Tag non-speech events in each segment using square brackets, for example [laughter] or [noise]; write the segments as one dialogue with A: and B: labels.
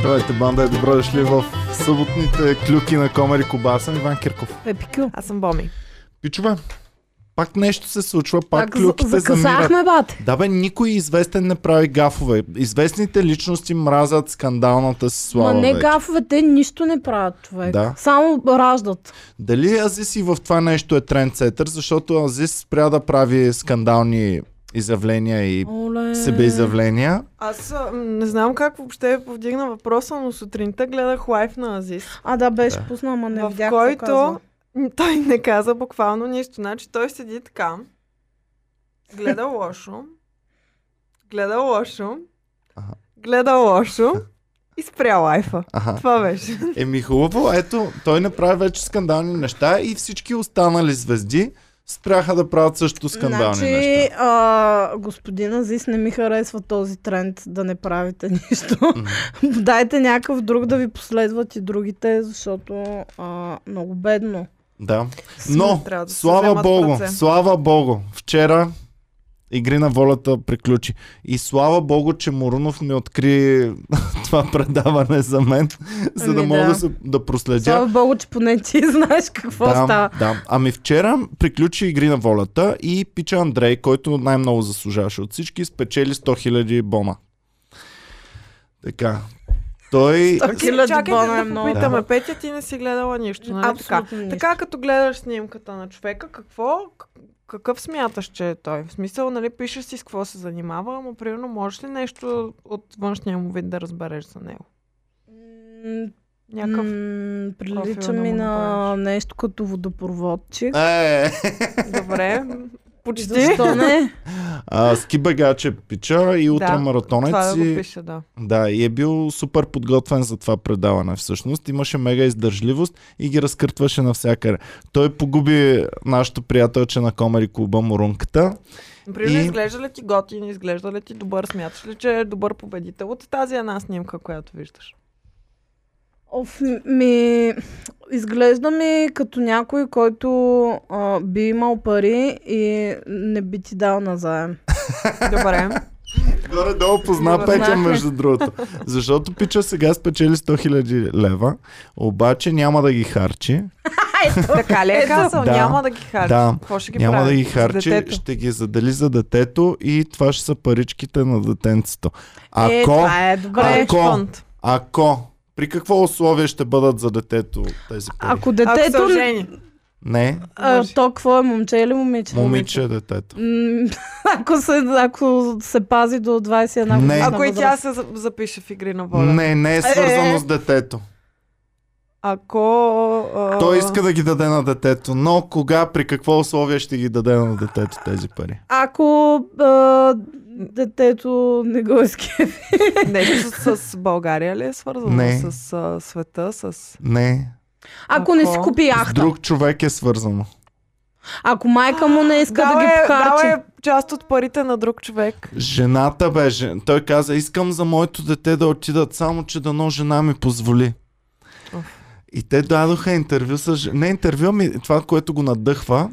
A: Здравейте, банда и добро дошли в съботните клюки на Комари Куба. Аз съм Иван Кирков.
B: Епикю.
C: Аз съм Боми.
A: Пичове, пак нещо се случва, пак,
B: Пак
A: клюките
B: за-
A: замират.
B: [laughs] закъсахме, бат.
A: Да бе, никой известен не прави гафове. Известните личности мразят скандалната си слава
B: Ма не
A: вече.
B: гафовете нищо не правят човек.
A: Да.
B: Само раждат.
A: Дали Азис и в това нещо е трендсетър, защото Азис спря да прави скандални изявления и
B: Оле.
A: себеизявления.
C: Аз а, м, не знам как въобще е повдигна въпроса, но сутринта гледах лайф на Азис,
B: А да, беше
A: Да.
B: да. пусна, ама не
C: в
B: видях какво
C: който
B: казва.
C: м, той не каза буквално нищо. Значи той седи така, гледа лошо, гледа лошо,
A: Аха.
C: гледа лошо и спря лайфа.
A: Аха.
C: Това беше.
A: Еми хубаво, ето, той не прави вече скандални неща и всички останали звезди спряха да правят също скандални
B: Значи,
A: неща.
B: а, господина Зис не ми харесва този тренд да не правите [laughs] нищо.
A: Мгм.
B: Дайте някакъв друг да ви последват и другите, защото а, много бедно.
A: Да.
C: Смисъл,
A: Но,
C: трябва да се
A: слава
C: вземат
A: Богу,
C: ръце.
A: слава Богу, вчера Игри на волята приключи. И слава Богу, че Морунов ми откри [laughs] това предаване за мен, [laughs] за да
B: Ами
A: мога да,
B: да.
A: се, да проследя.
B: Слава Богу, че поне ти [laughs] знаеш какво
A: да,
B: става.
A: Да. Ами вчера приключи Игри на волята и пича Андрей, който най-много заслужаваше от всички, спечели 100 000 бома. Така. Той...
B: Сто хиляди
C: Чакайте
B: бона е
C: да
B: много.
C: попитаме. Петя, ти не си гледала нищо, нали така?
B: Абсолютно нищо.
C: Така като гледаш снимката на човека, какво, к- какъв смяташ, че е той? В смисъл, нали, пишеш си с какво се занимава, ама примерно можеш ли нещо от външния му вид да разбереш за него?
B: М,
C: Някакъв...
B: м, Прилича
C: профил да
B: ми
C: му
B: на
C: направиш.
B: нещо като водопроводчик.
A: Е, [laughs]
B: [laughs]
C: Добре, почти.
B: Защо не?
A: а, ски бегаче пича и утрамаратонец.
C: Това да
A: и-
C: го пише, да.
A: Да, и е бил супер подготвен за това предаване всъщност. Имаше мега издържливост и ги разкъртваше навсякъде. Той погуби нашото приятелче на Комери клуба Морунката.
C: Примерно,
A: И-
C: изглежда ли ти готин, изглежда ли ти добър, смяташ ли, че е добър победител от тази една снимка, която виждаш?
B: Оф, ми... Изглежда ми като някой, който а, би имал пари и не би ти дал назаем. [laughs]
C: Добре.
A: Горе-долу позна
C: Добре.
A: Петя, между другото. Защото Пича сега спечели 100 000 лева, обаче няма да ги харчи.
C: така ли е
B: Ето.
C: казал?
A: Да.
C: Няма да ги харчи.
A: Да.
C: Какво ще ги
A: Няма
C: прави?
A: да ги
C: С
A: харчи,
C: детето.
A: ще ги задели за детето и това ще са паричките на детенцето.
B: Е,
A: Ако,
B: това е добре.
C: Правиш
B: Ако,
A: Ако-
C: фонд.
A: ако, при какво условие ще бъдат за детето тези пари?
C: Ако е се
B: детето...
C: ожени.
A: Не,
B: а, то какво е, момче или момиче?
A: момиче е детето.
B: М, [laughs] Ако се, ако се пази до 21
A: Не.
B: година
C: Ако и тя
B: възраст.
C: се за- запише в игри на воля.
A: Е, Не, не е свързано
C: Е, е.
A: с детето.
C: Ако... а,
A: Той иска да ги даде на детето, но кога, при какво условие ще ги даде на детето тези пари?
B: Ако а, детето не го иска.
C: Нещо с, с България ли е свързано?
A: Не.
C: С а, света, с...
A: Не.
B: Ако не си
C: Ако?
B: купи
A: С
B: яхта.
A: друг човек е свързано.
B: Ако майка му не иска да
C: Дал
B: ги
C: е, дал
B: похарчи.
C: е част от парите на друг човек.
A: Жената бе, жен... той каза, искам за моето дете да отидат, само че дано жена ми позволи.
C: Оф.
A: И те дадоха интервю с... жен- Не интервю, ми това, което го надъхва.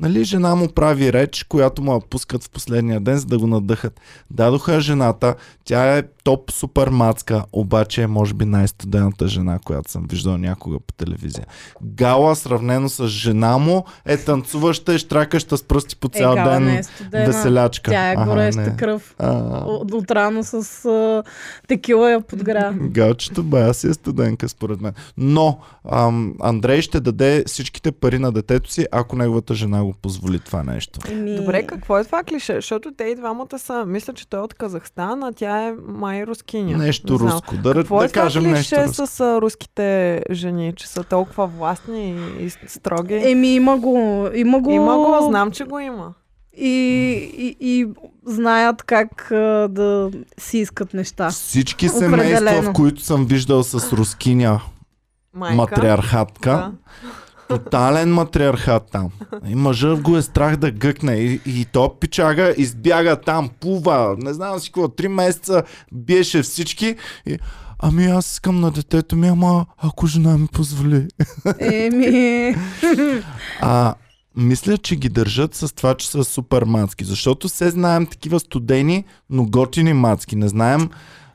A: Нали, жена му прави реч, която му я пускат в последния ден, за да го надъхат. Дадоха я жената, тя е топ супер мацка, обаче е може би най-студената жена, която съм виждал някога по телевизия. Гала, сравнено с жена му, е танцуваща и штракаща с пръсти по цял
B: Е, гала
A: ден.
B: не е студена.
A: Веселячка.
B: Тя е
A: Аха,
B: гореща
A: не.
B: кръв.
A: А,
B: От, от рано с а, текила я подгря.
A: Галчето бая си е студенка, според мен. Но ам, Андрей ще даде всичките пари на детето си, ако неговата жена го позволи това нещо.
B: Еми,
C: Добре, какво е това клише? Защото те и двамата са... Мисля, че той е от Казахстан, а тя е май рускиня. Не
A: Нещо
C: знам.
A: руско. Да,
C: Какво
A: да
C: е това
A: кажем нещо
C: клише
A: руско.
C: с а, руските жени, че са толкова властни и, и строги?
B: Еми, има го. Има Е, го.
C: е? Има го, знам, че го има.
B: И, и, и знаят как а, да си
A: [laughs]
B: искат неща.
A: Всички
B: Определено.
A: семейства, в които съм виждал с рускиня
C: Майка.
A: матриархатка,
C: Да.
A: Тотален матриархат там. И мъжът го е страх да гъкне. И, и то пичага избяга там, плува, не знам си какво, три месеца биеше всички. И, ами аз искам на детето ми, ама ако жена ми позволи.
B: Еми.
A: А, мисля, че ги държат с това, че са супер мацки. Защото все знаем такива студени, но готини мацки. Не знаем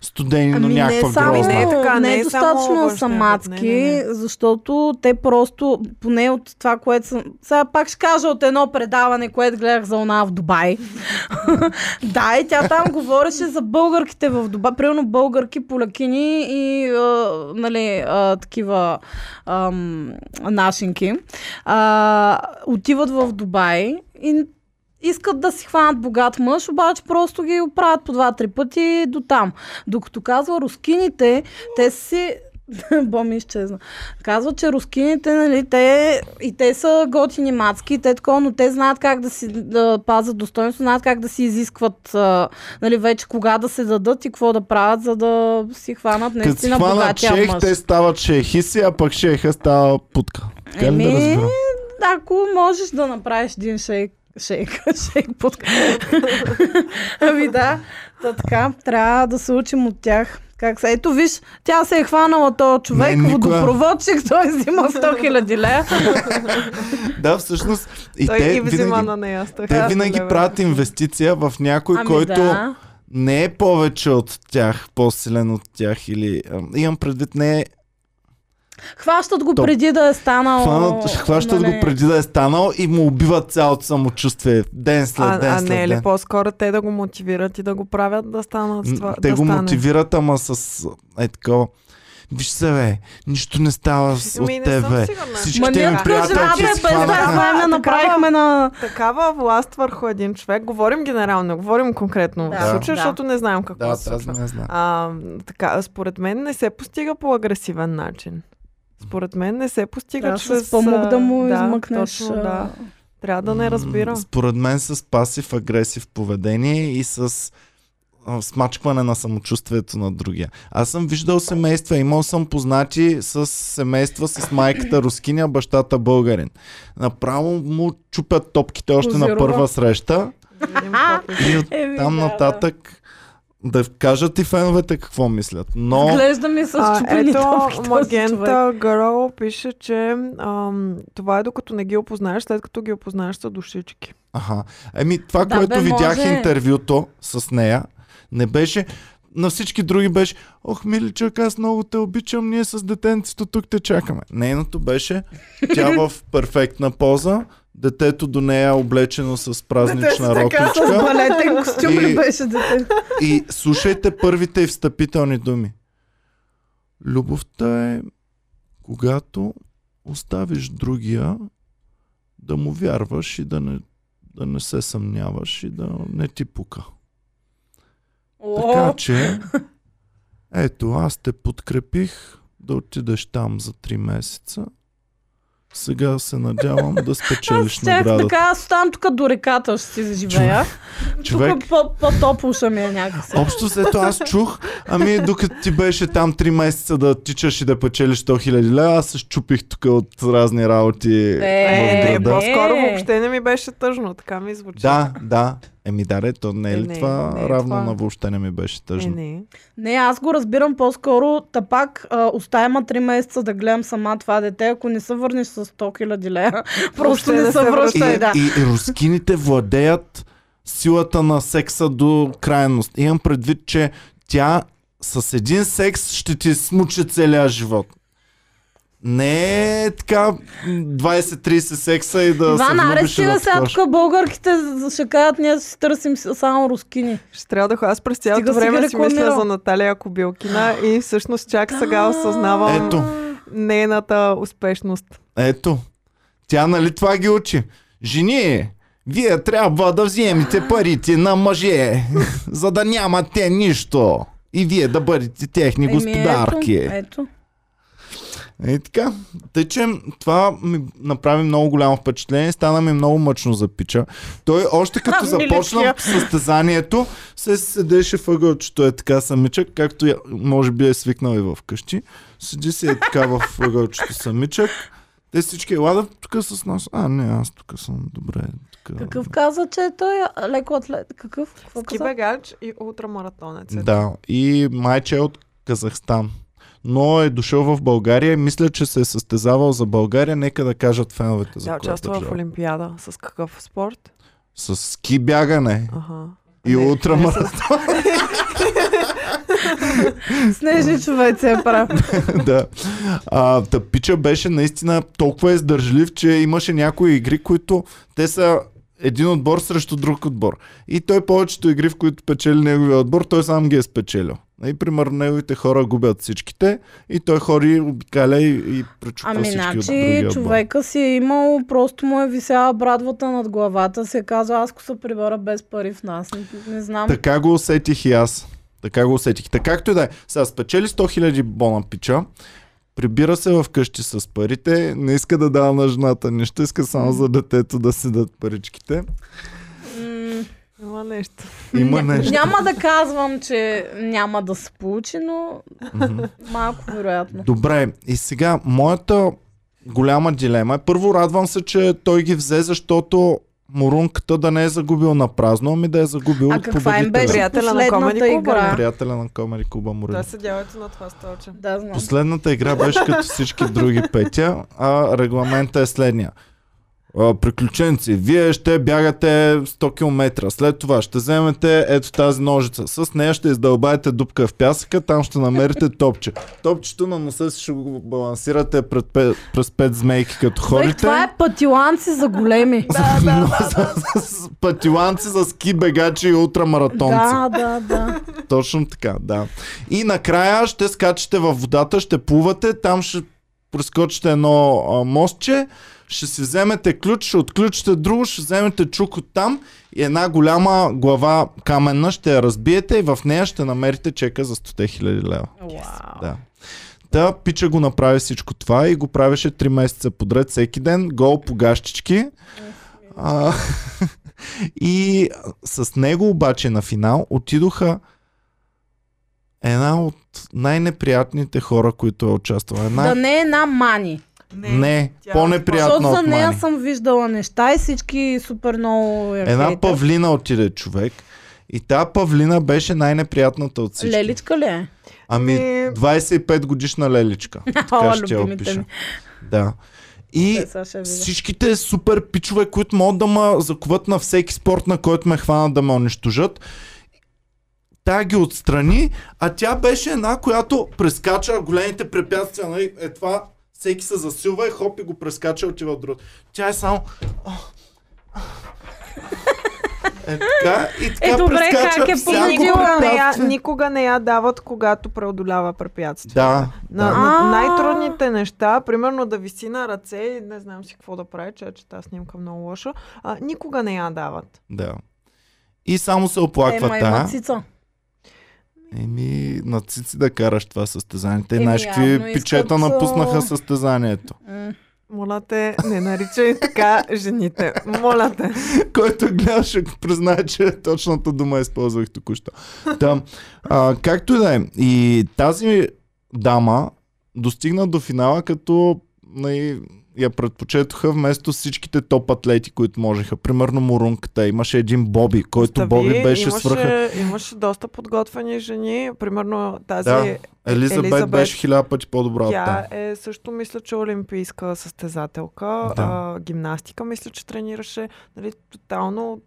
A: студени, но
B: Ами не
A: някаква
B: само,
A: грозна.
B: не е, така, не е,
C: само
B: достатъчно
C: външния
B: самадски,
C: вид, не, не, не.
B: защото те просто, поне от това, което съм... Сега пак ще кажа от едно предаване, което гледах за она в Дубай. [laughs] да, и тя там говореше за българките в Дубай. Примерно българки, полякини и а, нали, а, такива ам, нашинки. А, отиват в Дубай и искат да си хванат богат мъж, обаче просто ги оправят по два-три пъти до там. Докато казва рускините, те си... [laughs] Боми изчезна. Казва, че рускините, нали, те и те са готини мацки, и те такова, но те знаят как да си да пазят достоинство, знаят как да си изискват, а, нали, вече кога да се дадат и какво да правят, за да си хванат
A: Като си
B: наистина
A: хванат
B: богатия
A: чех,
B: мъж.
A: те стават шехиси, а пък шеха става путка. Така ли да
B: Еми,
A: разбирам?
B: ако можеш да направиш един шейк, шейк, [laughs] шейк под Ами да, то така, трябва да се учим от тях. Как се? Ето виж, тя се е хванала този човек,
A: Не, никога.
B: водопроводчик, [laughs] той взима
C: [laughs]
B: 100 хиляди лея.
A: Да, всъщност. И
C: Той
A: те
C: ги взима
A: винаги,
C: на Ами нея. с
A: те
C: така,
A: винаги
C: да, бе.
A: правят инвестиция в някой, който
B: Ами да.
A: не е повече от тях, по-силен от тях или... ам, Имам предвид, не е...
B: Хващат го
A: То-
B: преди да е станал...
A: Хванат, хващат
B: нали,
A: го преди да е станал и му убиват цялото самочувствие. Ден след
C: а,
A: ден
C: а
A: след
C: не е ли
A: ден.
C: по-скоро те да го мотивират и да го правят да станат с това?
A: Те
C: да
A: го
C: стане?
A: мотивират, ама с... Е такова... Виж се, бе, нищо не става с- от
C: Ами, не съм
A: тебе.
C: сигурна.
A: Всички
B: Ма
A: те
B: ние
A: ми
B: тук
A: приятелки
B: жрабе,
A: се
B: без да
A: хванаха.
B: знаем,
C: Такава-
B: направихме на...
C: Такава власт върху един човек. Говорим генерално, не говорим конкретно
B: Да,
C: в случая,
B: да.
C: защото не знаем какво
A: Да,
C: се случва.
A: тази не знам.
C: А, така, според мен не се постига по агресивен начин. Според мен не се постига
B: Да,
C: чрез...
B: с помог да му
C: а,
B: измъкнеш...
C: Точно,
B: а,
C: да. Трябва да не
A: М,
C: разбира.
A: Според мен с пасив агресив поведение и с а, смачкване на самочувствието на другия. Аз съм виждал семейства, имал съм познати с семейства с майката рускиня, бащата българин. Направо му чупят топките още на
B: Позирува.
A: първа среща
C: Един попис.
B: [laughs]
A: и от
B: Еми,
A: там
B: да, да.
A: нататък да кажат и феновете какво мислят. Но
B: Глежда ми с
C: А,
B: чупени
C: ето,
B: топки този човек.
C: Магента Гърл пише, че ам, това е докато не ги опознаеш, след като ги опознаеш са душички.
A: Аха. Еми, това,
B: Да,
A: да, което
B: бе,
A: бе, видях
B: може.
A: може... интервюто с нея, не беше. На всички други беше, ох, миличък, аз много те обичам, ние с детенцето тук те чакаме. Нейното беше, тя в перфектна поза, детето до нея е облечено с празнична
B: С
A: рокичка
B: балетен костюм ли
A: И-
B: беше дете?
A: и слушайте първите и встъпителни думи. Любовта е, когато оставиш другия да му вярваш и да не, да не се съмняваш и да не ти пука. Така че, ето, аз те подкрепих да отидеш там за 3 месеца. Сега се надявам да
B: Аз
A: спечелиш
B: щях
A: наградата.
B: така, аз оставам тук до реката, ще си живея.
A: Човек,
B: Тук е по- по-топло ще ми е някакси.
A: общо след това аз чух, ами докато ти беше там 3 месеца да тичаш и да печелиш 100 000 лева, аз се щупих тук от разни работи
B: Е,
A: в
C: Е,
B: бе.
A: града.
C: по-скоро въобще не ми беше тъжно, така ми звучи.
A: Да, да. Еми да, ре, то не е
C: Е,
A: ли
C: не,
A: това
C: не е
A: равно
C: това.
A: на въобще не ми беше
C: Е,
A: тъжно.
C: не.
B: Не, аз го разбирам по-скоро. Та пак а, оставяма 3 месеца да гледам сама това дете. Ако не се върнеш с 100 000 лея, [laughs] просто
C: Въобще
B: не се
C: не се
A: И,
B: връщай. е, Да.
A: и, и рускините владеят силата на секса до крайност. Имам предвид, че тя с един секс ще ти смуче целия живот. Не е така м, 20-30 секса и да
B: Иван,
A: се
B: аре
A: влюбиш и
B: стига
A: да
B: сега
A: такова.
B: тук българките ще кажат, ние си търсим с- само рускини.
C: Ще трябва да ходя. Аз през цялото
B: Стига си ги
C: време си мисля
B: рекламирал.
C: за Наталия Кобилкина и всъщност чак сега осъзнавам
A: Ето,
C: нейната успешност.
A: ето. Тя нали това ги учи? Жени, вие трябва да вземете парите на мъже, [laughs] за да нямате нищо. И вие да бъдете техни
B: Еми,
A: господарки.
B: Ами, Ето, ето.
A: И Е, така. Тъй, че това ми направи много голямо впечатление. Стана ми много мъчно за пича. Той още като започна състезанието, се седеше въгълчето е така самичък, както я- може би е свикнал и вкъщи. Седи си е така в въгълчето самичък. Те всички еладат тук е с нас. А, не, аз тук съм добре. Тук...
B: Какъв каза, че е той а, леко атлет? Какъв? Какво каза?
C: Кибе Галч и ултрамаратонец. е.
A: Да, и майче е от Казахстан. Но е дошъл в България и мисля, че се е състезавал за България. Нека да кажат феновете за
C: Тя
A: коя
C: участва в
A: държава.
C: Олимпиада. С какъв спорт?
A: С ски бягане
C: Ага.
A: и
C: Не, не
A: ултрамаратон.
B: Снежни човеци е прав.
A: [laughs] да. А, та пича беше наистина толкова издържлив, че имаше някои игри, които те са един отбор срещу друг отбор. И той повечето игри, в които печели неговия отбор, той сам ги е спечелил. И примерно неговите хора губят всичките и той хори, обикаля и, и пречупва
B: Ами,
A: всички от другия
B: значи
A: отбор.
B: човека си е имал, просто му е висяла брадвата над главата, се казва, аз ако се прибера без пари в нас, не, не знам.
A: Така го усетих и аз. Така го усетих. Така както и да е. Сега спечели 100 000 бона пича, прибира се вкъщи с парите, не иска да дава на жената нищо, иска само за детето да си дадат паричките.
B: М,
C: Има нещо.
A: Има
B: ня-
A: нещо.
B: Няма да казвам, че няма да се получи, но
A: Мгм.
B: малко вероятно.
A: Добре, и сега моята голяма дилема е. Първо радвам се, че той ги взе, защото Морунката да не е загубил на празно, ами да е загубил
B: А
A: от
B: каква им
A: победителя.
B: беше
C: Приятеля на
B: последната
C: Comedy Club,
B: игра?
A: Приятеля на Комери Куба Морин.
C: Той се дялето е на това столче.
B: Да, знам.
A: Последната игра беше като всички други петя, а регламента е следния. А, приключенци, вие ще бягате 100 км. След това ще вземете ето тази ножица. С нея ще издълбаете дупка в пясъка, там ще намерите топче. Топчето на носа си ще го балансирате пред пе, през пет змейки, като
B: Хорите...
A: ходите.
B: Това е пътиланци за големи.
C: Да, да,
A: [laughs]
C: да.
A: С пътиланци за ски бегачи и ултрамаратонци.
B: Да, да, да.
A: Точно така, да. И накрая ще скачате във водата, ще плувате, там ще прескочите едно а, мостче, ще си вземете ключ, ще отключите друго, ще вземете чук от там и една голяма глава каменна ще я разбиете и в нея ще намерите чека за 100 000 лева.
C: Вау.
A: Да. Та Пича го направи всичко това и го правеше 3 месеца подред всеки ден, гол по гащички. А, [laughs] и с него обаче на финал отидоха една от най-неприятните хора, които е участвала. Една...
B: Да не е една мани.
A: не,
C: тя-
A: по-неприятна
B: Защото за
A: от
B: нея
A: Мани.
B: съм виждала неща и всички супер много я
A: Една
B: хейтят.
A: павлина отиде човек. И тази павлина беше най-неприятната от всички.
B: Леличка ли е?
A: Ами
C: Ми-
A: 25 годишна
B: [laughs]
A: леличка. Така
B: О,
A: ще я
B: любимите
A: опиша.
B: ми.
A: Да. И
B: Те Е, сега ще я видя.
A: Всичките супер пичове, които могат да ме закуват на всеки спорт, на който ме хванат да ме унищожат. Та ги отстрани, а тя беше една, която прескача големите препятствия. Нали? Е това, всеки се засилва и хоп и го прескача и отива от друг. Тя е само... Е така, и така
B: Е, добре,
A: прескача
B: как е Ами,
A: всяко
B: понудила?
C: Никога не, я,
A: препятствие.
C: никога не я дават, когато преодолява препятствия.
A: Да,
C: На,
A: да.
B: А.
C: на най-трудните неща, примерно да виси на ръце и не знам си какво да прави, че тази снимка много лошо, а, никога не я дават.
A: да. И само се
B: Е, ма
A: оплаква
B: има
A: та.
B: цица.
A: Еми, на цици да караш това състезание. Те
B: Еми,
A: знаеш
B: явно
A: какви
B: искат,
A: пичета
B: а,
A: напуснаха състезанието. [laughs]
B: М.
C: Моля те, не наричай [laughs] така жените. Моля те.
A: Който гледаше, го признае, че точната дума използвах току-що. Там, а, както и да е. И тази дама достигна до финала, като нали, я предпочетоха вместо всичките топ атлети, които можеха. Примерно Морунката. Имаше един Боби, който
C: Стави,
A: Боби беше
C: имаше,
A: свръха.
C: Имаше доста подготвени жени, примерно тази
A: Да. Елизабет,
C: Елизабет.
A: беше хиляда пъти по-добра от
C: Тя
A: тази.
C: е също, мисля, че олимпийска състезателка,
A: Да.
C: а, гимнастика, мисля, че тренираше, нали, тотално...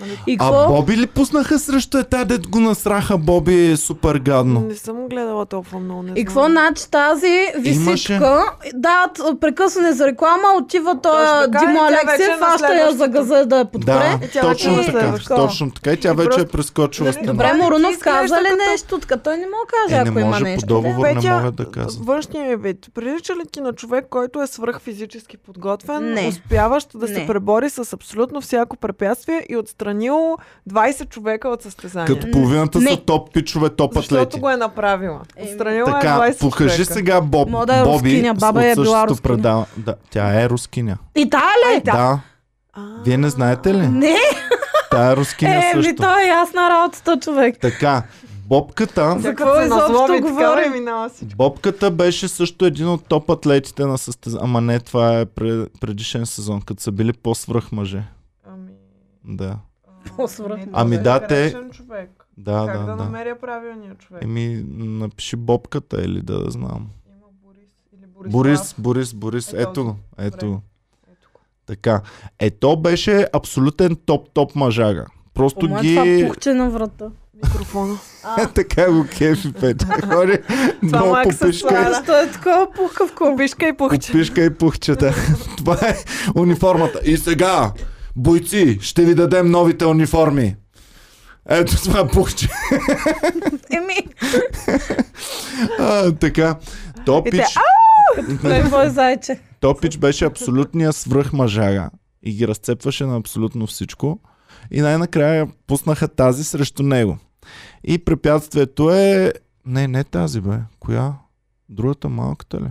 C: Нали,
B: И
A: А
B: какво?
A: Боби ли пуснаха срещу е тази, дет го насраха Боби е супер гадно?
C: не съм гледала толкова много. Не
B: И
C: знам.
B: какво значи тази висичка? Дават прекъсване за реклама, отива той
C: Точно така, и
B: Димо
C: тя
B: Алексеев,
C: вече е на
B: аз ще я
C: следващото.
B: загаза да я подпре.
A: Да,
C: И тя
A: точно
B: вече е
A: така.
B: следваща.
A: Точно така. И тя
C: И
A: вече е
C: просто-
A: прескочила
C: Нали,
A: стена.
B: Добре,
C: Да, ти
B: Морунов
C: изглежда
B: каза ли
C: като-
B: нещо? Така той не мога да
A: Е,
B: каже,
A: не
B: ако има
A: може по
B: нещо. да.
A: договор, не
C: Петя,
A: могат да казват.
C: Външния ми е вид. Прилича ли ти на човек, който е свръхфизически подготвен,
B: Не.
C: успяващ да
B: Не.
C: се пребори с абсолютно всяко препятствие и отстранил 20 човека от състезанието?
A: Като половината
B: Не.
A: са топ пичове, топ
C: Защото
A: атлети.
C: го е направила.
B: Еми.
C: Отстранила е
A: Така,
C: 20
A: покажи
C: човека.
A: сега Боб,
B: Мога да е
A: Боби
B: рускиня, баба
A: от
B: е била
A: същото
B: рускиня.
A: предава- Да, тя е рускиня.
B: И тая ли?
A: Е, Да.
C: А,
A: Вие не знаете ли?
B: Не,
A: Тя е рускиня
B: е, ми
A: също.
B: той е ясна работата, човек.
A: Така, Бобката,
B: За
C: тя като
B: какво
C: се
B: изобщо
C: назлоби, така,
B: говорим?
C: бе, минава си.
A: Бобката беше също един от топ атлетите на състезание. Ама не, това е пред- предишен сезон, като са били по-свръх мъже.
C: Ами,
A: Да,
B: По-свратно.
A: Ами да, те-
C: Грешен е човек.
A: да,
C: как да,
A: да. да.
C: намеря правилния човек?
A: Еми, напиши Бобката или да знам.
C: Има Борис или Борислав.
A: Борис, Борис, Борис.
C: Е,
A: Ето
C: този.
A: го, ето го.
C: Ето го.
A: Така. Е, то беше абсолютен топ-топ мъжага. Просто
B: По моя това
A: ги...
B: пухче на врата.
C: Микрофона.
A: [laughs] така е, го кефи, Петя.
C: [laughs]
A: Хори, много
C: е
A: попишка.
C: аксесуара.
B: Защо е такова пухкавко?
C: Пишка и пухче.
A: Попишка и пухчета. [laughs] Това е униформата. И сега, бойци, ще ви дадем новите униформи. Ето това пухче. [laughs]
B: Еми,
A: А, така.
C: И те,
A: Топич,
B: плейбой е зайче.
A: Топич беше абсолютния свръхмъжага и ги разцепваше на абсолютно всичко. И най-накрая пуснаха тази срещу него. И препятствието е... Не, не тази бе. Коя? Другата малката ли?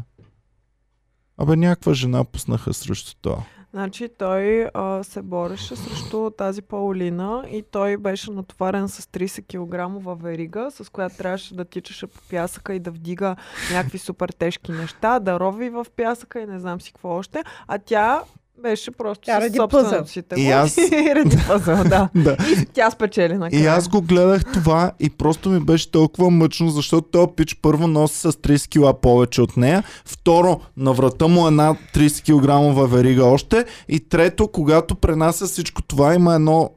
A: Абе, някаква жена пуснаха срещу това.
C: Значи той а, се бореше срещу тази Паулина и той беше натоварен с 30 кг верига, с която трябваше да тичаше по пясъка и да вдига някакви супер тежки неща, да рови в пясъка и не знам си какво още. А тя беше просто
B: Тя
C: с
B: ради пъзъл.
C: собственото си тегло.
A: И аз-
C: [laughs] и ради пъзъл, да.
A: Да.
C: И тя спечели накрая.
A: И аз го гледах това и просто ми беше толкова мъчно, защото този пич първо носи с 30 кила повече от нея, второ, на врата му една 30 кг верига още и трето, когато пренася всичко това, има едно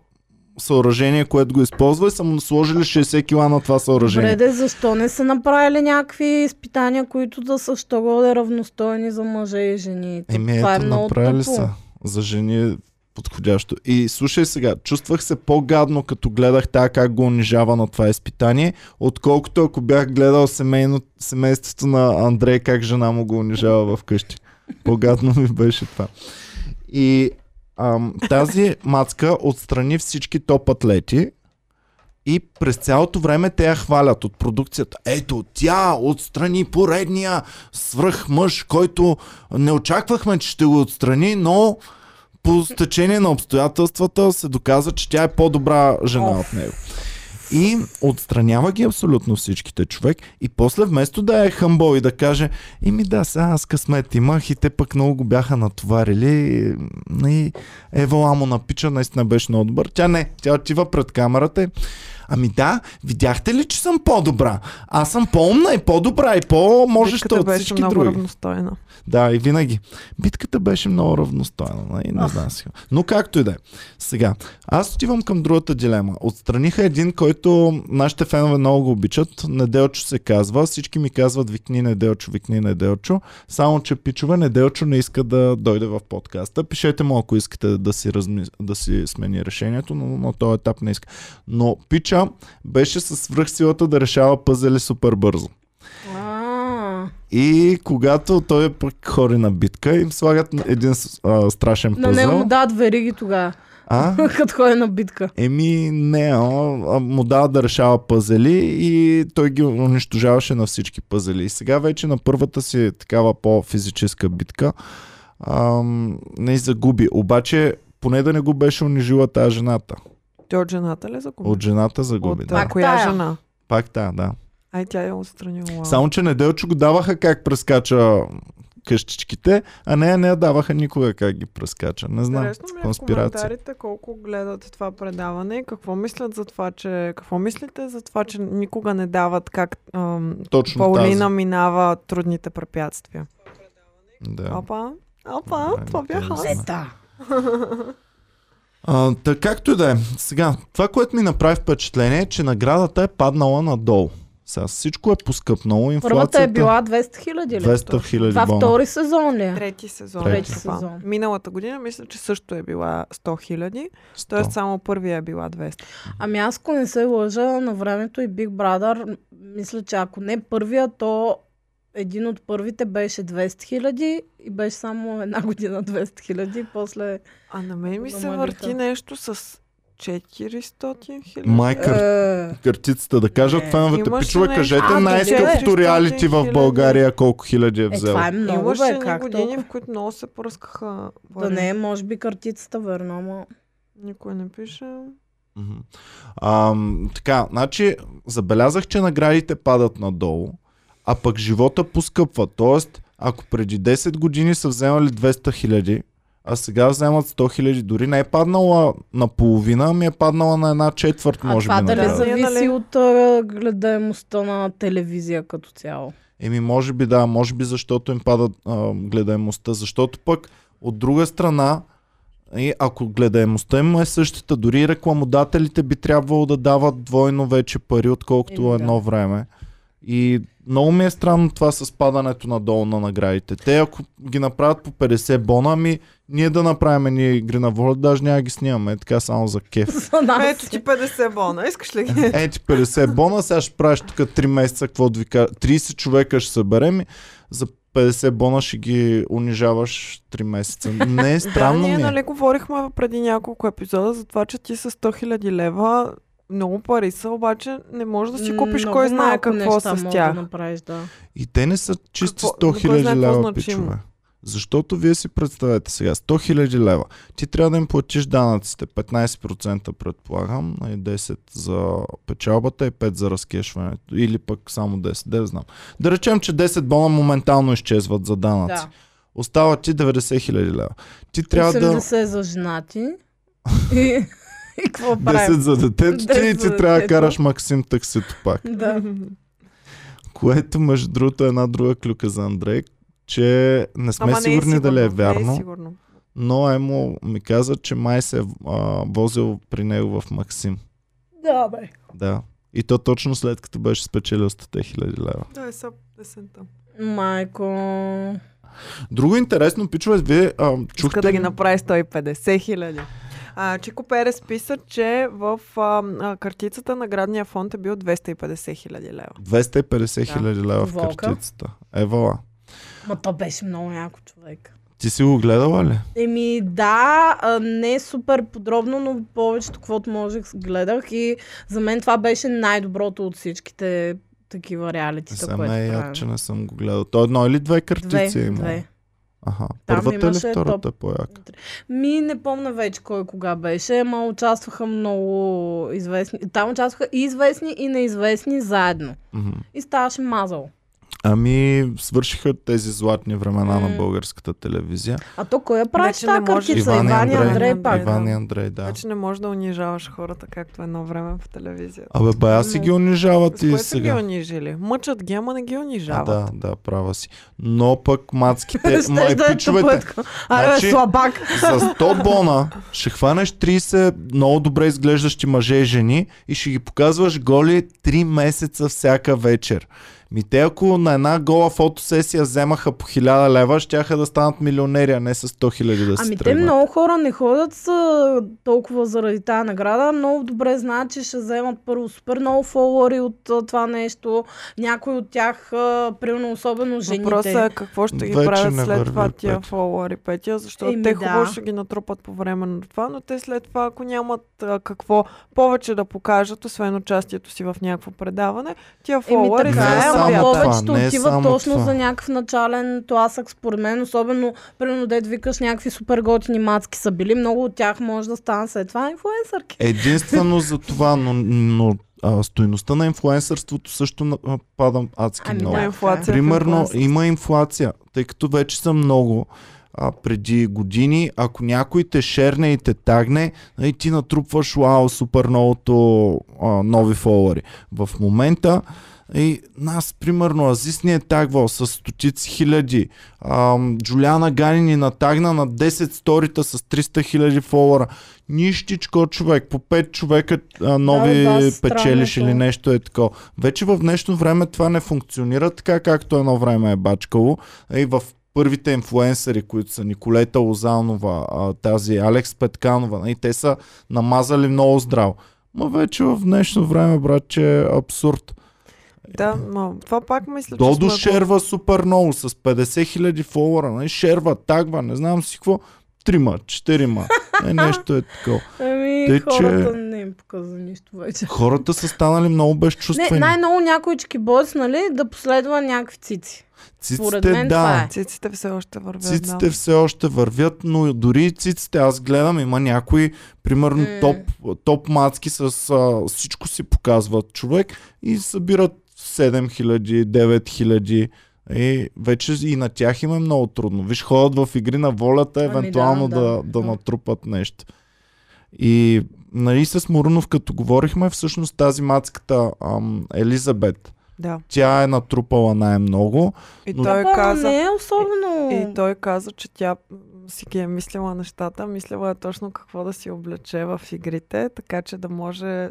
A: съоръжение, което го използва и са му сложили 60 кила на това съоръжение.
B: Бреде, защо не са направили някакви изпитания, които да са що годе равностойни за мъже и жени?
A: Еми
B: Това е
A: Ами ето,
B: много
A: направили
B: тъпо.
A: са. За жени е подходящо. И слушай сега, чувствах се по-гадно, като гледах тя как го унижава на това изпитание, отколкото ако бях гледал семейно, семейството на Андрей, как жена му го унижава вкъщи. По-гадно ми беше това. И ам, тази мацка отстрани всички топ атлети, и през цялото време те я хвалят от продукцията. Ето, тя отстрани поредния свръхмъж, който не очаквахме, че ще го отстрани, но по стечение на обстоятелствата се доказа, че тя е по-добра жена от него. И отстранява ги абсолютно всичките човек и после вместо да е хъмбол и да каже Ими да, сега аз късмет имах и те пък много го бяха натоварили и Ева Ламо на пича наистина беше много добър. Тя не, тя отива пред камерата и Ами да, видяхте ли, че съм по-добра? Аз съм по-умна и по-добра и по-можеща
C: Битката
A: от
C: беше
A: всички
C: много
A: други.
C: равностойна.
A: Да, и винаги. Битката беше много равностойна. нали? Не знам си. Но както и да е. Сега, аз отивам към другата дилема. Отстраниха един, който нашите фенове много го обичат. Неделчо се казва. Всички ми казват викни Неделчо, викни Неделчо. Само, че пичове, Неделчо не иска да дойде в подкаста. Пишете му, ако искате да си, разми... да си смени решението, но на този етап не иска. Но пича беше със свръхсилата да решава пъзели супер бързо.
B: А,
A: И когато той е пък хори на битка, им слагат един с- а, страшен
B: На него му
A: пъзъл.
B: дадат вериги тогава, [laughs]
A: А?
B: като ходи на битка.
A: Еми, не, о, а му дава да решава пъзели и той ги унищожаваше на всички пъзели. И сега вече на първата си такава по-физическа битка ам, не загуби. Обаче, поне да не го беше унижила тази жената.
C: Той от жената ли загуби?
A: От жената загуби,
C: От, а,
A: да.
C: коя
B: Тая.
C: жена?
A: Пак та, да.
C: Ай, тя я отстранила.
A: Само, че неделчо го даваха как прескача къщичките, а нея не я даваха никога как ги прескача. Не знам.
C: Интересно ми е в
A: конспирация.
C: коментарите колко гледат това предаване и какво мислят за това, че... Какво мислите за това, че никога не дават как ам,
A: Точно
C: Паулина минава трудните препятствия?
A: тази. Да.
C: Опа, опа,
A: Да,
C: това
A: да,
C: бях
A: да,
C: аз.
A: да.
B: Да.
A: А, та както и да е. Сега, това, което ми направи впечатление е, че наградата е паднала надолу. Сега всичко е поскъпнало. Инфлацията...
B: Първата е била 200 хиляди ли?
A: 200 хиляди
B: Това
A: бона.
B: втори сезон ли е?
C: Трети сезон.
A: Трети
C: е това.
B: сезон.
C: Миналата година мисля, че също е била 100 хиляди,
A: Сто.
C: т.е. само първия е била 200.
B: Ами аз, ако не се лъжа, на времето и Big Brother, мисля, че ако не първия, то един от първите беше 200 хиляди и беше само една година 200 хиляди. После
C: А на мен ми се
B: Намалиха.
C: върти нещо с 400 хиляди.
A: Майка,
B: е,
A: картицата да кажат
B: Не.
A: феновете.
C: Имаше
A: Пичове,
C: нещо.
A: кажете
B: А,
A: най-скъпото
C: добре.
A: реалити в
C: 400
A: България колко хиляди е
B: е,
A: взел.
B: това е много,
C: Имаше
B: бе,
C: едни
B: как
C: години,
B: толкова?
C: в които много се пръскаха.
B: Да
C: пари.
B: не е, може би картицата, верно, ама...
C: Никой не пише.
A: Мгм. Ам, така, значи забелязах, че наградите падат надолу, а пък живота поскъпва. Тоест, ако преди 10 години са вземали 200 хиляди, а сега вземат 100 хиляди, дори не е паднала наполовина, ами е паднала на една четвърт,
B: А
A: може
B: това
A: би.
B: дали
A: награда.
C: да. за-
B: зависи
C: Нали?
B: от а, гледаемостта на телевизия като цяло. [laughs]
A: Еми, може би да, може би защото им пада а, гледаемостта, защото пък от друга страна И ако гледаемостта им е същата, дори рекламодателите би трябвало да дават двойно вече пари, отколкото
D: Еми, да.
A: едно време. И много ми е странно това с падането надолу на наградите. Те ако ги направят по 50 бона, ми ние да направим ние игри на воля, даже няма да ги снимаме, е така само за кеф.
B: За нас. е
C: Ето ти 50 бона. Искаш ли ги?
A: Е, ти 50 бона, сега ще правиш тук 3 месеца, какво да ви кажа. 30 човека ще съберем и за 50 бона ще ги унижаваш 3 месеца. Не, странно
C: [laughs] да, ние
A: ми е.
C: нали говорихме преди няколко епизода за това, че ти с 100 000 лева много пари са, обаче не можеш да си купиш
B: Много
C: кой знае
B: малко
C: какво
B: неща
C: с
B: мога
C: тях.
B: Да направиш, да.
A: И те не са чисти
C: Какво- но
A: 100
C: кой
A: 000
C: знае какво
A: лева,
C: значимо?
A: пичове. Защото вие си представете сега, 100 000 лева. Ти трябва да им платиш данъците, 15% предполагам, и 10 за печалбата и 5 за разкешването. Или пък само 10, да знам. Да речем, че 10 бона моментално изчезват за данъци.
B: да.
A: Остава ти 90 000 лева. Ти трябва
B: 80
A: да...
B: е
A: [laughs]
B: за женати. И, и какво
A: 10
B: правим?
A: за детето ти и
B: 10
A: ти
B: за
A: трябва да
B: детето.
A: караш Максим таксито пак.
B: Да.
A: Което, между другото, е една друга клюка за Андрей, че не сме
C: Ама не е
A: сигурни дали е
C: сигурно, не
A: вярно,
C: сигурно.
A: но Емо ми каза, че май се е а, возил при него в Максим.
B: Да, бе.
A: Да. И то точно след като беше спечелил 100 000 лева.
C: Да, е са песента.
B: Майко.
A: Друго интересно, пичове, вие а,
C: Иска
A: чухте...
C: да ги
A: ли-
C: направи 150 хиляди. А, Чико Перес писа, че в а, а, картицата на градния фонд е бил 250 хиляди лева.
A: 250 000 лева в
B: Волка.
A: картицата. Е, Евала.
B: Ма то беше много яко човек.
A: Ти си го гледала ли?
B: Еми да, а, не е супер подробно, но повечето, каквото можех, гледах и за мен това беше най-доброто от всичките такива реалитита,
A: За
B: което
A: мен е
B: правим.
A: яд, че не съм го гледал. То е едно или две
B: Две,
A: картици има.
B: две.
A: Аха.
B: Там
A: Първата или
B: имаше
A: втората
B: топ.
A: е по-яка?
B: Ми не помня вече кой кога беше, ама участваха много известни. Там участваха и известни, и неизвестни заедно.
A: Мгм.
B: И ставаше мазал.
A: Ами, свършиха тези златни времена на
B: М.
A: българската телевизия.
B: А то кой я прави
C: Вече не
B: тази
C: можеш.
B: картица? Иван и Андрей, пак. Значи,
C: Иван.
A: Иван и Андрей, Е, да.
C: Вече Значи не можеш да унижаваш хората, както едно време по телевизията.
A: Абе, бая си ги
B: е-
A: унижават
C: С
A: и
C: което са ги
A: сега.
C: унижили? Мъчат ги, ама не ги
A: А,
C: унижават.
A: да, да, права си. Но
B: [laughs]
A: пък мацките,
B: Щеш
A: ма, е,
B: да е
A: пичовете,
B: тъпътка. Аре,
A: Значи-
B: бе, слабак.
A: за 100 бона ще хванеш 30 много добре изглеждащи мъже и жени и ще ги показваш голи 3 месеца всяка вечер. Ми те ако на една гола фотосесия вземаха по 1000 лева, щяха да станат милионери, а не с 100 хиляди да се
B: Ами те
A: тръгнат.
B: много хора не ходят са, толкова заради тази награда. Много добре знаят, че ще вземат първо супер много фолуари от а, това нещо. Някои от тях, а, примерно особено жените.
C: Въпросът е какво ще ги
A: Вече
C: правят
A: не
C: след
A: върви,
C: това тия
A: Петя.
C: фолуари, Петя, защото
B: Еми,
C: те хубаво
B: да.
C: ще ги натрупат по време на това, но те след това, ако нямат а, какво повече да покажат, освен участието си в някакво предаване, тия
B: Еми
C: фолуари
B: така
A: Не
B: е,
A: е
B: ама
A: само това,
B: повечето
A: не е
B: отива
A: само
B: точно
A: това.
B: за някакъв начален тласък, според мен. Особено, примерно, дед викаш, някакви супер готини мацки са били. Много от тях може да станат след това инфлуенсърки.
A: Единствено за това, но, но а, стойността на инфлуенсърството също на- а, пада адски
B: Ами
A: много.
B: да,
C: инфлация. е
A: Примерно има инфлация, тъй като вече са много. А преди години, ако някой те шерне и те тагне, и ти натрупваш вау, супер многото а, нови фолуари. В момента и нас, примерно, Азис ни е тагвал с стотици хиляди. А, Джулиана Гани ни натагна на 10 сторита с 300 хиляди фолуара. Нищичко човек, по 5 човека а, нови
B: Да, бе,
A: да,
B: да,
A: печелиш
B: странното.
A: или нещо е такова. Вече в днешно време това не функционира така, както едно време е бачкало. И в първите инфлуенсъри, които са Николета Лозанова, а, тази Алекс Петканова, и те са намазали много здраво. Ма вече в днешно време, братче, е абсурд.
C: Да, но това пак мисля, че
A: Додо
C: сме го-
A: шерва супер много с 50 хиляди фолуара, не? шерва, тагва, не знам си какво. Трима, четирима. Е, нещо е такова.
B: Еми,
A: Те, че-
B: Ами, хората не им показва нищо вече.
A: Хората са станали много
B: Не,
A: безчувствени.
B: най-много някой чекибойс, нали, да последва някакви цици. според
A: Циците,
B: мен това
A: да.
B: е.
C: Циците все още вървят.
A: Циците все още вървят, но дори и циците, аз гледам, има някои, примерно
B: М.
A: топ, топ мацки с а, всичко си показват човек и събират 7000, 9000 и вече и на тях им е много трудно. Виж, ходят в игри на волята,
B: Ами да,
A: евентуално да, да, да
B: да.
A: натрупат нещо. И нали с Мурунов, като говорихме, всъщност тази мацката ам, Елизабет,
C: Да.
A: тя е натрупала най-много.
C: И
A: Но-
C: той
B: Ама
C: каза,
B: не е особено...
C: И той каза, че тя си ги е мислила нещата. Мислила е точно какво да си облече в игрите, така че да може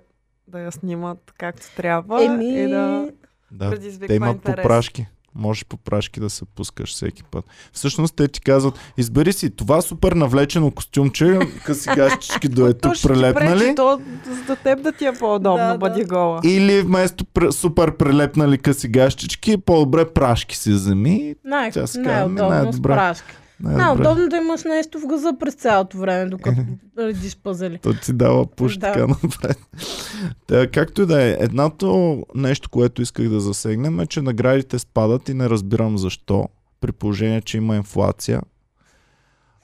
C: да я снимат както трябва
B: Еми,
C: и да
A: Да.
C: предизвиква
A: Те имат
C: интерес.
A: попрашки. Можеш попрашки да се пускаш всеки път. Всъщност те ти казват, избери си това супер навлечено костюмче, къси гащички до е тук
C: То ще ти пречи,
A: прилепнали.
C: то за теб да ти е по-удобно,
B: Да, да.
C: да, бъди гола.
A: Или вместо пр- супер прилепнали къси гащички, по-добре прашки си вземи.
B: Най-
A: Тя си казва, ми,
B: най-удобно с
A: най-добра.
B: прашки.
A: Най-добре.
B: Най-удобно да имаш нещо в газа през цялото време, докато редиш пъзели.
A: То ти дава пуш
B: Да.
A: така напред. Та, както и да е, едното нещо, което исках да засегнем е, че наградите спадат и не разбирам защо, при положение, че има инфлация.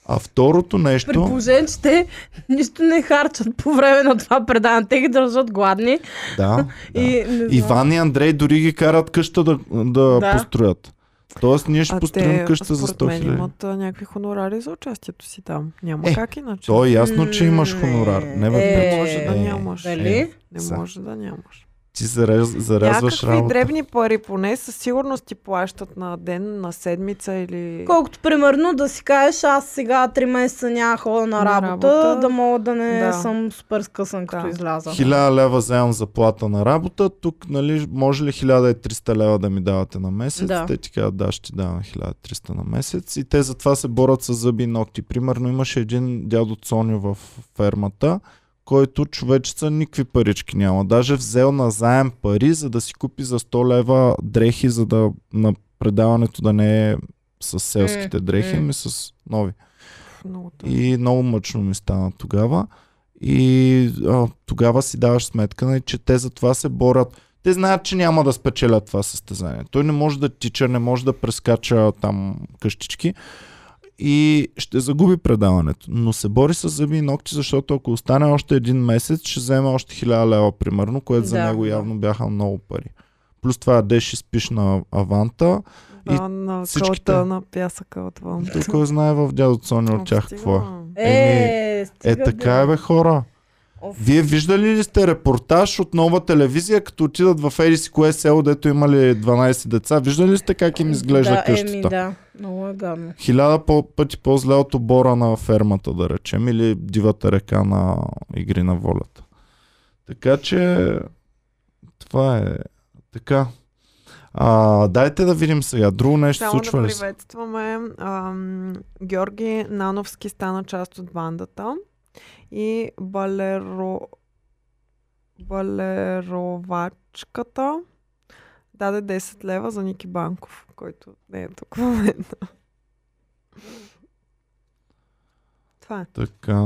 A: А второто нещо...
B: При положение, че те нищо не харчат по време на това предаване. Те ги държат гладни.
A: Да,
C: [laughs]
A: да.
B: И, не знам.
A: Иван и Андрей дори ги карат къща да, да,
B: Да.
A: построят. Тоест ние ще
C: А
A: построим
C: те,
A: къща за
C: според
A: 100
C: мен,
A: хиляди.
C: имат а, някакви хонорари за участието си там. Няма
A: Е,
C: как иначе.
A: То е ясно, че имаш хонорар. Не, бе,
B: Е,
A: пречи.
C: Не може да нямаш.
B: Дали?
C: Не
A: е, са.
C: може да нямаш.
A: Ти зарез, зарязваш
C: Някакви
A: работа.
C: дребни пари поне със сигурност ти плащат на ден, на седмица или...
B: Колкото примерно да си кажеш, аз сега 3 месеца няма хода на
C: На
B: работа,
C: работа.
B: да мога да не
C: Да.
B: съм супер скъсан като
C: Да.
B: изляза.
A: Хиляда лева вземам заплата на работа, тук нали, може ли 1300 лева да ми давате на месец?
B: Да.
A: Те ти казват, да, ще ти давам 1300 на месец. И те затова се борят с зъби и ногти. Примерно имаше един дядо Цоню в фермата, който човечеца никакви парички няма. Даже взел на заем пари, за да си купи за 100 лева дрехи, за да на предаването да не е с селските
B: М,
A: дрехи,
B: м.
A: ами с нови.
C: Много тъжно.
A: И много мъчно ми стана тогава. И а, тогава си даваш сметка, нали, че те за това се борят. Те знаят, че няма да спечелят това състезание. Той не може да тича, не може да прескача там къщички и ще загуби предаването. Но се бори с зъби и ногти, защото ако остане още един месец, ще вземе още 1000 лева примерно, което за
B: Да.
A: него явно бяха много пари. Плюс това ядеш и спиш на аванта.
C: Да, на
A: всичките.
C: кълта на пясъка отвън.
A: Той кой знае в дядо Цони от
C: Ох,
A: тях
C: стига,
A: какво е.
C: ма.
B: Е, стига
A: Е, така е, бе, хора.
B: Оф.
A: Вие виждали ли сте репортаж от нова телевизия, като отидат в Еди си кое село, дето имали 12 деца? Виждали ли сте как им изглежда
B: да,
A: къщата?
B: Еми, да, много е гадно.
A: Хиляда по- пъти по-зле от обора на фермата, да речем, или дивата река на Игри на волята. Така че, това е така. А, дайте да видим сега. Друго нещо
C: Само да
A: случва ли се?
C: приветстваме. Ам, Георги Нановски стана част от бандата. И балеро... балеровачката даде 10 лева за Ники Банков, който не е тук в момента. Това е.
A: Така.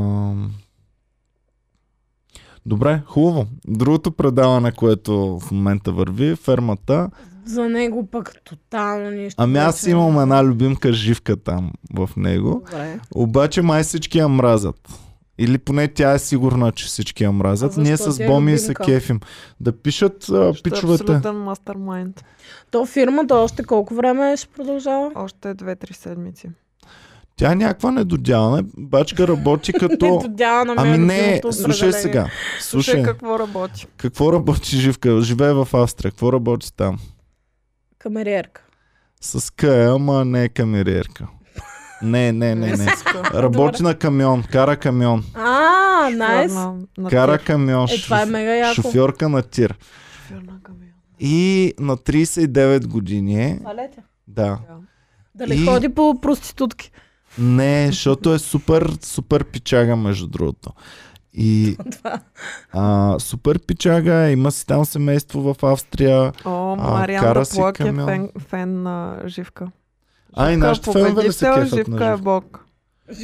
A: Добре, хубаво. Другото предаване, което в момента върви, е фермата.
B: За него пък тотално нищо.
A: Ами аз
B: вече.
A: имам една любимка живка там в него.
B: Добре.
A: Обаче май всички я мразят. Или поне тя е сигурна, че всички я мразят.
B: А
A: Ние
B: защо?
A: с
B: Тя е
A: Боми се
B: любимка.
A: кефим. Да пишат а,
C: Ще е
A: пичовете.
C: Абсолютен мастермайнд.
B: То фирмата още колко време ще продължава?
C: Още 2-3 седмици.
A: Тя е някаква недодявана. Бачка
B: [laughs]
A: работи като...
B: Ето дяла на мен
A: Ами
B: е
A: не,
B: любимото
A: слушай
B: определение.
A: сега.
C: Слушай
A: Слушай,
C: какво работи.
A: какво работи Живка? Живее в Австрия. Какво работи там?
B: Камериерка.
A: С къя, ама не е камериерка. Не, не, не, не. Работи на камион, кара камион.
B: А, найс.
C: На, на
A: Кара
C: тир.
A: камион.
B: Е, това е
A: шоф-
B: мега яко.
A: Шофьорка на тир.
C: Шофьор на камион.
A: И на 39 години е.
B: Това летя.
A: Да.
C: Да.
B: Дали
A: И-
B: ходи по проститутки?
A: Не, защото е супер, супер пичага, между другото. И а, супер пичага, има си там семейство в Австрия.
C: О,
A: А,
C: Мариан
A: кара
C: да
A: си
C: Плък е
A: камион.
C: фен, фен на Живка.
A: А и
C: Живка е
A: нашите фенове ли се
C: победител,
A: кефят на
C: Живка е
A: живка?
C: бог.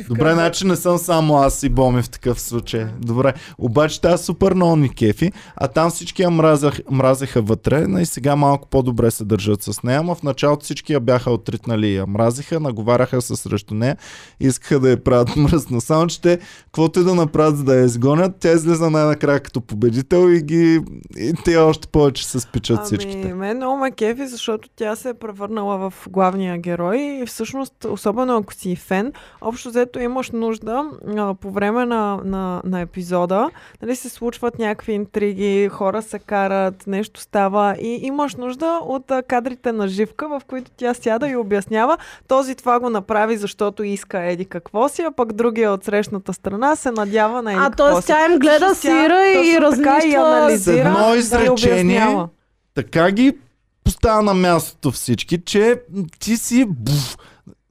A: Добре, значи не съм само аз и Боми в такъв случай. Добре, обаче тази супер много ни кефи, а там всички я мразах, мразеха вътре, но и сега малко по-добре се държат с нея, ама в началото всички я бяха отритнали и я мразиха, наговаряха се срещу нея, искаха да я правят [laughs] мръсна. Само, че те, каквото и да направят за да я изгонят, тя излиза най-накрая като победител и, ги, и те още повече се спичат
C: Ами,
A: всичките.
C: мен много ме кефи, защото тя се е превърнала в главния герой и всъщност, особено ако си фен, общо взето имаш нужда а, по време на, на, на епизода. Нали, се случват някакви интриги, хора се карат, нещо става и имаш нужда от а, кадрите на живка, в които тя сяда и обяснява. Този това го направи, защото иска еди какво си, а пък другия от срещната страна се надява на еди
B: А
C: какво
B: т.е.
C: си.
B: тя им гледа
C: Всъщност тя
B: сира и
C: точно така и
B: разнищва...
A: С едно
C: да,
A: изречение.
C: обяснява.
A: Така ги поставя на мястото всички, че ти си буф.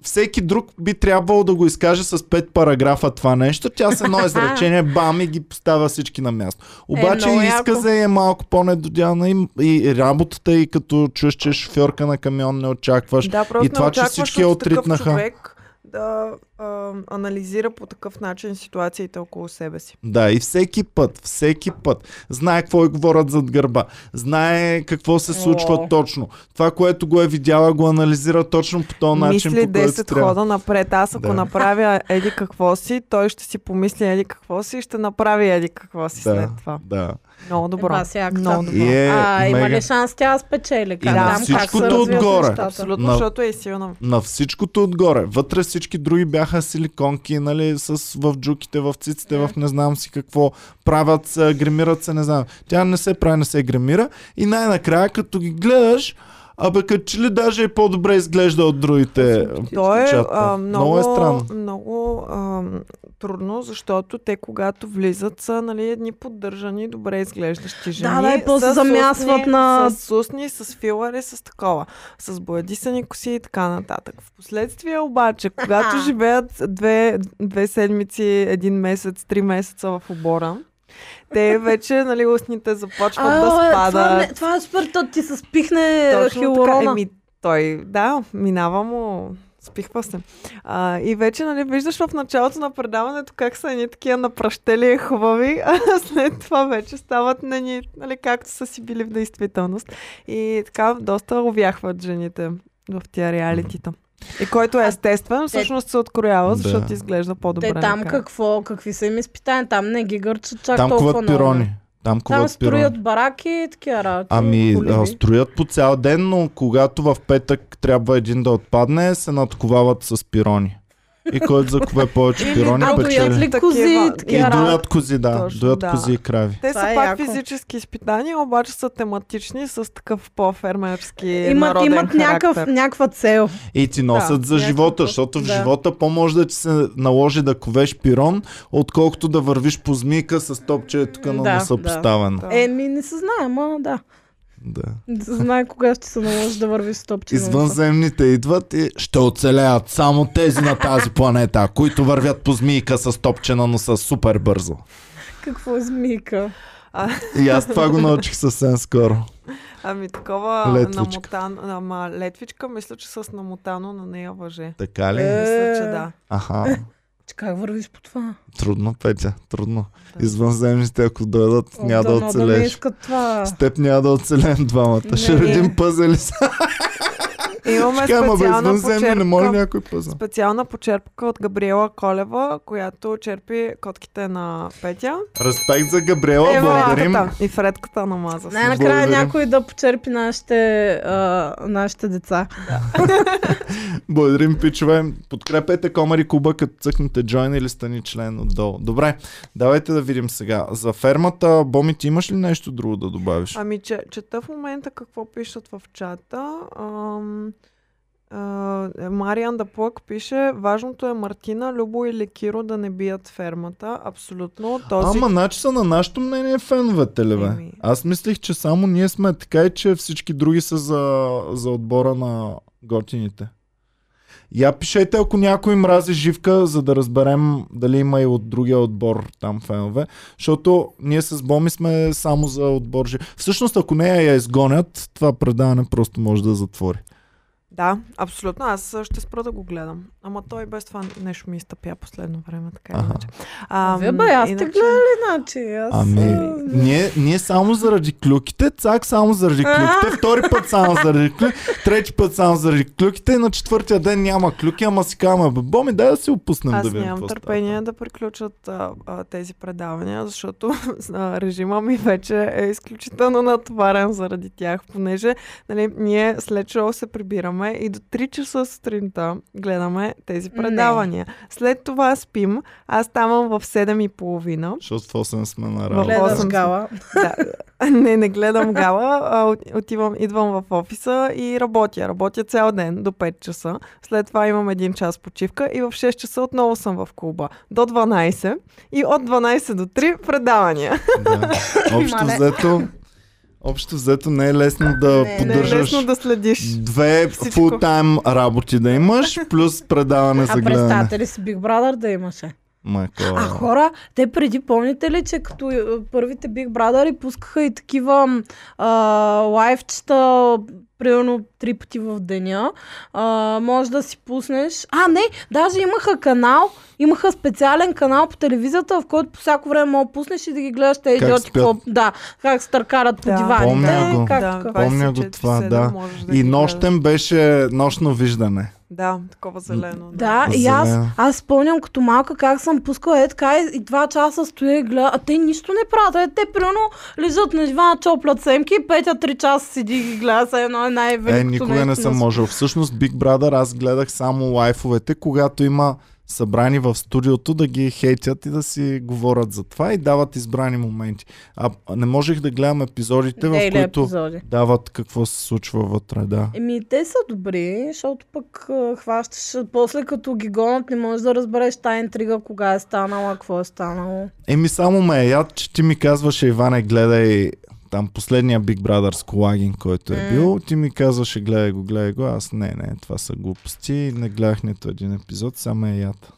A: Всеки друг би трябвало да го изкаже с пет параграфа това нещо. Тя с едно изречение бам и ги поставя всички на място. Обаче
B: много
A: е,
B: яко.
A: изказа е малко по-недодяна и, и работата и като чуеш, че е шофьорка на камион не очакваш.
C: Да, просто
A: И това,
C: не
A: че
C: очакваш
A: всички я
C: от такъв
A: отритнаха.
C: Човек да а, анализира по такъв начин ситуациите около себе си.
A: Да, и всеки път, всеки път знае какво й говорят зад гърба, знае какво се случва
B: О.
A: точно. Това, което го е видяла, го анализира точно по този начин,
C: мисли
A: по който
C: 10
A: трябва.
C: хода напред. Аз ако
A: Да.
C: направя еди какво си, той ще си помисли еди какво си и ще направи еди какво си
A: Да,
C: след това.
A: да.
C: Много добро.
B: Еба си акта.
C: Много добро.
A: И е,
B: А, има
A: мега.
B: ли шанс тя да спечели? Как,
A: на
B: там, как
A: всичкото
B: се развиват
A: отгоре.
B: нещата?
C: Абсолютно,
A: На-
C: защото е силна.
A: На всичкото отгоре. Вътре всички други бяха силиконки, нали, с, в джуките, в циците, в не знам си какво. Правят се, гримират се, не знам. Тя не се прави, не се гримира. И най-накрая, като ги гледаш, абе, като че ли даже е по-добре изглежда от другите.
C: То е
A: птичета.
C: а, много,
A: много е странно.
C: много а, трудно, защото те когато влизат са нали, едни поддържани, добре изглеждащи жени.
B: да, и после
C: с
B: замясват
C: устни-
B: на-
C: С усни, с филари, с такова. С боядисани коси и така нататък. Впоследствие обаче,
B: [laughs]
C: когато живеят две, две седмици, един месец, три месеца в обора, те вече нали, устните започват да
B: А,
C: спадат.
B: Това, не, това е спъртът ти се спихне
C: Точно така.
B: хилорона.
C: Еми, той, да, минава му. Спихва се. А, и вече, нали, виждаш в началото на предаването как са едни такива напръщели и хубави, а [laughs] след това вече стават нени, нали, както са си били в действителност. И така доста увяхват жените в тия реалитита. И който е естествен, всъщност се откроява,
A: Да.
C: защото изглежда по-добре.
B: Те там
C: накрая.
B: какво, какви са им изпитания? Там не ги гърчат чак
A: Там
B: е толкова
A: куват
B: много.
A: пирони. Там
B: Там
A: куват пирони.
B: строят нали? бараки и такива работи.
A: Ами,
B: коливи.
A: а, строят по цял ден, но когато в петък трябва един да отпадне, се надковават с пирони. И който закове повече
C: Или
A: пирони,
B: а доят
A: печели.
B: ли кози?
C: Такива-
A: И
B: Такива работи.
A: доят кози, да.
C: Точно,
A: доят
C: да.
A: кози и крави.
C: Те
B: Това
C: са
B: е
C: пак
B: яко.
C: физически изпитания, обаче са тематични с такъв по-фермерски
B: Имат,
C: е народен
B: имат
C: характер.
B: някакъв, някаква цел.
A: И ти носят за
B: някакво,
A: живота, защото в
B: да.
A: живота по-може да ти се наложи да ковеш пирон, отколкото да вървиш по змийка с топче тук на
B: Да,
A: носа
B: да.
A: поставено.
C: Да.
B: Еми, Е, не се знае, ама да.
A: Да.
B: Не се знае кога ще се наложи да върви с топче. на носа.
A: Извънземните идват и ще оцелеят само тези на тази планета, които вървят по змийка с топче на носа супер бързо.
B: Какво е змийка?
A: И аз това го научих съвсем скоро.
C: Ами такова
A: Летвичка.
C: намотан, ама летвичка, мисля, че с намотано на нея въже.
A: Така ли?
B: Е.
C: Мисля, че да.
A: Аха,
B: Че как вървиш по това?
A: трудно, Петя, трудно.
C: Да.
A: Извънземните, ако дойдат, няма да
B: Дано Да не е
A: оцелееш.
B: искат това.
A: С теб няма да оцелеем двамата.
B: Не.
A: Ще родим пъзели са.
C: Имаме
A: Така, ама бе,
C: е специална
A: извънземни не може
C: почерпка,
A: някой пъзел.
C: специална почерпка от Габриела Колева, която черпи котките на Петя.
A: Респект за Габриела,
C: Е,
A: благодарим.
C: вредката. И Фредката намаза.
B: Значи-
C: се.
B: Най-накрая
A: Благодарим.
B: някой да почерпи нашите, а, нашите деца.
A: Благодарим, пичове. Подкрепете Комари Куба, като цъкнете джойн или стани член отдолу. Добре, давайте да видим сега. За фермата, Боми, ти имаш ли нещо друго да добавиш?
C: Ами, че, чета в момента какво пишат в чата. Ам, а, Мариан Даплък пише, важното е Мартина, Любо или Киро да не бият фермата. Абсолютно. Този
A: Ама, значи са на нашето мнение феновете, ли бе?
C: Еми.
A: Аз мислих, че само ние сме така и че всички други са за, за отбора на готините. Я пишете, ако някой мрази живка, за да разберем дали има и от другия отбор там фенове. Защото ние с Боми сме само за отбор жив. Всъщност, ако нея я изгонят, това предаване просто може да затвори.
C: Да, абсолютно. Аз ще спра да го гледам. Ама той без това нещо ми изтъпя последно време, така или
A: Аха.
C: иначе. А,
B: Ве бе, аз те гледам. Иначе аз...
A: Ами,
B: а,
A: ние, ние само заради клюките, цак само заради клюките, втори път само заради клюките, трети път само заради клюките и на четвъртия ден няма клюки, ама си казваме, бе, Боми, дай да си опуснем
C: Аз
A: да видим
C: нямам
A: какво става.
C: търпение да приключат а, а, тези предавания, защото [laughs] а, режима ми вече е изключително натоварен заради тях, понеже нали, ние след шоу се прибираме гледаме и до 3 часа сутринта гледаме тези предавания. След това спим. Аз ставам в 7 и половина.
A: Защото в 8 сме на
C: Гледаш
A: работа.
B: Гледаш
C: съм.
B: гала.
C: Да. [laughs] Не, не гледам гала. А, от- отивам, идвам в офиса и работя. Работя цял ден до 5 часа. След това имам един час почивка и в 6 часа отново съм в клуба. До 12 и от 12 до 3 предавания.
A: Да. Общо
B: Мале.
A: взето, общо взето не е лесно да
B: Не е
C: Не е
A: поддържаш
C: лесно да следиш.
A: две
C: Всичко.
A: фултайм работи да имаш, плюс предаване за
B: А
A: гледане.
B: представете ли си Big Brother да имаше?
A: Майко.
B: А хора, те преди помните ли, че като е, първите Big Brother и пускаха и такива м, а, лайфчета, примерно три пъти в деня, а, може да си пуснеш. А, не, даже имаха канал, имаха специален канал по телевизията, в който по всяко време мога да пуснеш и да ги гледаш тези
A: Как
B: идиоти.
A: спят.
B: какво- Да, как стъркарат по
C: Да.
A: Помня
B: диваните.
A: го.
B: Как,
C: да,
B: как-
A: Помня го
C: 24/7
A: това, да.
C: можеш да
A: И
C: ги гледаш.
A: нощем беше нощно виждане.
C: Да, такова зелено.
B: Да, и
A: Зелено.
B: аз, аз спомням като малка как съм пускала е така и, и два часа стоя и гледам, а те нищо не правят. Е, те примерно лежат на дивана, чоплят семки и петя три часа седи и ги гледа, се едно е най-великото
A: Е, никога
B: нещо
A: не
B: на
A: съм
B: света.
A: можел. Всъщност Big Brother аз гледах само лайфовете, когато има събрани в студиото да ги хейтят и да си говорят за това и дават избрани моменти. А а не можех да гледам епизодите, в
C: Е,
B: Дейли
A: които
B: епизоди. да.
A: дават какво се случва вътре, да.
B: Еми, те са добри, защото пък а, хващаш, после като ги гонат не можеш да разбереш тая интрига, кога е станала, какво е станало.
A: Еми само ме е яд, че ти ми казваше, Иване, гледай там последния Big Brother с колагин, който е
B: М.
A: бил. Ти ми казваше, гледай го, гледай го. Аз не, не, това са глупости. Не гледах нито един епизод, само е яд.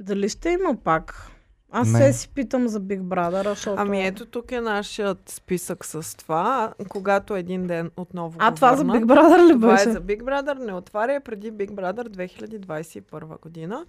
B: Дали ще има пак? Аз
A: Не.
B: се си питам за Big Brother, защото...
C: Ами ето тук е нашият списък с това. Когато един ден отново
B: А
C: го
B: това за
C: върнат,
B: Big Brother ли
C: Това е
B: беше?
C: за Big Brother, не отваря преди Big Brother 2021 година.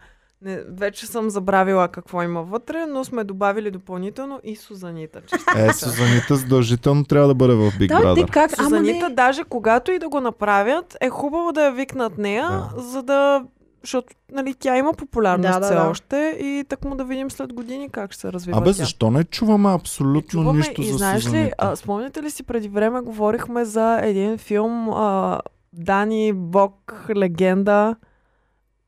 C: Не, вече съм забравила какво има вътре, но сме добавили допълнително и Сузанита. че ще
A: Е,
C: кажа.
A: Сузанита задължително трябва да бъде в Big
B: Да,
A: Brother.
B: те как? [laughs] Ама не,
C: Сузанита, даже когато и да го направят, е хубаво да я викнат нея,
A: Да.
C: за да защото нали, тя има популярност
B: Да, да,
C: все
B: да.
C: още и так му да видим след години как ще се развива
A: Абе,
C: тя.
A: защо не чуваме абсолютно
C: Чуваме
A: нищо
C: и
A: за
C: знаеш ли,
A: Сузанита?
C: а, спомняте ли си преди време говорихме за един филм а, Дани Бог, легенда.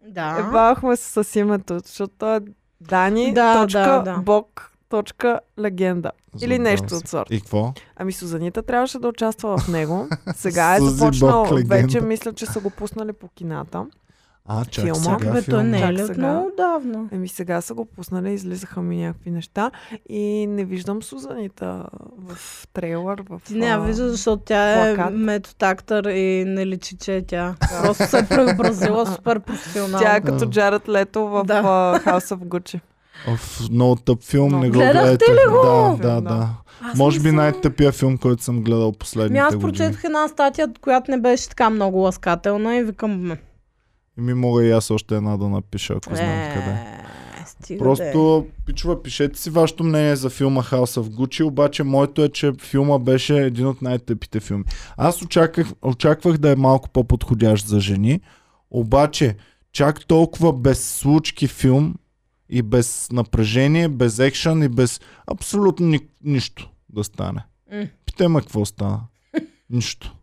B: Да.
C: Ебавахме се с името, защото той е Дани
B: Да,
C: точка,
B: да, да.
C: Бог точка, легенда. Или
A: Забрал
C: нещо
A: съм.
C: от сорта.
A: И какво?
C: Ами Сузанита трябваше да участва в него. Сега е
A: Сузи
C: започнал.
A: Бог, легенда.
C: вече мисля, че са го пуснали по кината.
A: А, чак
C: Филма.
A: сега
B: Бе, той
A: филма.
B: не е
C: Чак
B: ли от
C: сега.
B: много давно?
C: Еми Ами сега са го пуснали, излизаха ми някакви неща и не виждам Сузанита в трейлър, в...
B: Ти не я
C: а,
B: виждаш, защото тя е
C: плакат.
B: метод актър и не личи, че е тя. Просто се е преобразила супер
C: Тя е
B: професионално.
C: като Джаред Лето в
B: Да.
C: а, House of Gucci.
A: Оф, много тъп филм,
C: Много.
A: не го
B: Гледахте
A: гледайте.
B: ли
A: Да,
C: го?
A: да, да. Може би най-тъпия филм, който съм гледал последните
B: Ми Ами
C: Ами
B: аз
A: години.
B: прочетох една статия, която не беше така много ласкателна и викам... м,
A: И ми мога и аз още една да напиша, ако знам къде.
B: Е, стига да е.
A: Просто, пичува, пишете си вашето мнение за филма House of Gucci, обаче моето е, че филма беше един от най-тъпите филми. Аз очаквах, очаквах да е малко по-подходящ за жени, обаче чак толкова без случки филм и без напрежение, без екшън и без абсолютно ни, нищо да стане.
B: М.
A: Питай ме какво стана. Нищо.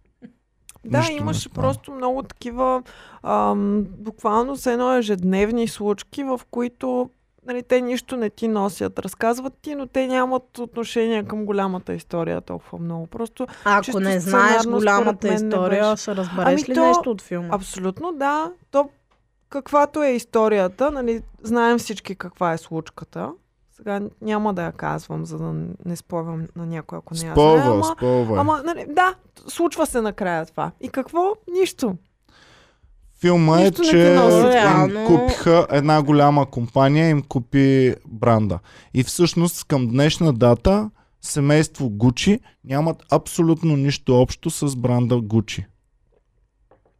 C: Да,
A: Нищо не
C: имаше
A: става.
C: просто много такива, ам, буквално с едно ежедневни случки, в които нали, те нищо не ти носят. Разказват ти, но те нямат отношение към голямата история толкова много. Просто
B: Ако
C: чисто
B: не знаеш
C: сценарно,
B: голямата
C: според мен, не
B: история,
C: беше.
B: ще разбереш
C: Ами
B: ли
C: то-
B: нещо от филма?
C: абсолютно да, то каквато е историята, нали, знаем всички каква е случката. Сега няма да я казвам, за да не спойвам на някой, ако не я знае.
A: Спойва,
C: Ама,
A: спойва.
C: ама нали, да, случва се накрая това. И какво? Нищо.
A: Филма е,
C: Нищо не ти
A: че
C: носи,
A: им
B: реално.
A: купиха една голяма компания, им купи бранда. И всъщност към днешна дата семейство Гучи нямат абсолютно нищо общо с бранда Гучи.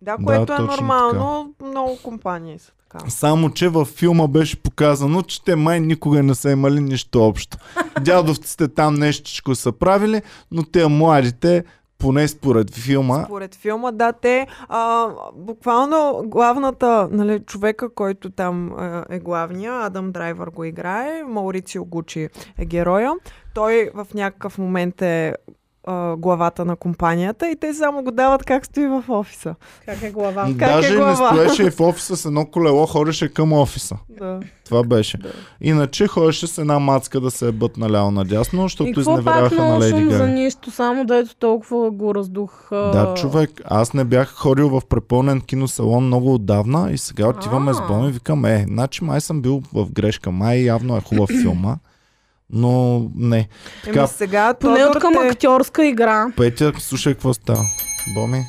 C: Да,
A: Да,
C: което е
A: точно
C: нормално. Много компании са така.
A: Само, че във филма беше показано, че те май никога не са имали нищо
C: [laughs]
A: общо. Дядовците там нещичко са правили, но те младите, поне според филма,
C: Според филма, да, те а, буквално главната, нали, човека, който там а, е главния, Адам Драйвер го играе, Маурицио Гучи е героя. Той в някакъв момент е а, главата на компанията и те само го дават как стои в офиса.
B: Как е глава?
C: Как е
A: Ами Даже не
C: глава?
A: стоеше и в офиса с едно колело, ходеше към офиса.
C: Да.
A: Това беше.
C: Да.
A: Иначе ходеше с една мацка да се е бът наляво надясно,
B: и
A: защото
B: какво пак
A: изневеряха на
B: много
A: Леди
B: шум за
A: Гага.
B: нищо, само дето толкова го раздух. а,
A: Да, човек, аз не бях ходил в препълнен киносалон много отдавна и сега отиваме с
B: А.
A: Боми и викам, е, значи май съм бил в грешка, май явно е
B: [clears throat]
A: хубав филма, но не. Така,
C: Еми сега
B: Поне
C: Тодор
B: от към
C: те-
B: актьорска игра.
A: Петя, слушай какво става. Боми.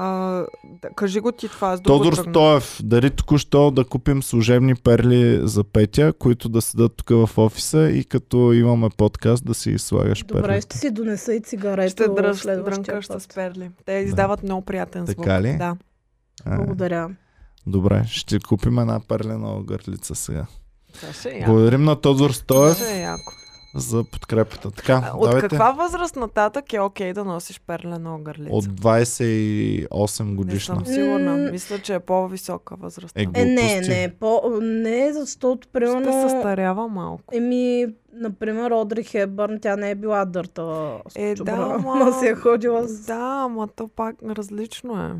C: А, да, кажи го ти това, аз друго
A: Тодор
C: тръгна.
A: Стоев, дари току-що да купим служебни перли за Петя, които да седат тук в офиса и като имаме подкаст да си слагаш
B: Добре,
A: перли.
B: ще си донеса и цигарето
C: Ще дръж,
B: следващия
C: дрънкаш
B: път.
C: с перли. Те издават много приятен звук.
A: Така е. ли?
C: Да.
A: А,
B: Благодаря.
A: добре, ще купим една перлена огърлица сега.
C: Това ще е яко.
A: Благодарим на Тодор
C: Това
A: Стоев
C: ще е яко.
A: за подкрепата. Така,
C: А, От
A: давайте.
C: каква възраст нататък е окей да носиш перлена огърлица?
A: От 28
C: Не
A: годишна.
C: съм сигурна.
B: М.
C: Мисля, че е по-висока възраст.
A: Е,
B: Е, не,
A: Глупости.
B: не, по, не, защото
C: Ще
B: примерно...
C: се старява малко.
B: Еми, например, Одри Хебърн, тя не е била дърта с
C: Е,
B: чубра,
C: да, ама-
B: ама си е ходила с...
C: Да, ама то пак различно
A: [laughs]
C: е.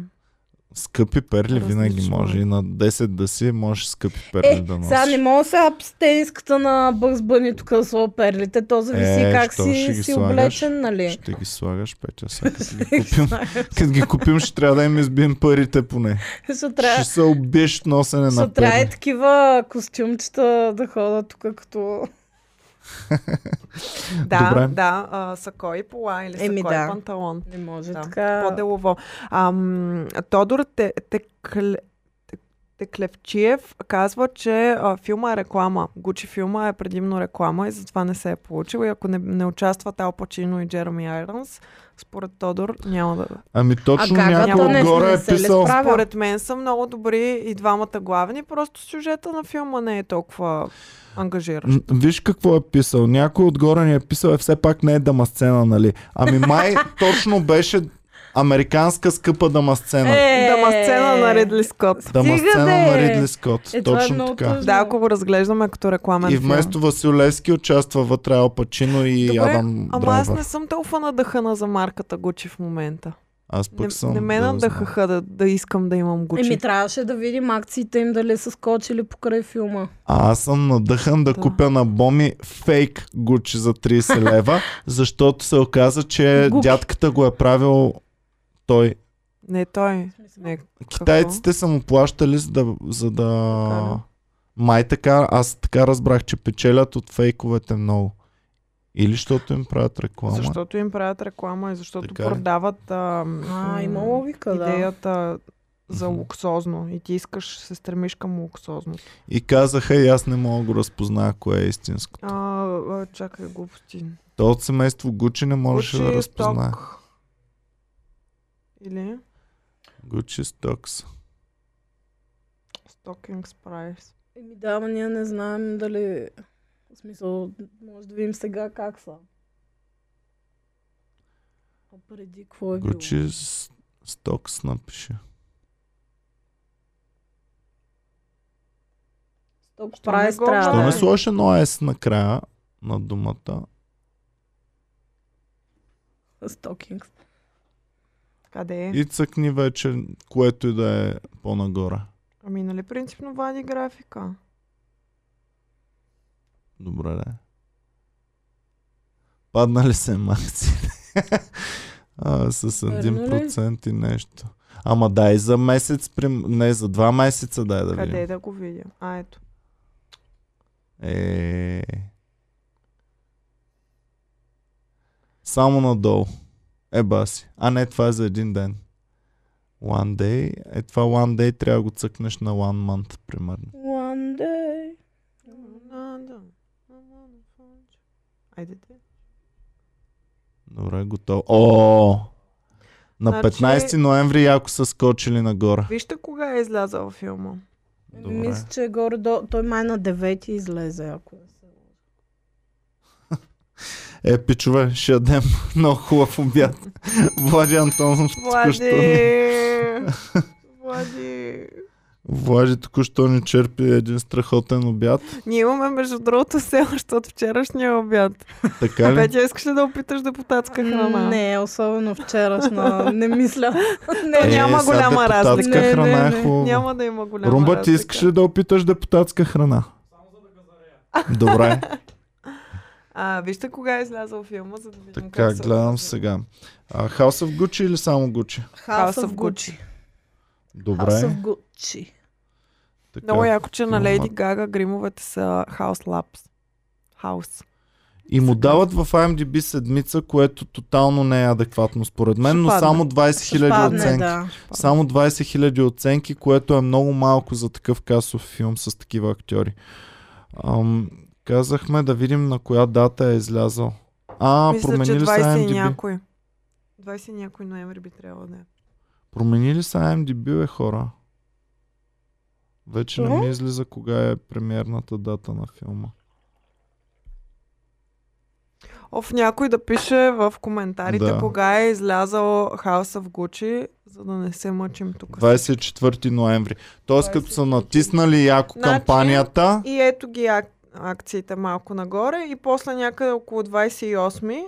A: Скъпи перли винаги
C: Различно е.
A: може. И на 10 да си можеш скъпи перли
B: Е,
A: да носиш.
B: сега не мога сега с тениската на Бъгс Бъни тук да сложа перлите. То зависи
A: Е,
B: как
A: що ще ги
B: си, си
A: слагаш?
B: облечен,
C: е.
B: нали?
A: Ще ги слагаш, Петя, сега като ги
B: [laughs]
A: купим. Като ги купим, ще трябва да им избием парите поне.
B: Ще трябва...
A: Ще се убиеш в носене
B: Ще
A: на
C: е
B: трябва и
A: перли.
B: е такива костюмчета да ходят тук като...
C: Да,
A: Добре.
C: да, а, сакой пола или
B: Еми,
C: сакой
B: да.
C: панталон.
B: Не може
C: Да,
B: така...
C: По-делово. Ам, Тодор те, те, кле- те, Теклевчиев казва, че а, филма е реклама. Гучи филма е предимно реклама и затова не се е получил. И ако не, не участват Ал Пачино и Джереми Айронс, според Тодор няма да...
A: Ами точно
B: А гагата
A: някой
B: не-
A: отгоре
B: не
A: е
B: се ли
A: писал.
B: справя? Правил.
C: Според мен са много добри и двамата главни, просто сюжета на филма не е толкова ангажиращ.
A: М, Виж какво е писал. Някой отгоре ни е писал, е все пак не е дамасцена, нали? Ами май точно беше американска скъпа дамасцена.
B: Е,
C: Дама сцена на Ридли Скот.
A: дамасцена
B: стига
A: на
B: де!
A: Ридли Скот.
B: Е, това е
A: точно
B: много
A: така.
B: тъжно.
C: Да, ако го разглеждаме като рекламен
A: И вместо Василевски участва вътре Ал Пачино и
C: филм. Добре,
A: Адам
C: ама аз
A: Драйвър.
C: не съм толкова надъхана за марката Гучи в момента.
A: Аз
C: Не,
A: пък съм.
C: не ме
A: да,
C: надъхаха да, да искам да имам Гучи.
B: Еми, трябваше да видим акциите им дали са скочили покрай филма.
A: А аз съм надъхан да,
C: Да.
A: купя на Боми фейк Гучи за 30 лева, защото се оказа, че
B: Гуки.
A: дядката го е правил той.
C: Не той. Не,
A: Китайците са му плащали за да... За
C: Така
A: да...
C: ли?
A: Май така, аз така разбрах, че печелят от фейковете много. Или защото им правят реклама.
C: защото им правят реклама и защото
A: Така ли?
C: продават а, м,
B: А, има логика, да.
C: идеята за
A: Мгм.
C: луксозно. И ти искаш, се стремиш към луксозно.
A: И казаха, и аз не мога да го разпозная кое е истинското.
C: А, а, чакай, глупости.
A: То от семейство Гучи не можеше да
C: Гучи,
A: разпознае.
C: Сток. Или
A: Гучи Стокс.
C: Stockings Price.
B: Еми да, ама ние не знаем дали... В смисъл, може да видим сега как са. А преди какво е било?
A: Гучи С- Стокс напише.
B: Сток
C: Що
B: прайс
C: не го
B: трябва
A: Що
B: да
A: не
B: е.
C: слушаш?
A: сложиш едно S накрая на думата?
B: Стокингс.
C: Къде е?
A: И цъкни вече, което и да е по-нагоре.
C: Ами, нали принципно вади графика?
A: Добре, да. Паднали се максите. [laughs] а, с 1% и нещо. Ама дай за месец, прим... не за два месеца дай да
C: Къде е
A: видим.
C: да го видя? А, ето.
A: Е... Само надолу. Еба си. А не, това е за един ден. One day. Е, това one day трябва да го цъкнеш на one month, примерно.
B: One day.
C: Айде те.
A: Добре, готово. О! На
C: Значи-
A: 15 ноември яко са скочили нагоре.
C: Вижте кога е излязъл филма.
B: Добре.
A: Добре.
B: Мисля, че горе до... Той май на 9 излезе, ако не се лъжа.
A: Е, пичове, ще ядем [laughs] много хубав обяд. [laughs] Влади Антонов току-що.
C: Влади! Влади!
A: Влади току-що ни черпи един страхотен обяд.
C: Ние имаме, между другото, все още от вчерашния обяд.
A: Така Е ли?
C: Петя, искаш ли да опиташ депутатска храна?
B: Не, особено
C: [laughs]
B: вчерашна. Не мисля. Не,
C: Е, няма
A: сега
C: голяма
A: депутатска
C: разлика.
B: Не,
A: храна
B: не,
A: е
B: не.
A: хубава.
C: Няма да има голяма
A: Румба, ти
C: разлика.
A: искаш ли да опиташ депутатска храна?
C: [laughs]
A: Добре,
C: А, вижте кога е излязъл филма, за да видим
A: така
C: как се
A: гледам
C: оказва.
A: сега. А, House of Gucci или само Gucci?
B: House
C: House
B: of
C: of
B: Gucci. House
A: Добре.
B: of Gucci.
A: Така.
C: Много яко, че на
A: филма.
C: Леди Гага гримовете са House Labs. House.
A: И му дават в IMDb седмица, което тотално не е адекватно според мен,
C: Ще
A: но
C: падне.
A: само 20
B: Ще
A: 000
B: падне,
A: оценки.
B: да.
A: Само 20 000 оценки, което е много малко за такъв касов филм с такива актьори. Ам, казахме да видим на коя дата е излязъл. А,
C: Мисля, че
A: променили са
C: 20 и
A: IMDb.
C: някой. 20 и някой ноември би трябвало да е.
A: Променили са IMDb, бе, хора. Вече не
B: Мгм.
A: ми излиза кога е премиерната дата на филма.
C: Оф, някой да пише в коментарите
A: Да.
C: кога е излязал House of Gucci, за да не се мъчим тук.
A: 24 ноември. Тоест, като са
C: 24.
A: натиснали яко
C: Значи-
A: кампанията,
C: И ето ги ак- акциите малко нагоре и после някъде около 28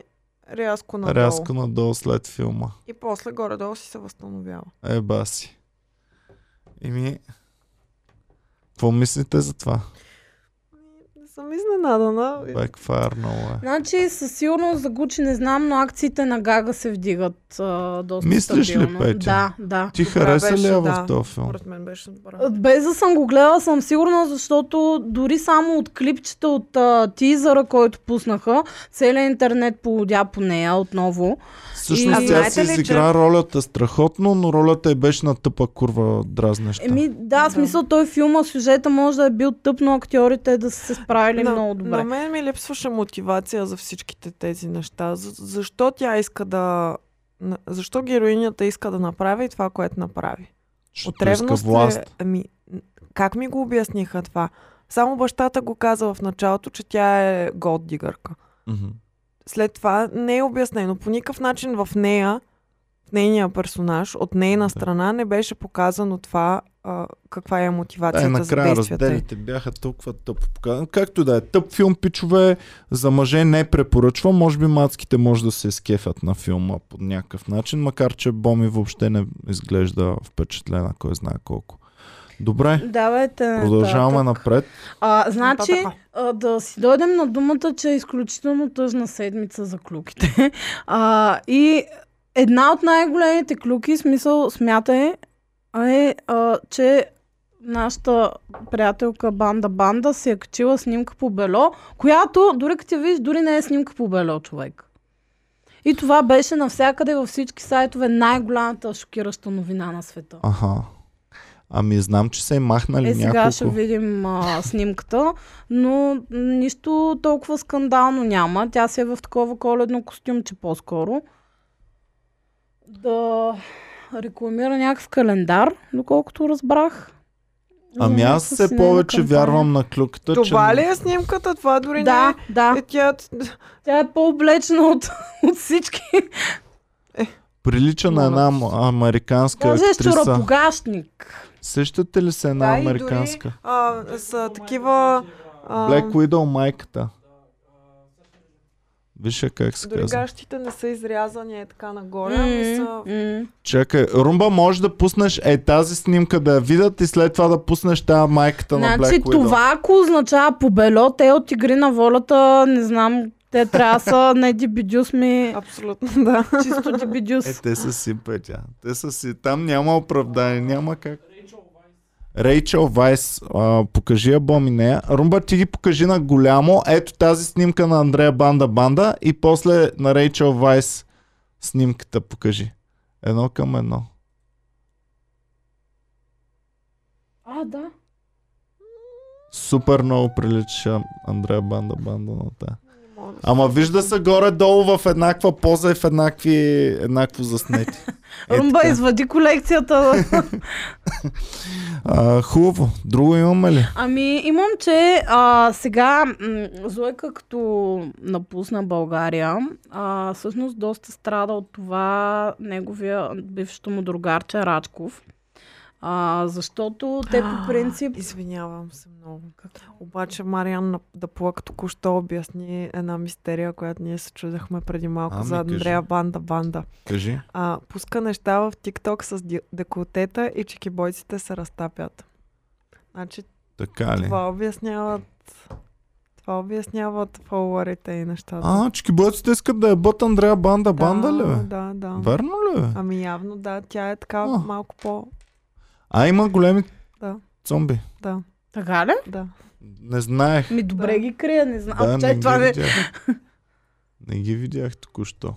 C: рязко надолу.
A: рязко надолу след филма.
C: И после горе-долу си се възстановява.
A: Е, баси. Еми, какво мислите за това?
C: Не съм изненадана.
A: Backfire много е.
B: Значи със сигурност за Гучи не знам, но акциите на Гага се вдигат а, доста
A: Мислиш ли,
B: стабилно.
A: Петя?
B: Да, да.
A: Ти
C: Добре,
A: хареса ли
C: беше,
A: я в
C: да.
A: този филм?
C: Според мен беше добра.
B: Без да съм го гледала, съм сигурна, защото дори само от клипчета от а, тизъра, който пуснаха, целият интернет полудя по нея отново.
A: Всъщност
B: И-
A: тя
C: Знаете
A: си
C: ли, че-
A: изигра ролята страхотно, но ролята й беше на тъпа курва дразнеща.
B: Еми, да,
C: Да.
B: смисъл той филма, сюжета може да е бил тъп, но актьорите да са се справили
C: На-
B: много
C: На
B: добре.
C: мен ми липсваше мотивация за всичките тези неща. За- Защо тя иска да... на- Защо героинята иска да направи това, което направи?
A: Защото
C: От
A: иска
C: ревност
A: власт.
C: е... Ами, н- как ми го обясниха това? Само бащата го каза в началото, че тя е голддигърка.
A: Мгм.
C: След това не е обяснено. По никакъв начин в нея, в нейния персонаж, от нейна
A: Да.
C: страна не беше показано това а, каква е
A: Да, и
C: мотивацията за
A: накрая
C: действията. й.
A: разделите бяха толкова тъпо показани. Както и да е, тъп филм, пичове, за мъже не препоръчвам. Може би мацките може да се изкефят на филма по някакъв начин, макар че Боми въобще не изглежда впечатлена, кой знае колко. Добре,
B: Давайте.
A: продължаваме
B: нататък.
A: напред.
B: А, значи,
C: Нататък.
B: а, да си дойдем на думата, че е изключително тъжна седмица за клюките. А, и една от най-големите клюки, смисъл, смята е, е а, че нашата приятелка Банда Банда си е качила снимка по бело, която, дори като я виж, дори не е снимка по бело, човек. И това беше навсякъде във всички сайтове най-голямата шокираща новина на света.
A: Аха. Ами знам, че са и махнали
B: Е, сега ще
A: няколко.
B: видим а, снимката, но м, нищо толкова скандално няма. Тя си е в такова коледно костюмче по-скоро. Да рекламира някакъв календар, доколкото разбрах. За
A: Ами аз
B: някаква
A: все
B: семейна
A: повече
B: кампания.
A: вярвам на клюката,
C: Това
A: че...
C: ли е снимката? Това дори
B: Да,
C: не
B: да.
C: е. Е, тя...
B: Тя е по-облечена от, [laughs] от всички.
A: Прилича на една м- американска
B: Даже е
A: актриса.
B: щуропогашник.
A: Сещате ли се една
C: Да, и дори,
A: американска?
C: А, са такива... А,
A: Black Widow майката. Виж я как се
C: дори
A: казва.
C: гащите не са изрязани е така нагоре, ами
B: М,
C: са...
B: м.
A: Чакай, Румба, може да пуснеш е тази снимка да я видят и след това да пуснеш тази майката на
B: Значи
A: Black Widow.
B: това, ако означава по бело, те от игри на волята, не знам, те трябва да са не дибидюс ми,
C: Абсолютно, [laughs] да.
B: чисто дибидюс.
A: Е, те са си пътя. Те са си. Там няма оправдание, няма как. Рейчел Вайс, а, покажи я Боми нея. Румба, ти ги покажи на голямо. Ето тази снимка на Андрея Банда Банда и после на Рейчел Вайс снимката покажи. Едно към едно.
B: А, да.
A: Супер много прилича Андрея Банда Банда на тая. Ама вижда се горе-долу в еднаква поза и в еднакви, еднакво заснети. Е,
B: Румба,
A: така.
B: извади колекцията.
A: а, хубаво. Друго имаме ли?
B: ами, имам, че а, сега м- Зойка, като напусна България, а, всъщност доста страда от това неговия бившето му другарче Рачков. А, защото те по принцип... е
C: Извинявам се много. Обаче Мариан на- да плък току-що обясни една мистерия, която ние се чудахме преди малко
A: Ами,
C: за Андрея
A: кажи.
C: Банда Банда.
A: Кажи.
C: А, пуска неща в TikTok с ди- деколтета и чекибойците се разтапят.
A: Е,
C: Значи
A: Така ли?
C: това обясняват това обясняват фолуарите и нещата.
A: А, чекибойците искат да е бът Андрея Банда Банда ли бе?
C: Да, да.
A: Верно ли бе?
C: Ами явно да, тя е така
A: А.
C: малко по...
A: А има големи
C: Да.
A: зомби.
C: Да,
B: Така ли?
C: да.
A: Не знаех.
B: Ми добре
C: Да.
B: ги крия, не знам.
A: да,
B: а, чай,
A: не
B: това
A: ги
B: не...
A: видях. не ги видях току-що.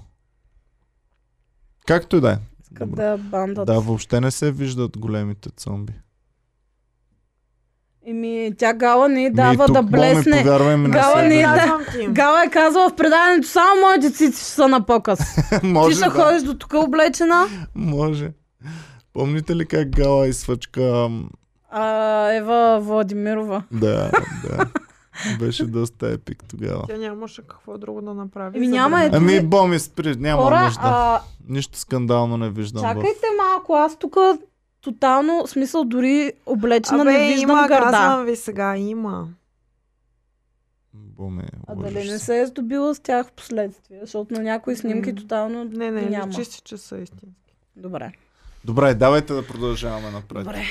A: Както и да е. Добре.
B: Да, бандата.
A: Да, въобще не се виждат големите зомби.
B: Еми, тя Гала не й дава
A: Ми, Ами, тук,
B: да
A: моме,
B: блесне.
A: Повярвай ми, не
B: Гала
A: се
B: не
A: вижда.
B: [laughs] да.
C: Казвам ти.
B: Гала е казала в предаването, само моите цици ще са на показ. Ти
A: Може
B: ще
A: да.
B: ходиш до тук облечена.
A: Може. Помните ли как Гала изсвъчка? м,
B: А, Ева Владимирова.
A: Да, да. Беше доста епик тогава.
C: Тя нямаше какво друго да направи.
B: Еми,
C: за да
B: няма
C: не-
B: е-
A: Ами, боми, спри, няма
B: Хора,
A: нужда.
B: а,
A: Нищо скандално не виждам. В...
B: чакайте малко, аз тук тотално, в смисъл, дори облечена
C: Абе,
B: не виждам
C: има,
B: гърда.
C: казвам ви сега, има.
A: Боми,
B: А
A: лъжеш
B: дали не
A: се.
B: се е здобила с тях в последствие, защото на някои снимки
C: М.
B: тотално
C: Не, не,
B: няма.
C: личи си, че са истински.
B: Добре.
A: Добре, давайте да продължаваме напред.
B: Добре.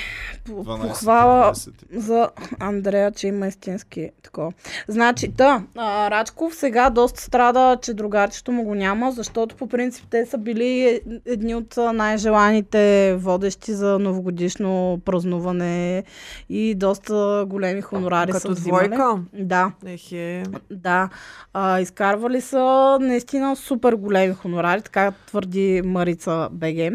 B: По-
A: 12,
B: Похвала
A: 12.
B: за Андрея, че има истински такова. Значи, да, а, Рачков сега доста страда, че другарчето му го няма, защото по принцип те са били е, едни от а, най-желаните водещи за новогодишно празнуване и доста големи хонорари са
C: Като
B: взимали.
C: двойка. е,
B: Да.
C: Ехе.
B: Да, а, изкарвали са наистина супер големи хонорари, така твърди Марица БГ.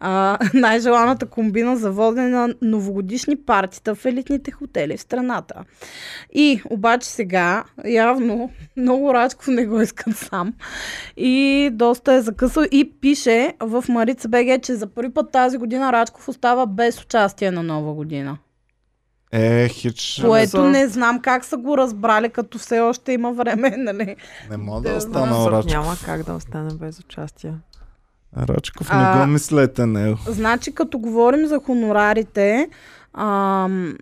B: А, [laughs] най-желаната комбина за водене на новогодишни партита в елитните хотели в страната. И обаче сега явно [laughs] много Рачков не го искат сам. И доста е закъсал и пише в Марица БГ, че за първи път тази година Рачков остава без участие на нова година.
A: Е, хич,
C: Кое-
B: Което не знам как са го разбрали, като все още има време, [laughs] нали?
A: не мога да
B: Да,
A: остана
C: Защото
A: Рачков.
C: Няма как да остане без участие.
A: Рачков,
B: А-
A: не го мислете, не.
B: Значи, като говорим за хонорарите, ам,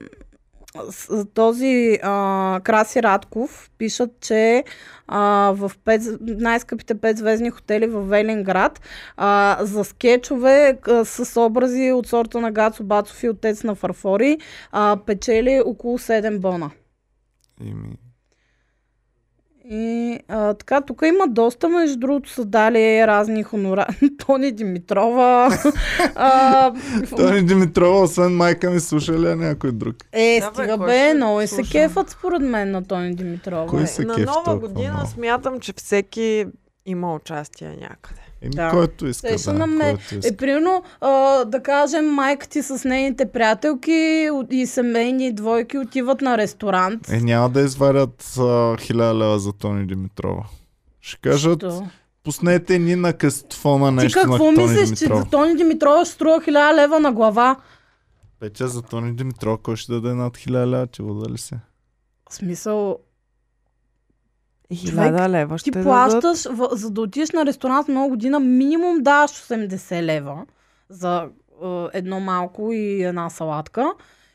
B: с, този а, Краси Радков пишат, че а, в пет, з- най-скъпите петзвездни хотели в Велинград а, за скетчове а, с образи от сорта на Гацо Бацов и Отец на Фарфори а, печели около 7 бона.
A: Ими.
B: И а, така, тук има доста, между другото, са дали разни хонора. [laughs] Тони Димитрова. [laughs] а,
A: Тони Димитрова, освен майка ми, слуша ли я някой друг?
B: Е,
C: Да, бе,
B: стига
C: кой
B: бе,
C: ще
B: много и се
C: слуша?
B: кефат според мен на Тони Димитрова.
A: Кой
C: Е,
A: се
C: на
A: кефи
C: нова
A: толкова
C: година
A: много?
C: смятам, че всеки има участие някъде.
A: Еми,
B: Да.
A: който иска,
B: Те
A: да,
B: ще наме-
A: който иска.
B: Е, примерно, а, да кажем, майка ти с нейните приятелки от- и семейни двойки отиват на ресторант.
A: Е, няма да извадят а, хиляда лева за Тони Димитрова. Ще кажат,
B: Що?
A: пуснете ни на кастфона
B: Ти
A: нещо
B: какво
A: на Тони
B: мислиш, че
A: Димитров.
B: за Тони Димитрова ще струва 1000 лева на глава?
A: Петя за Тони Димитров, кой ще даде над хиляда лева, че вода ли се?
B: В смисъл,
C: И Хиляда лева ще
B: Е, ти
C: дадат.
B: плащаш, в, за да отидеш на ресторант нова година, минимум даваш 80 лева за е, едно малко и една салатка.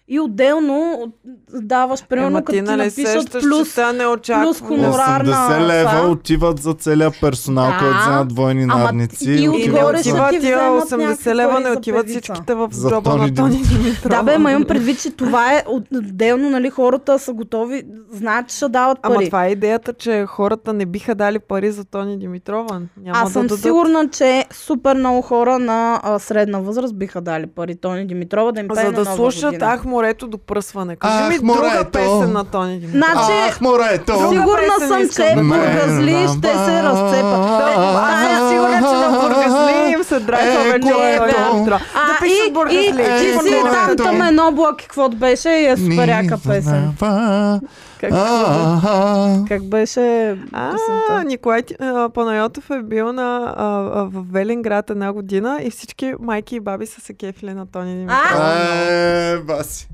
B: И отделно от- даваш, примерно,
C: Ема
B: като ти
C: ти нали
B: напишат
C: сещаш,
B: плюс...
C: че са неочаквано.
B: хонорар. Хонорарна
A: 80 лева
B: това.
A: отиват за целия персонал,
B: Да.
A: който взема двойни
B: Ама
A: надници.
B: и- и
C: И
A: отиват
C: не
B: отгоре
A: за-
B: ще
C: отиват
B: ти
C: тия
B: вземат
C: 80
B: някакви
C: лева,
B: пари
C: не
B: за
C: отиват
B: певица.
C: всичките в
A: За
C: джоба
A: Тони
C: на Тони Димитрова.
B: Да, бе, ма имам предвид, че това е от- отделно, нали, хората са готови, знаят, че ще дават пари.
C: Ама това е идеята, че хората не биха дали пари за Тони Димитрова. Няма
B: Аз
C: да
B: съм
C: дадат.
B: сигурна, че супер много хора на а, средна възраст биха дали пари Тони Димитрова да им пее
C: За
B: на
C: да
B: нова
C: слушат
B: година.
C: Ах морето до пръсване. Кажи
A: Ах,
C: ми
A: морето!
C: друга песен на Тони Димитров.
B: Значи,
A: Ах, морето!
B: Сигурна
C: песен
B: съм,
C: искам
B: че
C: да
A: Мен
B: бургазли
A: на
B: ще се
A: бар.
B: разцепат.
C: Аз съм сигурна, че на бургазли им се драйва
A: Е,
C: вече
A: кое
C: Тони
A: то?
C: Димитров.
B: А,
C: Запиши
B: и, и,
C: бургазли.
A: Е,
B: ти си
A: морето.
B: там, там едно облак, каквото беше, и е супер яка песен.
A: Нива,
B: Как,
A: а-а.
B: как беше
C: А,
B: песента?
C: Николай Ти- а, Панайотов е бил на, а, а, в Велинград една година и всички майки и баби са се кефили на Тони Димитров.
B: А?
A: Е, баси.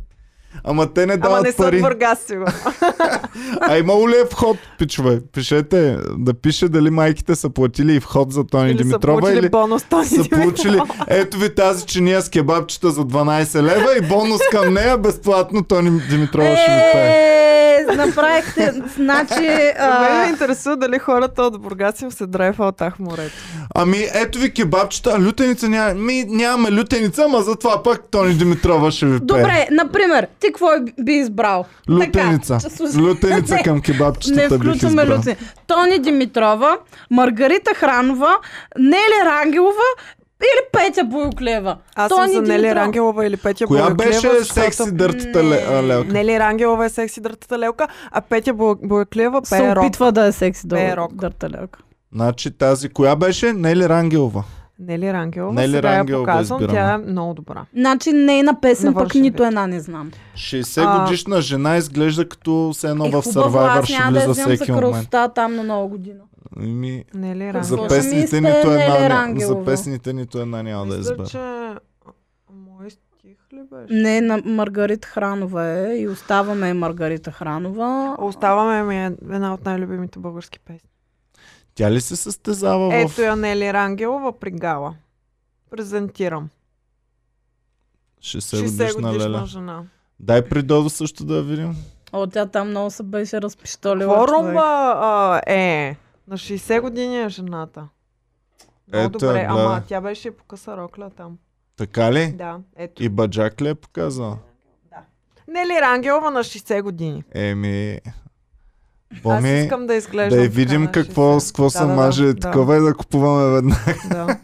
A: Ама те не
C: Ама
A: дават
C: не са
A: пари.
C: в Бургас, сигурно.
A: А имало ли е вход, пичове? Пишете, да пише дали майките са платили и вход за Тони
C: Или са
A: Димитрова
C: получили
A: или
C: бонус този
A: са получили. Ето ви тази чиния с кебабчета за 12 лева и бонус към нея безплатно Тони Димитрова ще ми пее.
B: Е, направихте, значи... а,
C: Мен ме интересува дали хората от Бургас им се драйфа от тах морето.
A: Ами ето ви кебабчета, а лютеница няма. Ми нямаме лютеница, ама затова пък Тони Димитрова ще ви пее.
B: Добре, например, ти какво е би избрал?
A: Е. Лютеница.
B: Така, че слушай-
A: Лютеница
B: Не,
A: към
B: [laughs] Не
A: кебабчетата бих
B: включваме
A: избрал.
B: Люци. Тони Димитрова, Маргарита Хранова, Нели Рангелова или Петя Буйоклева.
C: Аз
B: Тони
C: съм за Нели
B: Димитров.
C: Рангелова или Петя
A: Коя
C: Бояклева,
A: беше
C: защото-
A: секси дъртата
B: Не.
A: ле- а, лелка?
C: Нели Рангелова е секси дъртата лелка, а Петя Бо- Бояклева пее
B: се
C: рок.
B: опитва да е секси
C: Пее
B: да
C: рок.
B: дърталелка.
A: Значи тази, коя беше? Нели Рангелова.
C: Нели Рангелова,
A: Нели
C: сега
A: Рангелова
C: я показвам,
A: избираме.
C: тя е много добра.
B: Значи нейна песен пък
C: Навършен
B: нито
C: век.
B: една не знам.
A: 60 годишна жена изглежда като се едно
B: Е,
A: в
B: хубаво,
A: Survivor
B: аз
A: ще
B: няма да я
A: влиза
B: вземам за
A: всеки момент.
B: красота там на нова година.
A: Ами,
C: Нели
B: За
A: за
B: Слушам пес- и
C: Рангелова.
A: песните
B: сте
A: нито
B: Нели
A: една, не, за
B: Рангелова.
A: песните нито една няма да е
C: Мисля,
A: избера.
C: че мой стих ли беше?
B: Не, на Маргарита Хранова е и оставаме Маргарита Хранова.
C: Оставаме ми е една от най-любимите български песни.
A: Тя ли се състезава
C: Ето
A: в...
C: я Нели Рангелова при Гала. Презентирам.
A: 60
C: 60
A: годишна
C: годишна
A: леля.
C: жена.
A: Дай при Додо също да я видим.
B: О, тя там много се беше разпиштолила. е човек.
C: Форумба а, е на 60 години е жената. Много
A: Ето я,
C: добре, ама
A: гледай.
C: тя беше и по къса рокля там.
A: Така ли?
C: Да, ето.
A: И Баджак ли е показал?
C: Нели Рангелова на 60 години.
A: Еми...
C: Аз
A: Боми,
C: искам да изглеждам.
A: да я
C: така
A: видим
C: на
A: какво,
C: 60.
A: с какво се
C: да,
A: маже
C: да,
A: и такова и да купуваме веднага. [laughs]
C: Да.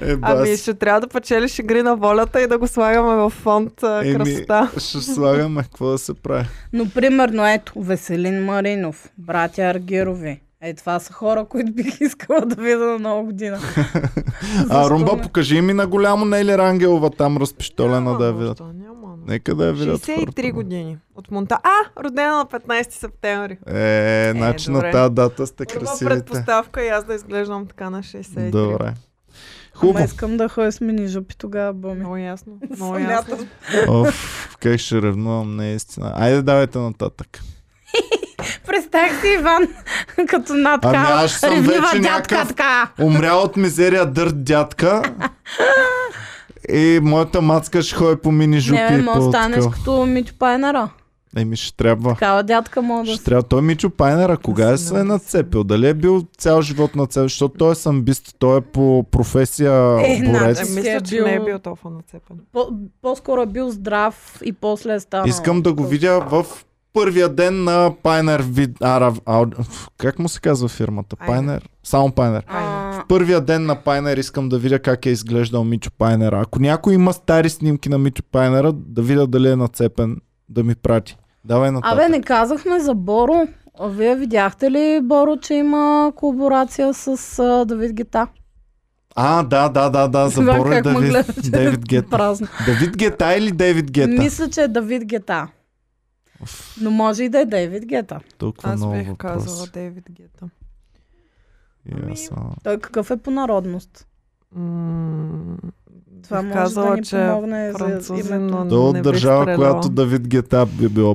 A: Е,
C: Ами
A: бас.
C: ще трябва да печелиш игри на волята и да го слагаме в фонд а,
A: Еми,
C: красота.
A: Ще слагаме какво да се прави.
B: Но примерно ето, Веселин Маринов, братя Аргирови. Е, това са хора, които бих искала да видя на нова година.
A: [laughs] А,
B: Защо
A: Румба,
B: не?
A: покажи ми на голямо Нели Рангелова там разпиштолена
C: Няма
A: да е я
C: нужда,
A: видят.
C: Няма. нужда.
A: Нека да я видят.
C: 63
A: хората.
C: години от Монта. А, родена на 15 септември.
A: Е, значи на
C: добре.
A: тази дата сте
C: Първа
A: красивите.
C: предпоставка и аз да изглеждам така на 63.
A: Добре.
B: Ама
A: Хубаво.
B: искам да ходя с мини жопи тогава, боми.
C: Много ясно. Много ясно.
B: Смятам.
A: Оф, как ще ревнувам, наистина. Айде, давайте нататък.
B: Представих си Иван [laughs] като една
A: Ами
B: така
A: аз съм
B: ревнива
A: вече
B: дядка
A: някакъв-
B: така.
A: Умря от мизерия дърт дядка. И моята мацка ще ходи по мини жупи.
B: Не, бе,
A: и
B: може да
A: по
B: станеш
A: такова.
B: като Митю Пайнера.
A: Еми, ще трябва.
B: Такава дядка мога да
A: Ще
B: си.
A: трябва. Той Мичо Пайнера, кога е
C: си
A: се е
C: намисля.
A: нацепил? Дали е бил цял живот нацепил? Защото той е самбист, той е по професия
B: Е,
A: борец.
C: Е,
B: Си е
C: мисля, че
B: бил-
C: не е бил толкова нацепен.
B: По- По-скоро е бил здрав и после е станал.
A: Искам да го
B: такъв.
A: видя в първия ден на Пайнер вид... Ара... Ау- ф, Как му се казва фирмата?
C: Пайнер.
A: Пайнер? Само Пайнер.
B: А,
A: Първия ден на Пайнер искам да видя как е изглеждал Мичо Пайнера. Ако някой има стари снимки на Мичо Пайнера, да видя дали е нацепен, да ми прати. Давай нататък.
B: Абе, не казахме за Боро. А Вие видяхте ли, Боро, че има колаборация с а, Давид Гета?
A: А, да, да, да, да,
B: [laughs]
A: за
B: Това
A: Боро и
B: как ме
A: Давид, [laughs]
B: гледате?
A: Давид
B: [laughs]
A: Гета.
B: Празно.
A: Давид Гета или Дейвид Гета?
B: Мисля, че е Давид Гета. Но може и да е Дейвид Гета.
A: Толкова
C: Аз
A: много
C: бих
A: въпроси.
C: казала Дейвид Гета.
A: И аз, а,
B: Той какъв е по народност?
C: М,
B: Това
C: бих
B: може
C: казала,
B: да ни
C: че е
B: помогне за
C: французин,
B: името.
C: но
A: Той е
C: не
A: от
C: бих
A: държава,
C: стреляла.
A: която Давид Гета би било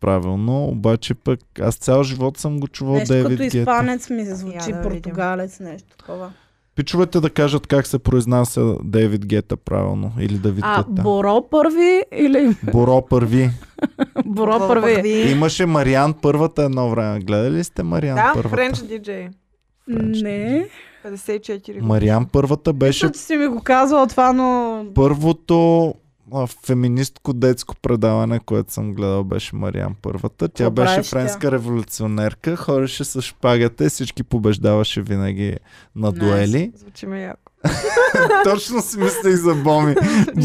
A: по-правилно, обаче пък аз цял живот съм го чувал
B: Нещо
A: Дейвид
B: като
A: Гета.
B: испанец ми се звучи,
C: Я да видим.
B: португалец, нещо такова.
A: Пичовете да кажат как се произнася Дейвид Гета правилно или Давид
B: А,
A: Гета.
B: Боро първи или [laughs]
A: Боро първи.
B: Боро
C: Първи.
B: първи?
A: Имаше Мариан първата едно време. Гледали ли сте Мариан
C: Да,
A: първата?
C: френч диджей.
B: Не.
C: 54 години.
A: Мариан първата беше
B: Мисля, че си ми го казвала това, но...
A: първото а, феминистко детско предаване, което съм гледал, беше Мариан първата. Тя
B: Какво
A: беше
B: правиш тя?
A: френска революционерка, ходеше с шпагата и всички побеждаваше винаги на
B: Nice.
A: дуели.
C: Звучи ми яко.
A: Точно си мислех за Боми.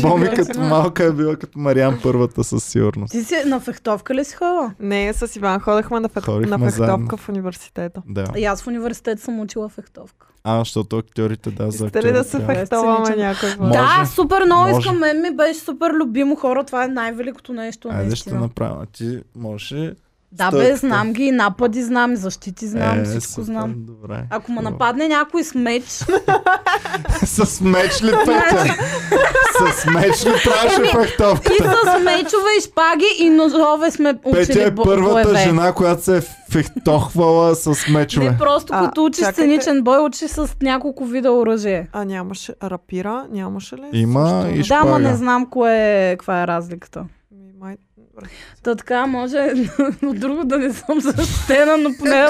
A: Боми
B: [laughs] Чудесно.
A: като малка е била като Мариан първата със сигурност.
B: Ти си на фехтовка ли си ходила?
C: Не, е с Иван ходехме на, фех...
A: Ходихме
C: на
A: заедно.
C: фехтовка в университета.
A: Да.
B: И аз в университет съм учила фехтовка.
A: А, защото актьорите да за
C: Искате ли да
A: актьорите,
C: се
A: да.
C: фехтоваме
B: Сценичен.
C: някой?
A: Ма-
C: път?
B: Да,
A: Може.
B: супер много
A: Може.
B: искам. Мен ми беше супер любимо хора. Това е най-великото нещо.
A: Айде ще
B: наистина.
A: направим. А Ти може
B: Да, бе,
A: Стойката.
B: знам ги, напади знам, защити знам,
A: Е,
B: всичко
A: супер,
B: знам.
A: Добре.
B: Ако ме
A: Хубаво.
B: нападне някой с меч,
A: [laughs] С меч ли
B: [laughs]
A: петя? С меч ли
B: Ами,
A: правеше фехтовка?
B: и с мечове, и шпаги, и ножове сме учили
A: Петя е
B: бо-
A: първата
B: боеве.
A: жена, която се е фехтохвала с
B: Не
A: мечове.
B: просто
C: А,
B: като учиш
C: чакайте.
B: сценичен бой, учиш с няколко вида оръжие.
C: А нямаше рапира, нямаше ли?
A: Има и
B: Да, ма
A: шпага.
B: не знам кое е, каква е разликата.
C: Ми, Ами, Май... [laughs]
B: Та така, може [laughs] от друго да не съм защитена, но поне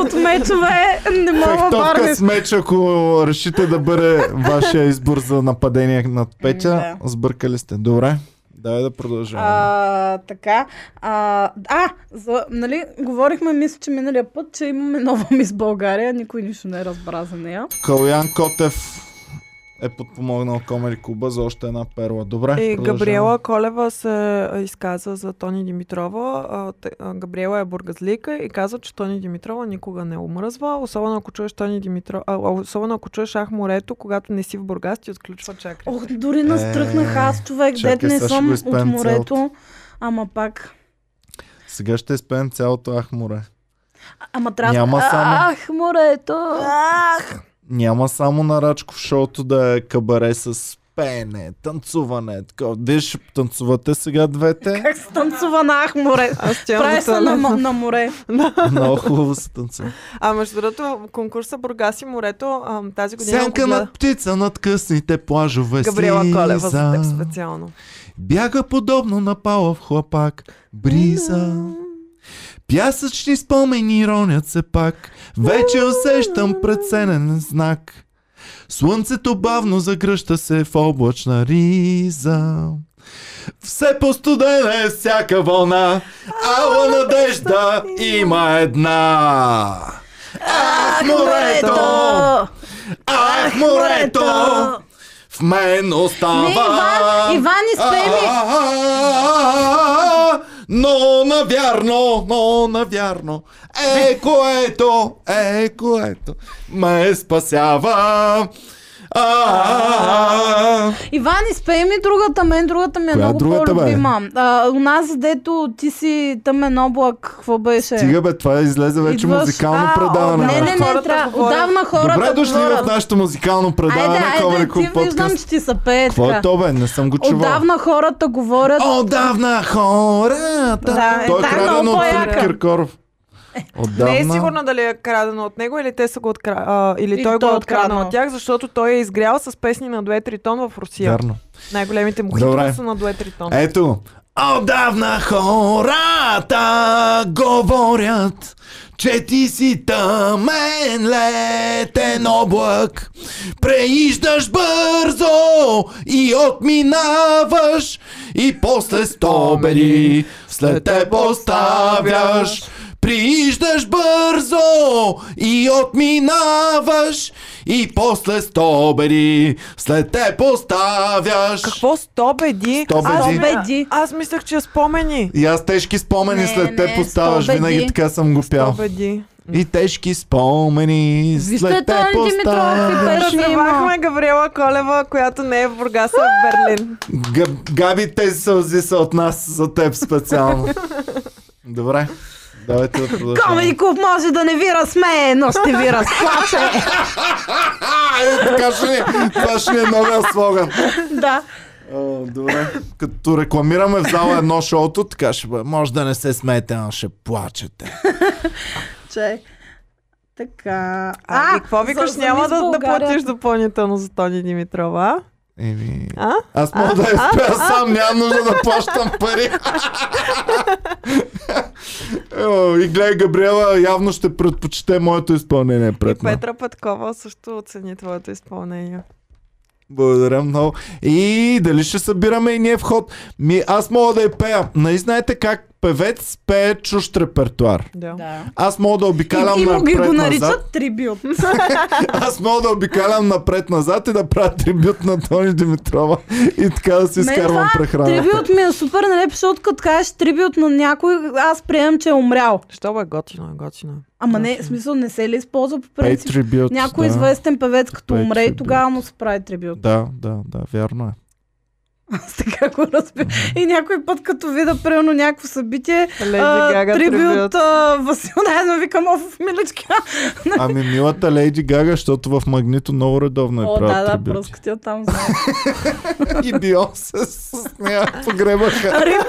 B: от мечове не мога
A: Фехтовка
B: барни.
A: с меч, ако решите да бъде вашия избор за нападение над Петя, сбъркали сте. Добре, дай да продължаваме.
B: А, така. А, а за, нали, говорихме, мисля, че миналия път, че имаме нова мис България. Никой нищо не разбра за нея.
A: Калян Котев е подпомогнал Комери Куба за още една перла. Добре,
C: И
A: продължаваме.
C: Е, Габриела Колева се а, изказа за Тони Димитрова. А, те- а, Габриела е бургазлика и каза, че Тони Димитрова никога не е омръзва, особено ако чуеш Тони Димитрова, а, а, особено ако чуеш Ах морето, когато не си в Бургас, ти отключва чакри.
B: Ох, дори настръхнах аз, човек,
A: Е, чакай,
B: дет
A: сега
B: не
A: ще
B: съм
A: го
B: от
A: изпеем
B: морето.
A: цялото.
B: Ама пак.
A: Сега ще изпеем цялото Ах море.
B: Ама трябва.
A: Няма само.
B: Ах, морето. Ах.
A: Няма само на Рачков шоуто да е кабаре с пеене, танцуване. Такова. Вие ще танцувате сега двете.
B: Как се танцува на ах, море.
C: Аз стоям
B: Прави се на,
C: туалетна.
B: м- на море.
A: Много хубаво се танцува.
C: А между другото, конкурса Бургас и морето а, тази година го
A: Сянка
C: гледах.
A: на птица над късните плажове
C: Габриела
A: си
C: Колева за теб специално.
A: Бяга подобно на палав хлапак. Бриза. Пясъчни спомени ронят се пак. Вече усещам преценен знак. Слънцето бавно загръща се в облачна риза. Все по-студена е всяка вълна. Ала надежда има една. Ах, морето! Ах, морето! В мен остава.
B: Не, Иван, Иван, изпей ми.
A: А-а-а-а-а-а, Но навярно, но навярно. Е, което, е, което ме спасява. А-а-а-а.
B: Иван, изпей ми другата, мен другата ми е
A: Коя
B: много
A: другата, бе?
B: по-любима. А, унази, дето ти си тъмен облак, какво беше?
A: Стига бе, това излезе вече
B: Идваш-
A: музикално
B: А,
A: предаване.
B: Не,
A: бе.
B: не, не,
C: Хората
B: трябва.
C: говорят.
B: Отдавна хората
A: Добре дошли в
B: говорят.
A: нашето музикално
B: Айде,
A: предаване,
B: айде,
A: Коврико
B: ти виждам,
A: подкаст.
B: че ти са пее
A: Какво е
B: така.
A: то бе? Не съм го чувал.
B: Отдавна хората говорят.
A: Отдавна хората.
B: Да, е,
A: Той е
B: тая
A: краден
B: много
A: от
B: по-яка.
A: Филип Киркоров. Отдавна.
C: Не е сигурно дали е крадено от него или те са го откра... а, или,
B: Или
C: той го
B: той
C: е
B: е
C: откраднал
B: откраднал.
C: от тях, защото той е изгрял с песни на дует Ритон в Русия.
A: Вярно.
C: Най-големите му
A: Добре. Е,
C: хитове са на дует Ритон.
A: Ето. Отдавна хората говорят, че ти си тъмен летен облак. Преиждаш бързо и отминаваш и после стобери след те поставяш. Прииждаш бързо и отминаваш и после стобери след те поставяш.
C: Какво? Сто беди?
A: Сто
C: Аз,
A: беди.
B: Сто беди.
C: аз мислех, че е спомени.
A: И аз тежки спомени
B: Не,
A: след те
B: не,
A: поставяш.
B: сто беди.
A: Винаги така съм го пял.
C: Сто беди.
A: И тежки спомени
B: Вижте,
A: след те
B: Тони Димитров и
A: поставяш.
B: Петя Е, има.
C: Разревахме Габриела Колева, която не е в Бургаса, а в Берлин.
A: Гъб- Габи, тези сълзи са от нас за теб специално. Добре. Давайте да продължим.
B: Комеди клуб може да не ви разсмее, но ще ви разплаче.
A: А, е, така ще ни, това ще ни е новия слоган.
B: [laughs] да.
A: О, добре. Като рекламираме в зала едно шоуто, така ще бъде. Може да не се смеете, но ще плачете.
B: Че. Така.
C: А, и какво викаш,
B: за- за
C: няма
B: Мис
C: да, да
B: България.
C: платиш допълнително за Тони Димитрова, а?
A: Еми,
C: а?
A: Аз мога да я спя сам, нямам нужда да плащам пари. О, И гледай, Габриела явно ще предпочете моето изпълнение пред мен.
C: Петра Петкова също оцени твоето изпълнение.
A: Благодаря много. И дали ще събираме и ние вход? Ми, аз мога да я пея. Нали знаете как певец пее чужд репертуар?
C: Да.
B: Да.
A: Аз мога да обикалям
B: И, и му ги го
A: напред-назад.
B: наричат трибют.
A: Аз мога да обикалям напред-назад и да правя трибют на Тони Димитрова и така да си
B: Мен
A: изкарвам
B: това
A: прехрана.
B: Трибют ми е супер нелеп, защото като кажеш трибют на някой, аз приемам, че е умрял.
C: Що бе, готино е, готино е.
B: Ама не, в смисъл не се ли използва по
A: Пей
B: принцип?
A: трибют.
B: Някой
A: да.
B: известен певец като
A: Пей
B: умре,
A: трибют.
B: тогава му се прави трибют.
A: Да, да, да, вярно е.
B: Аз [laughs] така го разбирам. И някой път, като видя, примерно, някакво събитие,
C: Леди
B: а,
C: Гага
B: триби
C: трибют.
B: от а, Васил Найденов, викам, оф, миличка.
A: Ами милата Лейди Гага, защото в Магнито много редовно е
B: О,
A: правят
B: да, да,
A: трибюти.
B: пръскат я там. знае.
A: [laughs]
B: [laughs]
A: И Бионс с нея погребаха.
B: Рип.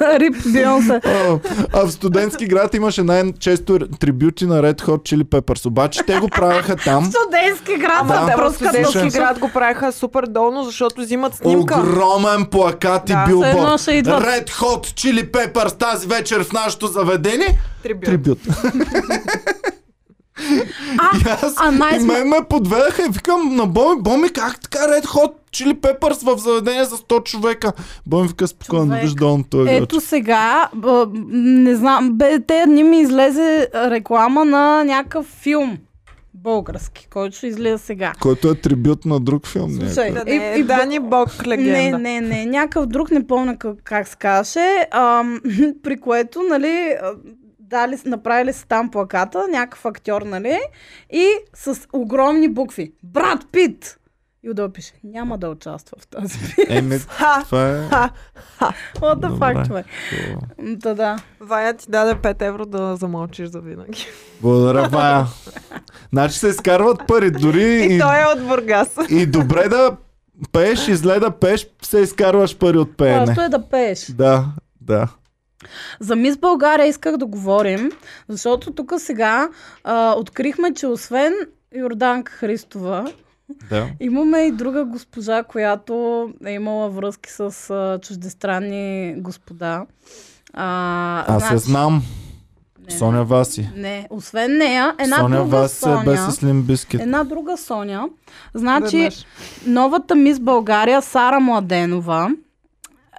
B: Рип Бионса.
A: О, А в студентски град имаше най-често трибюти на Red Hot Chili Peppers. Обаче те го правеха
B: [laughs]
A: там.
B: Студентски град,
A: Да.
B: да,
C: Те в
B: пръскат
A: Слушай.
C: студентски
B: на град.
C: град го правиха супер долно, защото взимат снимка.
A: Огромен плакат и
C: Да,
B: все едно
A: билборд.
B: ще идват.
A: Red Hot Chili Peppers тази вечер в нашото заведение.
C: Трибют.
A: Трибют.
B: А,
A: И аз,
B: а най-
A: и мен ме подведаха и викам на Боми, Боми, как така Red Hot Chili Peppers в заведение за 100 човека? Боми вика спокойно,
B: Човек.
A: виж долу на този град.
B: Ето сега, а, м, не знам, бе, те дни ми излезе а, реклама на някакъв филм български, който ще излезе сега.
A: Който е трибют на друг филм.
B: Слушай,
A: някой.
C: Да не
B: И-
C: е
B: и-
C: Дани Бог легенда.
B: Не, не, не, някакъв друг, не помня как, как се казваше, ам, [laughs] при което, нали, а, дали, направили са там плаката, някакъв актьор, нали, и с огромни букви. Брат Пит! И отдолу пише, няма да участва в тази пиеса.
A: Еми,
C: Ха!
A: това е...
C: Ха!
B: [laughs] What the
A: Добре.
B: fuck, човек?
A: хубаво.
B: Да, да.
C: Ваня ти даде 5 евро да замълчиш за винаги.
A: Благодаря, Вая. Значи се изкарват пари. Дори
C: И,
A: и,
C: той е от Бургас.
A: и добре да пееш, изле да пееш, се изкарваш пари от пеене.
B: Просто е да пееш.
A: Да, да.
B: За Мис България исках да говорим, защото тук сега а, открихме, че освен Йорданка Христова,
A: да.
B: Имаме и друга госпожа, която е имала връзки с а, чуждестранни господа. А,
A: Аз я знам.
B: Значи- Не,
A: Соня Васи.
B: Не, освен нея, една
A: Соня
B: друга
A: Васи
B: Соня.
A: е без с лимбискет.
B: Една друга Соня. Значи,
C: Веднъж.
B: новата мис България, Сара Младенова,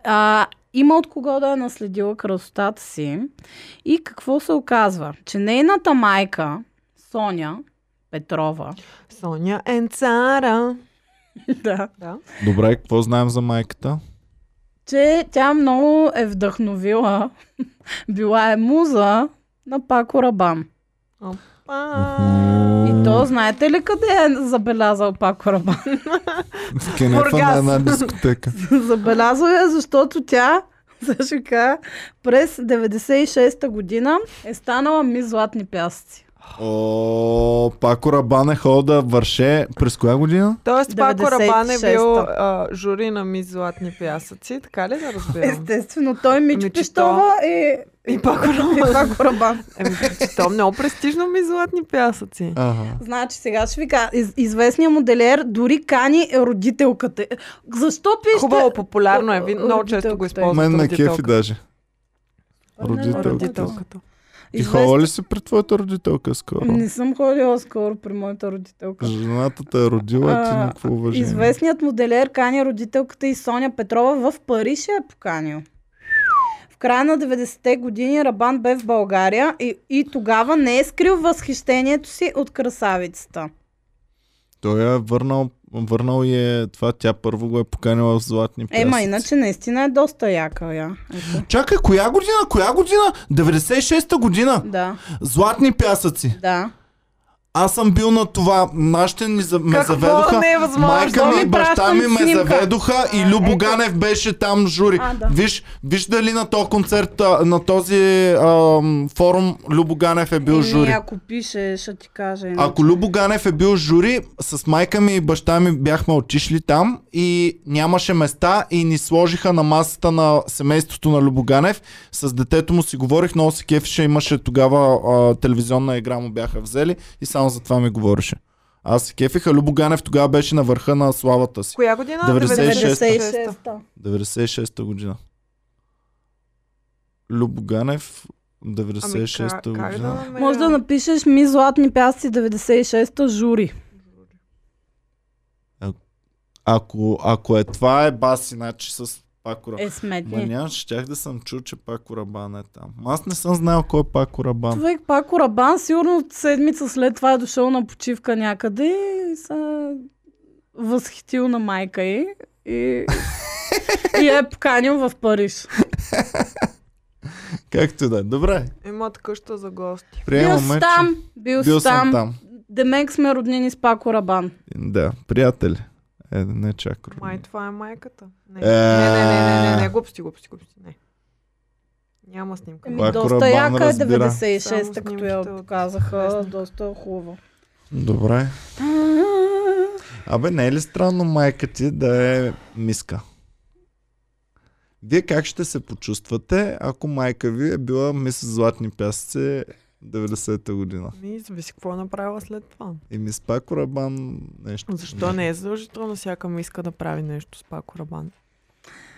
B: а, има от кого да е наследила красотата си. И какво се оказва? Че нейната майка, Соня Петрова,
C: Соня Енцара.
B: да,
C: Да.
A: Добре, какво знаем за майката?
B: че тя много е вдъхновила. [laughs] Била е муза на Пако Рабан.
C: А,
B: И то, знаете ли къде е забелязал Пако Рабан?
A: В кенефа на
C: Бургас.
A: една дискотека.
B: [laughs] забелязал я, защото тя [laughs] също така през 96-та година е станала ми златни пясъци.
A: О, Пако Рабан е ходил да върше. През коя година?
C: Тоест, Пако Рабан е
B: 96-та.
C: бил а, жури на Мис Златни пясъци, така ли да разбирам?
B: Естествено, той Мичо
C: Мичо
B: Пищова и,
C: И Пако
B: и
C: Рабан.
B: Пако Рабан.
C: Еми, че то много престижно Мис Златни пясъци.
A: Ага.
B: Значи сега ще ви кажа, из, известният моделер дори кани родителката. Защо пишете?
C: Хубаво, популярно е. ви- Много често
B: Родителката
C: го
B: е.
C: използват
A: Мен на кефи
C: родителката.
A: даже. Родителката.
C: Родителката.
A: Ти
B: Известен-
A: ходила ли си при твоята родителка скоро?
B: Не съм ходила скоро при моята родителка.
A: Жената те е родила, ти
B: А,
A: никакво уважение.
B: Известният моделер кани родителката и Соня Петрова в Париж я е поканил. В края на 90-те години Рабан бе в България и, и тогава не е скрил възхищението си от красавицата.
A: Той е върнал, върнал и е това, тя първо го е поканила в златни пясъци.
B: Ема, иначе наистина е доста яка я.
A: [laughs]
B: Ето.
A: Чакай, коя година? Коя година? 96-та година.
B: Да,
A: Златни пясъци.
B: да.
A: Аз съм бил на това. Нашите ми за... ме
C: Какво
A: заведоха.
C: не е възможно?
A: Майка ми и
B: Ми
A: баща
B: пращам
A: ми ме
B: снимка.
A: заведоха и Любо Ганев беше там жури.
B: А, да.
A: Виж, виж дали на този концерт, а, на този ам, форум Любо Ганев е бил
B: Еми,
A: жури.
B: ако пише, ще ти кажа. иначе.
A: Ако Любо Ганев е бил жури, с майка ми и баща ми бяхме отишли там и нямаше места и ни сложиха на масата на семейството на Любо Ганев. С детето му си говорих, много се кефеше, имаше тогава а, телевизионна игра му бяха взели и само за това ми говореше. Аз се кефиха, Любо Ганев тогава беше на върха на славата си.
C: Коя година?
A: 96-та.
C: 96-та.
B: 96-та.
A: 96-та година. Любо Ганев, 96-та
C: Ами, как- как да
A: година.
C: намеря?
B: Може да напишеш ми златни пясъци 96-та жури.
A: Ако, ако е това е бас, иначе с пакора.
B: Е, сметни.
A: Ма няма, щях да съм чул, че Пако Рабан е там. Ма Аз не съм знаел кой е Пако Рабан.
B: Човек пак Орабан, сигурно седмица след това е дошъл на почивка някъде и са възхитил на майка й и, и я е поканил в Париж.
A: Както и да е. Добре,
C: Имат къща за гости.
B: Бил
A: приемаме,
B: си
A: че...
B: там, бил
A: Бил
B: си
A: съм
B: там.
A: там.
B: Демек сме роднини с Пако Рабан.
A: Да, приятели. Е, не чак.
C: Май това е майката. Не,
A: Е.
C: не, не, не, не, не, не, глупости, глупости, глупости, не. Няма снимка.
B: Ами,
A: Това е
B: доста
A: Корабан,
B: яка е
A: разбира.
B: 96-та,
C: Само
B: като
C: снимките
B: я
C: от
B: показаха.
C: Вестник.
B: Доста хубаво.
A: Добре. Абе, не е ли странно майка ти да е миска? Вие как ще се почувствате, ако майка ви е била мис Златни пясъци 90-та година?
C: Ми, зависи какво е направила след това.
A: И мис пак Корабан нещо.
C: Защо не е задължително всяка ми иска да прави нещо с Пако Рабан?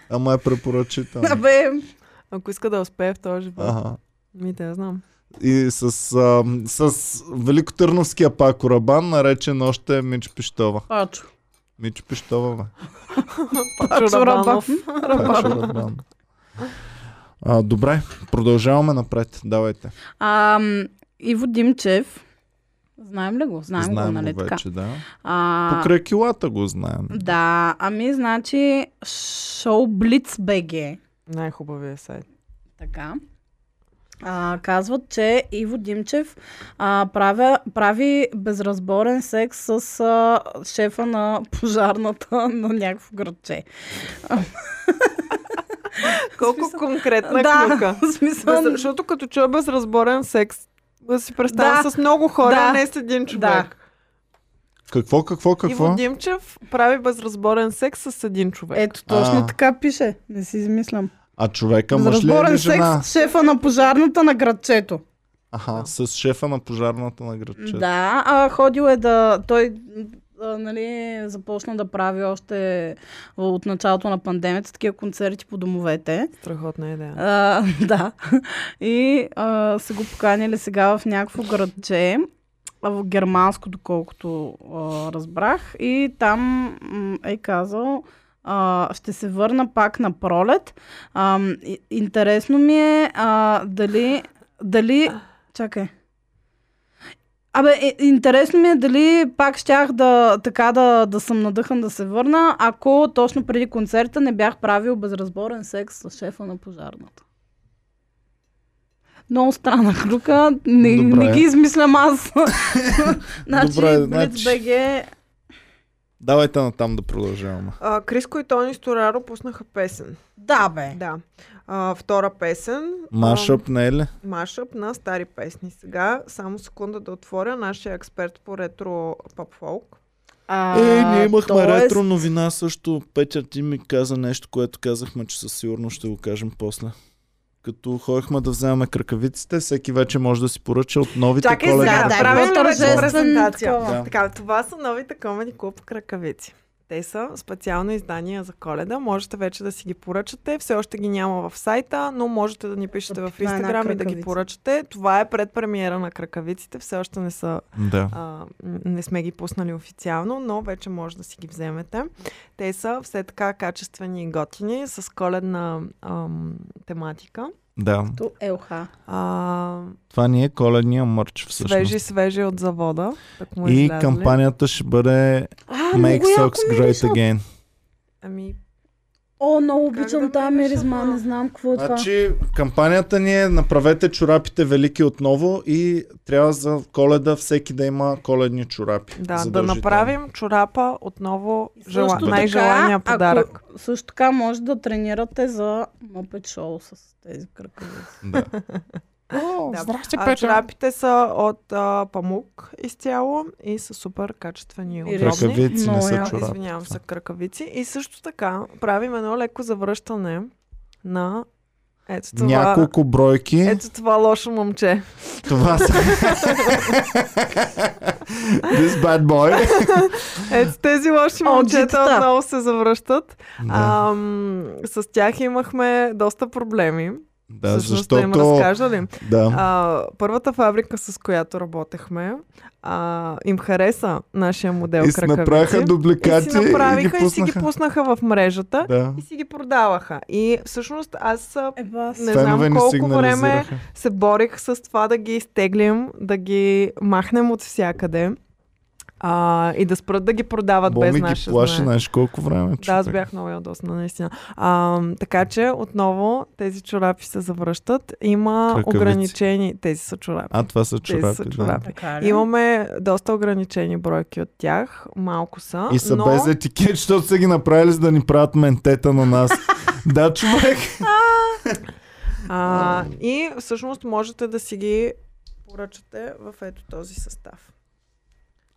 A: Ама е препоръчително.
B: Абе,
C: Ако иска да успее в този живот,
A: Ага.
C: ми да я знам.
A: И с, а, с Великотърновския пак Корабан, наречен още Мич Пищова.
B: пачо.
A: Мич Пищова,
B: [laughs]
A: бе.
B: Пачо Рабанов.
A: Пак Корабан. А, добре, продължаваме напред. Давайте.
B: А, м, Иво Димчев. Знаем ли го? Знаем,
A: Знаем
B: го, нали
A: го
B: така?
A: вече, да.
B: А,
A: Покрай килата го знаем.
B: Да, ами значи шоу Блиц БГ.
C: Най-хубавия сайт.
B: Така. А, казват, че Иво Димчев а, правя, прави безразборен секс с а, шефа на пожарната на някакво градче.
C: Колко
B: смисъл-
C: конкретна
B: да,
C: клюка.
B: [laughs] в смисъл...
C: Без, защото като чуя безразборен секс, да си представя
B: Да.
C: с много хора,
B: Да.
C: а не с един човек.
A: Какво, какво,
C: Иво
A: какво?
C: Димчев прави безразборен секс с един човек.
B: Ето, точно
A: А.
B: така пише. Не си измислям.
A: А човека мъж ли е или
B: Безразборен секс
A: жена?
B: с шефа на пожарната на градчето.
A: Аха, с шефа на пожарната на градче.
B: Да, а, ходил е да... Той а, нали, започна да прави още от началото на пандемията такива концерти по домовете.
C: Страхотна идея.
B: А, [laughs] да. И а, са го поканили сега в някакво градче, а, в германско, доколкото а, разбрах. И там м, е казал, а, ще се върна пак на пролет. А, м, и- интересно ми е а, дали, дали... Чакай. Абе, е, интересно ми е дали пак щях да, така да, да съм надъхан да се върна, ако точно преди концерта не бях правил безразборен секс с шефа на пожарната. Много странна клюка. Не,
A: Добре.
B: не ги
A: [laughs]
B: измислям аз. значи,
A: Добре,
B: Блиц
A: значи-
B: БГ...
A: Давайте натам да продължаваме.
C: А, Криско и Тони Стораро пуснаха песен.
B: Да, бе.
C: Да. А, втора песен.
A: Машъп не е ли?
C: Машъп на стари песни. Сега само секунда да отворя нашия експерт по ретро пап фолк.
B: А,
A: Е, ние имахме
B: тоест-
A: ретро новина също. Петя, ти ми каза нещо, което казахме, че със сигурност ще го кажем после. Като ходихме да вземаме кракавиците, всеки вече може да си поръча от новите
C: Чакай
A: коледни
C: сега,
B: Да,
C: да
A: продукти.
C: правим
B: било
C: ли вече
B: тържествен
C: презентация?
B: такова.
A: Да.
C: Така, това са новите Comedy Club кракавици. Те са специално издания за коледа. Можете вече да си ги поръчате. Все още ги няма в сайта, но можете да ни пишете в
B: Опитна е една
C: Instagram и да ги
B: кракавица.
C: поръчате. Това е предпремиера на кракавиците. Все още не са
A: Да.
C: а, м, не сме ги пуснали официално, но вече може да си ги вземете. Те са все така качествени и готини, с коледна ам, тематика.
A: да.
B: То ЛХ.
C: А,
A: Това ни е коледния мърч всъщност.
C: свежи, свежи от завода. Так му е
A: И
C: излязли.
A: кампанията ще бъде
B: А,
A: Make
B: много яко
A: Socks
C: е
A: Great
B: мирише.
A: Again.
C: Ами,
B: О, много
C: Как
B: обичам
C: да
B: тази
C: мирише,
B: миризма.
C: ма?
B: Не знам какво е това.
A: Значи, кампанията ни е направете чорапите велики отново и трябва за коледа всеки да има коледни чорапи.
C: да, да
A: Задължително.
C: направим чорапа отново
B: И
C: жела...
B: също
C: най-желания
B: така,
C: подарък.
B: Ако, също така може да тренирате за Muppet Show с тези кръкавици.
A: Да.
C: Да. А чорапите са от а, памук изцяло и са супер качествени и
B: И
C: удобни.
A: Кракавици не
B: Много
A: са
B: яко.
C: А,
A: чорапи.
C: Извинявам се, кракавици. И също така правим едно леко завръщане на ето това,
A: Няколко бройки.
C: ето това лошо момче.
A: Това [laughs] са... This bad boy.
C: Ето тези лоши момчета
B: Момчетата.
C: отново се завръщат.
A: да,
C: Ам, с тях имахме доста проблеми.
A: да
C: Всъщност да им
A: защото...
C: разкажа ли?
A: Да.
C: А, първата фабрика, с която работехме, а, им хареса нашия модел
A: И си
C: кракавици.
A: направиха
C: и
A: дубликати
C: си направиха и,
A: ги
C: си ги
A: пуснаха.
C: пуснаха в мрежата
A: Да.
C: и си ги продаваха. И всъщност аз а,
B: Е, бас.
C: Не знам
A: Фенове ни
C: колко
A: сигнализираха.
C: се борих с това да ги изтеглим, да ги махнем от всякъде. а, и да спрат да ги продават без
A: Боми ги
C: наше
A: плаши,
C: знание.
A: знаеш колко време.
C: Да, аз
A: човек.
C: бях много ядосна, наистина. А, така че, отново, тези чорапи се завръщат. Има
A: Кракавици.
C: ограничени... Тези са чорапи.
A: А, това са
C: Тези
A: чорапи.
C: са
A: Да.
C: чорапи.
B: Така ли?
C: Имаме доста ограничени бройки от тях. Малко са.
A: И са
C: но...
A: без етикет, защото са ги направили за да ни правят ментета на
C: [laughs]
A: нас. да, човек.
C: А, и всъщност можете да си ги поръчате в ето този състав.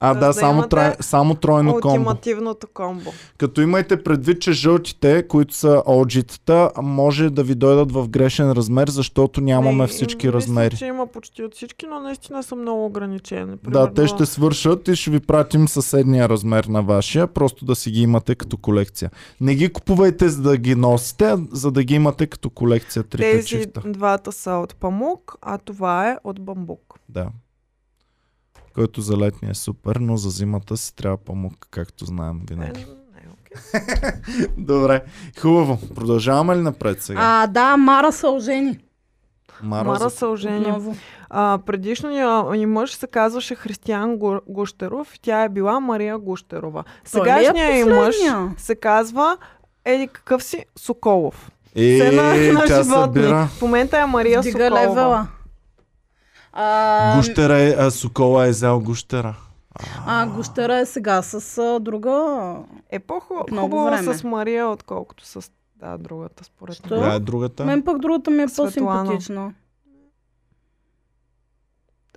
A: А,
C: За
A: да,
C: да
A: само,
C: имате
A: трай, само тройно комбо.
C: Ултимативното комбо.
A: Като имайте предвид, че жълтите, които са OG-тата, може да ви дойдат в грешен размер, защото нямаме
C: Ами,
A: всички
C: мисля,
A: размери.
C: че има почти от всички, но наистина са много ограничени.
A: Да, те ще свършат и ще ви пратим съседния размер на вашия, просто да си ги имате като колекция. Не ги купувайте за да ги носите, а за да ги имате като колекция три
C: Тези
A: качифта.
C: двата са от памук, а това е от бамбук.
A: Да. Който за летния е супер, но за зимата си трябва памук, както знаем
C: Е,
A: винаги.
C: не, окей.
A: Добре, хубаво. Продължаваме ли напред сега?
B: А, да, Мара се ожени.
A: Мара,
C: Мара
A: за...
C: се ожени.
B: Отново.
C: А, предишният ни мъж се казваше Християн Гу- Гущеров и тя е била Мария Гущерова.
B: Той ли е
C: Сегашният й мъж
B: последния?
C: се казва Еди какъв си Соколов.
A: Е, тя събира.
C: животни. В момента е Мария
B: Вдига
C: Соколова.
B: левела. А,
A: Гущера е, а Сокола е взел гущера.
B: а, гущера е сега с а, друга.
C: Е
B: Много
C: по-хубаво
B: време.
C: с Мария, отколкото с да, другата, според
B: Що?
A: Коя
C: мен.
A: е другата?
B: Мен пък другата ми е
C: Светлана.
B: по-симпатична.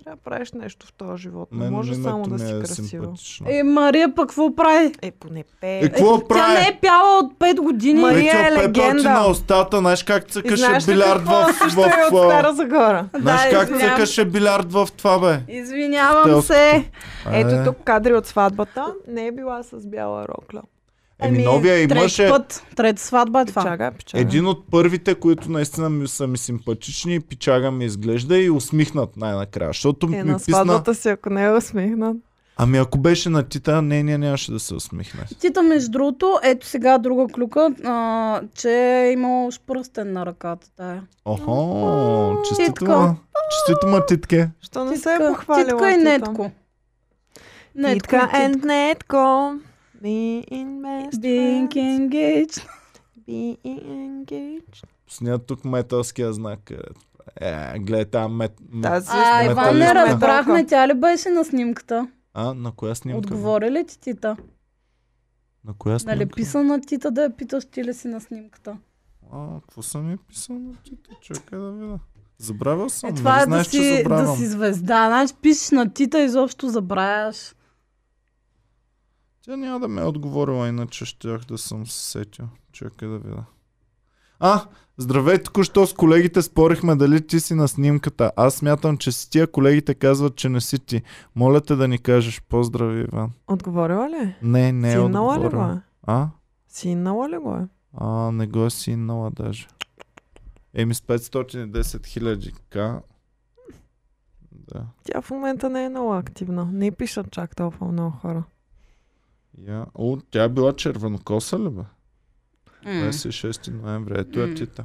C: Трябва да правиш нещо в този живот. Не
A: Мен
C: може само
A: името
C: да
A: ми
C: си
A: е
C: красива.
A: симпатично.
B: Е, Мария пък какво прави?
C: Е, поне
A: Е,
C: пее.
A: какво
B: Тя
A: прави?
B: не е пяла от 5 години.
C: Мария
A: Петя,
C: е
A: пепел ти
C: легенда.
A: на устата, знаеш как
C: И
A: цъкаше
C: знаеш ли
A: билярд
C: какво
A: е в...
C: също
A: в,
C: е от
A: в-
C: Стара Загора?
A: знаеш как
B: извинявам.
A: цъкаше билярд в това, бе?
B: Извинявам
A: Телското.
B: се.
A: Е.
C: Ето тук кадри от сватбата. Не е била с бяла рокля.
A: Еми, новия и
B: трети
A: мъж е
B: път. Трета сватба е това.
C: Пичага, пичага.
A: един от първите, които наистина ми, са ми симпатични, пичага ми изглежда и усмихнат най-накрая. Защото
C: Е,
A: ми
C: на
A: писна,
C: сватбата си, ако не е усмихнат.
A: ами ако беше на Тита, не, не, нямаше да се усмихне.
B: Тита, между другото, ето сега друга клюка, а, че е имал шпръстен на ръката тая.
A: Охо, честито
B: Титко.
A: ма, честито ма, титке.
C: Що не се е похвалила?
B: титка и
C: Тита?
B: нетко. Нетко
C: Титка е
B: и
C: and
B: титка.
C: Netco. Being best
B: Being
C: friends,
B: engaged.
C: being engaged.
A: Снят тук металския знак. където. Е, гледай там мет... мет-
C: Тази е
B: А,
A: сме
B: Иван, не
A: металисти.
B: разбрахме, тя ли беше на снимката?
A: А, на коя снимка? бе?
B: Отговори ли ти Тита?
A: На коя снимка?
B: Нали писа на Тита да я питаш ти ли си на снимката?
A: А, какво съм ми писал на Тита? Чакай да видя. Забравил съм.
B: Е,
A: нали
B: това е да
A: знаеш, че
B: си, да
A: забравям.
B: си звезда. Значи пишеш на Тита, изобщо забравяш.
A: Тя няма да ме е отговорила, иначе щях да съм се сетил. Чакай да видя. А, здравей, току-що с колегите спорихме дали ти си на снимката. Аз смятам, че си тия колегите казват, че не си ти. Моля те да ни кажеш. Поздрави, Иван.
C: Отговорила ли? е?
A: Не, не е
C: Синала ли го
A: отговорила.
C: е?
A: А?
C: Синала ли го е?
A: А, не го е синала даже. Еми с 510 хиляди к. Да.
C: Тя в момента не е много активна. Не й пишат чак толкова много хора.
A: Я... О, тя е била червенокоса ли бе?
B: М.
A: 26 ноември. Ето е
B: М.
A: Тита.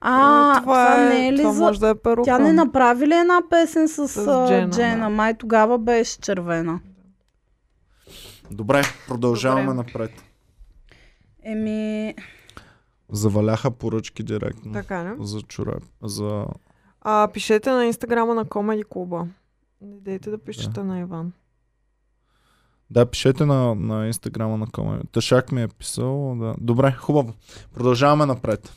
B: А,
C: Е, това,
B: това не е ли
C: това
B: за...
C: може да е перука.
B: Тя не направи ли една песен с,
C: С
B: а,
C: Джена,
B: Джена?
C: да.
B: Май тогава беше червена.
A: Добре, продължаваме
C: Добре.
A: напред.
B: Еми,
A: Заваляха поръчки директно.
C: Така, не?
A: За чорап. За...
C: А, пишете на инстаграма на Комеди Клуба. Не дейте да пишете на Иван.
A: Да, пишете на, на инстаграма на Комен. Ташак ми е писал. Да. Добре, хубаво. Продължаваме напред.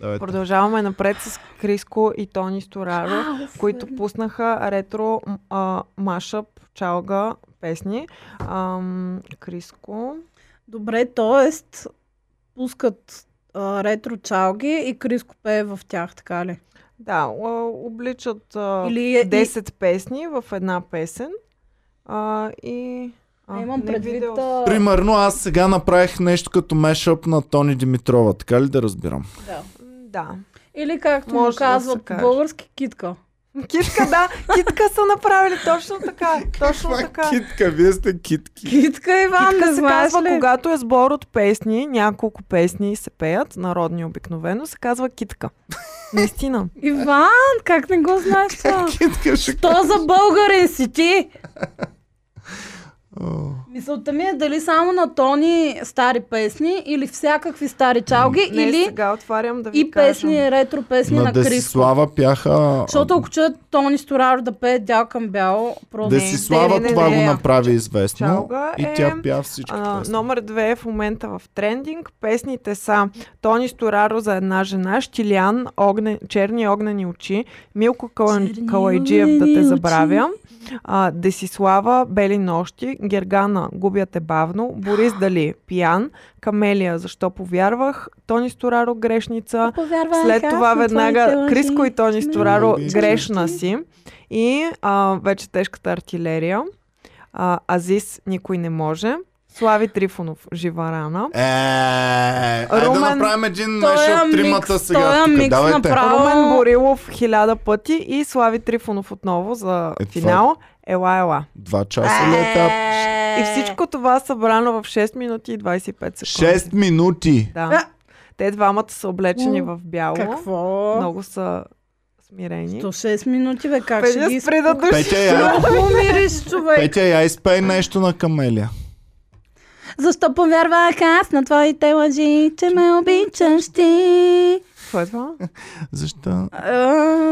A: Давайте.
C: Продължаваме напред с Криско и Тони Стораро,
B: а, оф,
C: които пуснаха ретро м- а, машъп, чалга, песни. Ам, Криско...
B: Добре, т.е. пускат а, ретро чалги и Криско пее в тях, така ли?
C: Да, а, обличат а,
B: Или е-
C: 10 песни в една песен. А, и...
B: А, имам
C: не
B: предвид...
C: видео.
B: А...
A: Примерно аз сега направих нещо като мешъп на Тони Димитрова. Така ли да разбирам?
B: Да.
C: М, Да.
B: Или както
C: Може да
B: му
C: се
B: казват по
C: каже.
B: български китка.
C: Китка, да. Китка са направили точно така. Точно
A: Това е
C: така.
A: Китка, вие сте китки.
B: Китка, Иван,
C: Китка
B: не
C: се
B: знаеш
C: казва,
B: ли?
C: когато е сбор от песни, няколко песни се пеят, народни обикновено, се казва китка. Наистина.
B: Иван,
C: [laughs]
B: как не го знаеш това?
A: Китка ще
B: То за българин си ти!
A: О,
B: Мисълта ми е дали само на Тони стари песни или всякакви стари чалги,
C: Не,
B: или
C: сега отварям да ви
B: и
C: кажа.
B: песни, ретро песни
A: На
B: на, Криско.
A: Десислава пяха...
B: Защото ако чуят Тони Стораро да пее дял към бяло, просто...
A: Десислава
C: Не, не, не,
A: това
C: не,
A: го
C: не.
A: направи известно
C: Чалга
A: и
C: е,
A: тя пя всички
C: А,
A: песни.
C: номер две е в момента в трендинг. Песните са Тони Стораро за една жена, Штилян, огнен, Черни огнени очи, Милко
B: Черни
C: Калан- Калайджиев да те
B: огнени
C: забравя, а, Десислава, Бели нощи, Гергана, Губя те бавно, Борис Дали, Пиян, Камелия, Защо повярвах, Тони Стораро, Грешница,
B: Повярвай,
C: след това веднага Криско и Тони
B: сме.
C: Стораро
A: Любим.
C: грешна си и а, вече тежката артилерия. А, Азис никой не може. Слави Трифонов, жива рана.
A: Е, айде да
C: Румен-
A: направим един
B: Той
A: меш
B: е
A: от тримата
B: микс,
A: сега.
B: той е
A: тук.
B: микс
A: Давайте.
B: направо. Браво!
C: Румен Борилов хиляда пъти и Слави Трифонов отново за
A: Е, това-
C: финал. Ела, ела.
A: Два часа ли е
C: Е.
A: етап?
B: Е.
C: И всичко това събрано в 6 минути и 25 секунди.
A: 6 минути.
C: Да. Те двамата са облечени
B: М,
C: в бяло.
B: Какво?
C: Много са смирени.
B: 106 минути, бе, как ще ги
C: Петя спри да
B: изпу-
C: души.
A: Петя, я,
B: умириш, човек?
A: Петя, я изпей нещо на Камелия.
B: Защо повярвах аз на твоите лъжи, че ме обичаш ти?
C: Какво е това?
A: Защо?
B: А,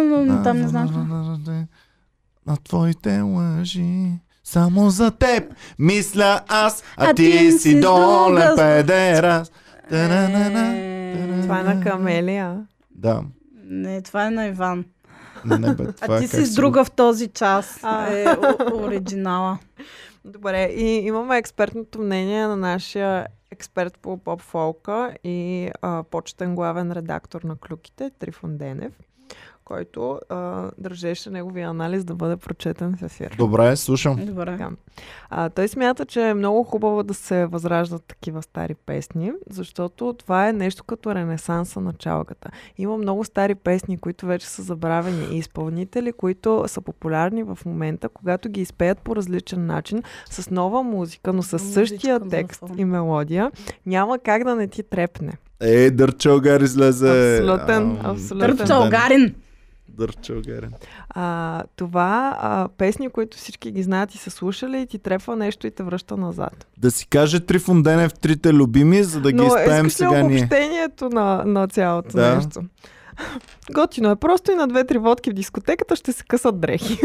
B: но
A: Да,
B: там не
A: да,
B: знам.
A: да,
B: какво.
A: да, да, да. На твоите лъжи. Само за теб мисля аз, а,
B: А
A: ти,
B: ти
A: си
B: си
A: долен
B: друга.
A: педерас. Та-на-на-на.
B: Е,
C: Това е на Камелия.
A: Да,
B: Не, това е на Иван.
A: не, не бе, това
B: [laughs] А
A: е
B: ти
A: как
B: си с
A: се-
B: друга в този час.
C: А.
B: [laughs] Е, о- оригинала.
C: Добре, и имаме експертното мнение на нашия експерт по поп-фолка и а, почетен главен редактор на Клюките, Трифон Денев, който а, държеше неговия анализ да бъде прочетен в ефир.
A: Добре, слушам.
B: Добре.
C: Да. А, той смята, че е много хубаво да се възраждат такива стари песни, защото това е нещо като ренесанса на чалгата. Има много стари песни, които вече са забравени и изпълнители, които са популярни в момента, когато ги изпеят по различен начин, с нова музика, но с
B: Музичка
C: същия
B: за
C: текст
B: фон.
C: и мелодия, няма как да не ти трепне.
A: Е, Дърчелгар излезе.
C: Абсолютен,
A: ам,
C: абсолютен.
B: Търпчалгарин.
A: Дърчелгарен.
C: А, това а, песни, които всички ги знаят и са слушали, и ти трепва нещо и те връща назад.
A: Да си каже Трифон Денев трите любими, за да ги
C: Но
A: изпеем
C: искаш ли
A: сега ние.
C: обобщението на, на цялото
A: Да.
C: да. нещо? Готино е. Просто и на две-три водки в дискотеката ще се
A: [laughs]
C: късат дрехи.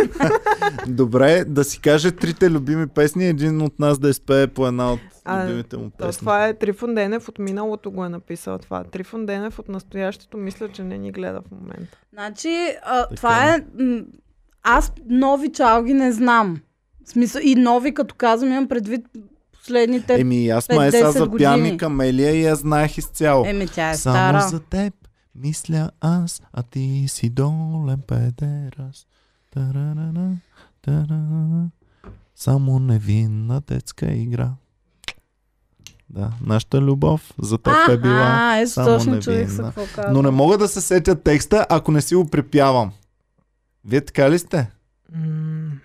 A: Добре, да си каже трите любими песни, един от нас да изпее по една от
C: А,
A: любимите му
C: То,
A: песни.
C: това е Трифон Денев от миналото го е написал това. Трифон Денев от настоящето мисля, че не ни гледа в момента.
B: Значи, а, това е... м, Аз нови чалги не знам. В смисъл, и нови, като казвам, имам предвид последните... Еми,
A: Еми, аз май сега
B: 50
A: запя ми
B: години.
A: камелия и я знаех изцяло.
B: тя е
A: Само
B: стара.
A: за теб мисля аз, а ти си долен педерас. Тарарара, тарарара. Само невинна детска игра. Да, нашата любов за теб е била
B: а, ето
A: само
B: точно човек са
A: невинна.
B: какво е. казва.
A: Но не мога да се сетя текста, ако не си го припявам. Вие така ли сте?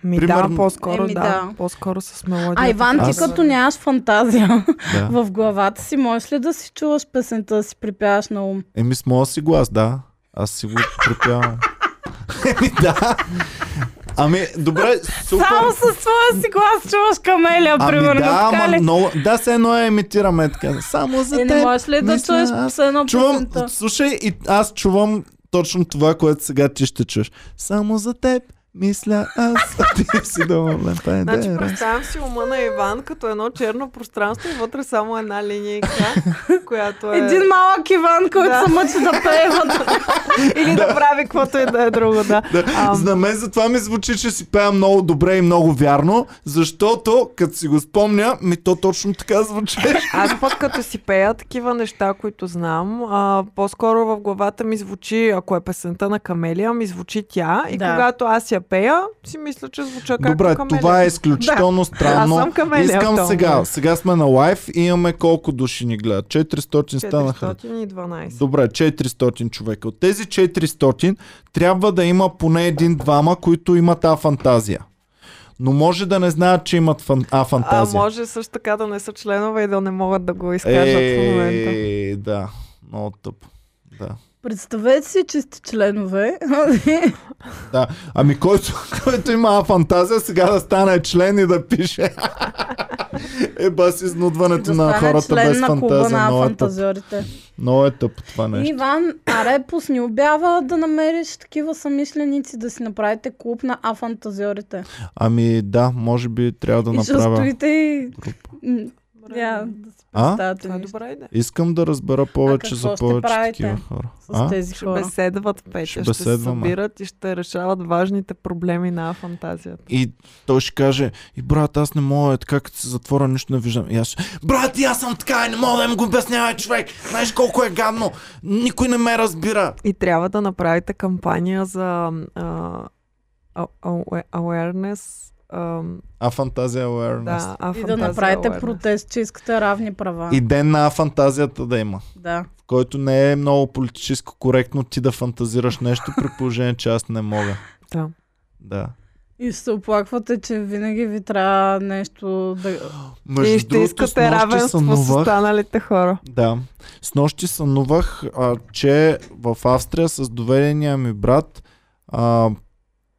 C: Ми
A: Примерно-
C: да, по-скоро
B: Еми,
C: да.
B: да.
C: По-скоро с мелодия.
B: А Иван, ти
A: Аз-
B: като нямаш фантазия
A: Да.
B: [laughs] в главата си, можеш ли да си чуваш песента, да си припяваш на ум?
A: Еми с моя си глас, да. Аз си го припявам. Еми да. Ами, добре, супер.
B: Само със своя си глас чуваш камелия, примерно.
A: Ами да,
B: така
A: ама
B: ли?
A: много... Да, се едно я имитираме така. Само за
B: Е,
A: теб.
B: не можеш ли да
A: мисля,
B: чуеш
A: аз
B: с едно
A: Чувам,
B: песента?
A: слушай, и аз чувам точно това, което сега ти ще чуеш. Само за теб, мисля аз, [laughs] а ти си доволен.
C: Значи
A: педера.
C: представям си ума на Иван като едно черно пространство и вътре само
B: [laughs]
C: една линейка, която е...
B: Един
C: [laughs]
B: малък Иван, който
C: Да.
B: се мъчи да пее вътре.
C: Или да прави каквото и да е друго, да.
A: Да,
C: Ам.
A: за мен затова ми звучи, че си пея много добре и много вярно, защото като си го спомня, ми то точно така звучи.
C: Аз пък като си пея такива неща, които знам, а, по-скоро в главата ми звучи, ако е песента на Камелия, ми звучи тя. И
B: Да.
C: когато аз я пея, си мисля, че звуча както
A: Добре,
C: Камелия.
A: това е изключително странно.
C: Аз съм камелия в
A: Искам
C: този
A: сега.
C: момент.
A: Сега сме на лайв и имаме колко души ни гледат. 400 станаха.
C: 412.
A: Добре, 400 човека. От тези 400 трябва да има поне един-двама, които имат афантазия. Но може да не знаят, че имат фан...
C: А
A: афантазия.
C: може също така да не са членове и да не могат да го изкажат в момента.
A: Е, да. Много тъпо. Да.
B: [laughs] Представете си, че сте членове.
A: Да. Ами който, който има фантазия, сега да стане член и да пише. Еба с изнудването
B: [laughs] да
A: на
B: стане
A: хората
B: член
A: без
B: на клуба
A: фантазия.
B: на
A: Много е тъп.
B: фантазиорите.
A: Много е тъп това нещо.
B: Иван, аре, пусни обява да намериш такива самишленици, да си направите клуб на афантазиорите.
A: Ами да, може би трябва да
B: и ще
A: направя.
B: стоите и...
A: група.
B: М, Няма
C: Добре,
B: да си
A: А?
B: представяте
C: Това е
B: нищо
C: добра идея.
A: Искам да разбера повече
B: какво
A: за
B: ще
A: повече
B: правите?
A: такива хора.
B: с
A: А?
B: тези
C: Ще
B: хора.
C: беседват, Петя,
A: Ще
C: ще, ще се
A: беседваме.
C: събират и ще решават важните проблеми на фантазията.
A: И той ще каже, и брат, аз не мога, е така като се затворя, нищо не виждам. И аз ще, брат, и аз съм така и не мога да им го обяснявай, човек. Знаеш колко е гадно. Никой не ме разбира.
C: И трябва да направите кампания за а, а, ауе- awareness. А,
A: А фантазия е awareness.
C: да, а
B: И да направите
C: awareness.
B: протест, че искате равни права.
A: И ден на фантазията да има.
B: Да.
A: В който не е много политически коректно ти да фантазираш нещо, при положение, че аз не мога.
C: Да.
A: Да.
B: И ще се оплаквате, че винаги ви трябва нещо да...
A: Между
C: и ще
A: другото,
C: искате
A: снощи
C: равенство с
A: сънувах-
C: останалите хора.
A: Да. С нощи сънувах, а, че в Австрия с доверения ми брат а,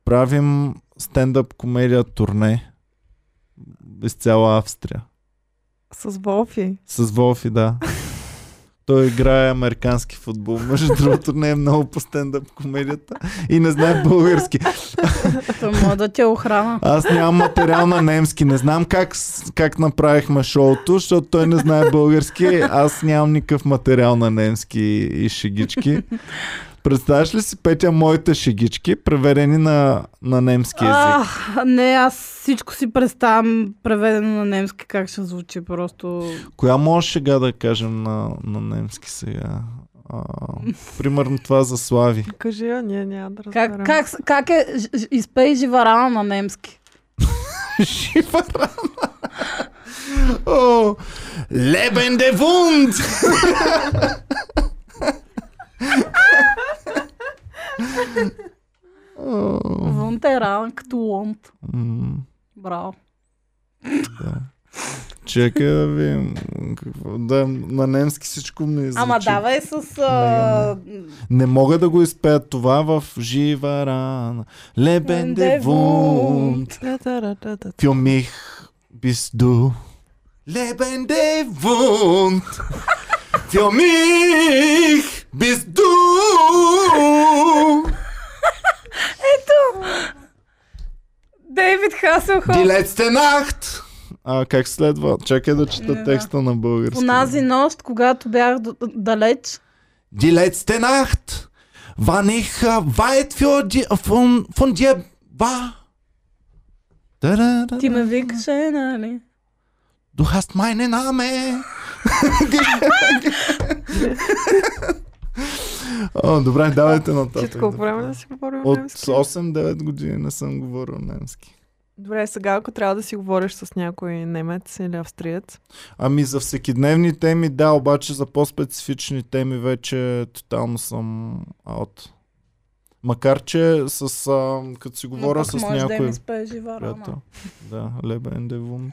A: правим стендъп комедия турне из цяла Австрия.
C: С Волфи.
A: С Волфи, да. Той играе американски футбол. Между другото не е много по стендъп комедията и не знае български.
B: Той може да те охрана.
A: Аз нямам материал на немски. Не знам как, с- как направихме шоуто, защото той не знае български. Аз нямам никакъв материал на немски и шегички. Представяш ли си, Петя, моите шегички, преведени на, на немски език?
B: Ах, не, аз всичко си представям преведено на немски как ще звучи просто.
A: Коя може шега да кажем на, на немски сега? А, примерно това за Слави.
C: Кажи я, ние няма да разберем.
B: Как, как, с- как е ж- ж- изпей живарана на немски?
A: Шифарана. О, лебен де вунд! О,
B: Вълнта е равен като лонд.
A: м,
B: Браво.
A: да. Чакай да видим. Какво? Да, на немски всичко ми е звучи.
B: Ама давай с... А...
A: Мега Не мога да го изпеят това в жива рана. Лебен де вунд.
C: Е, Та-та-ра-та-та.
A: Für mich bist du lebende Wund. Für mich bist du
B: Дейвид Хаселхоф.
A: die letzte Nacht. Ah, А как следва? Чакай да чета
B: Да.
A: текста на
B: В
A: български.
B: Унази нощ, когато бях д- д- далеч,
A: Die letzte Nacht, wann ich äh, weit für die, von, von dir war. Da, da, da.
B: ти ме викаше, нали?
A: Du hast meinen Namen. О, добре, давайте нататък.
C: Читко, време да си говорим
A: От
C: немски.
A: 8-9 години не съм говорил немски.
C: Добре, сега ако трябва да си говориш с някой немец
B: [laughs]
C: или австриец,
A: Ами за всекидневни теми, да, обаче за по-специфични теми вече тотално съм аут. Макар, че с, а, като си говоря
B: Но пък
A: с
B: можеш
A: някой...
B: да им изпееш живарана.
A: приятел. Да, лебен девум.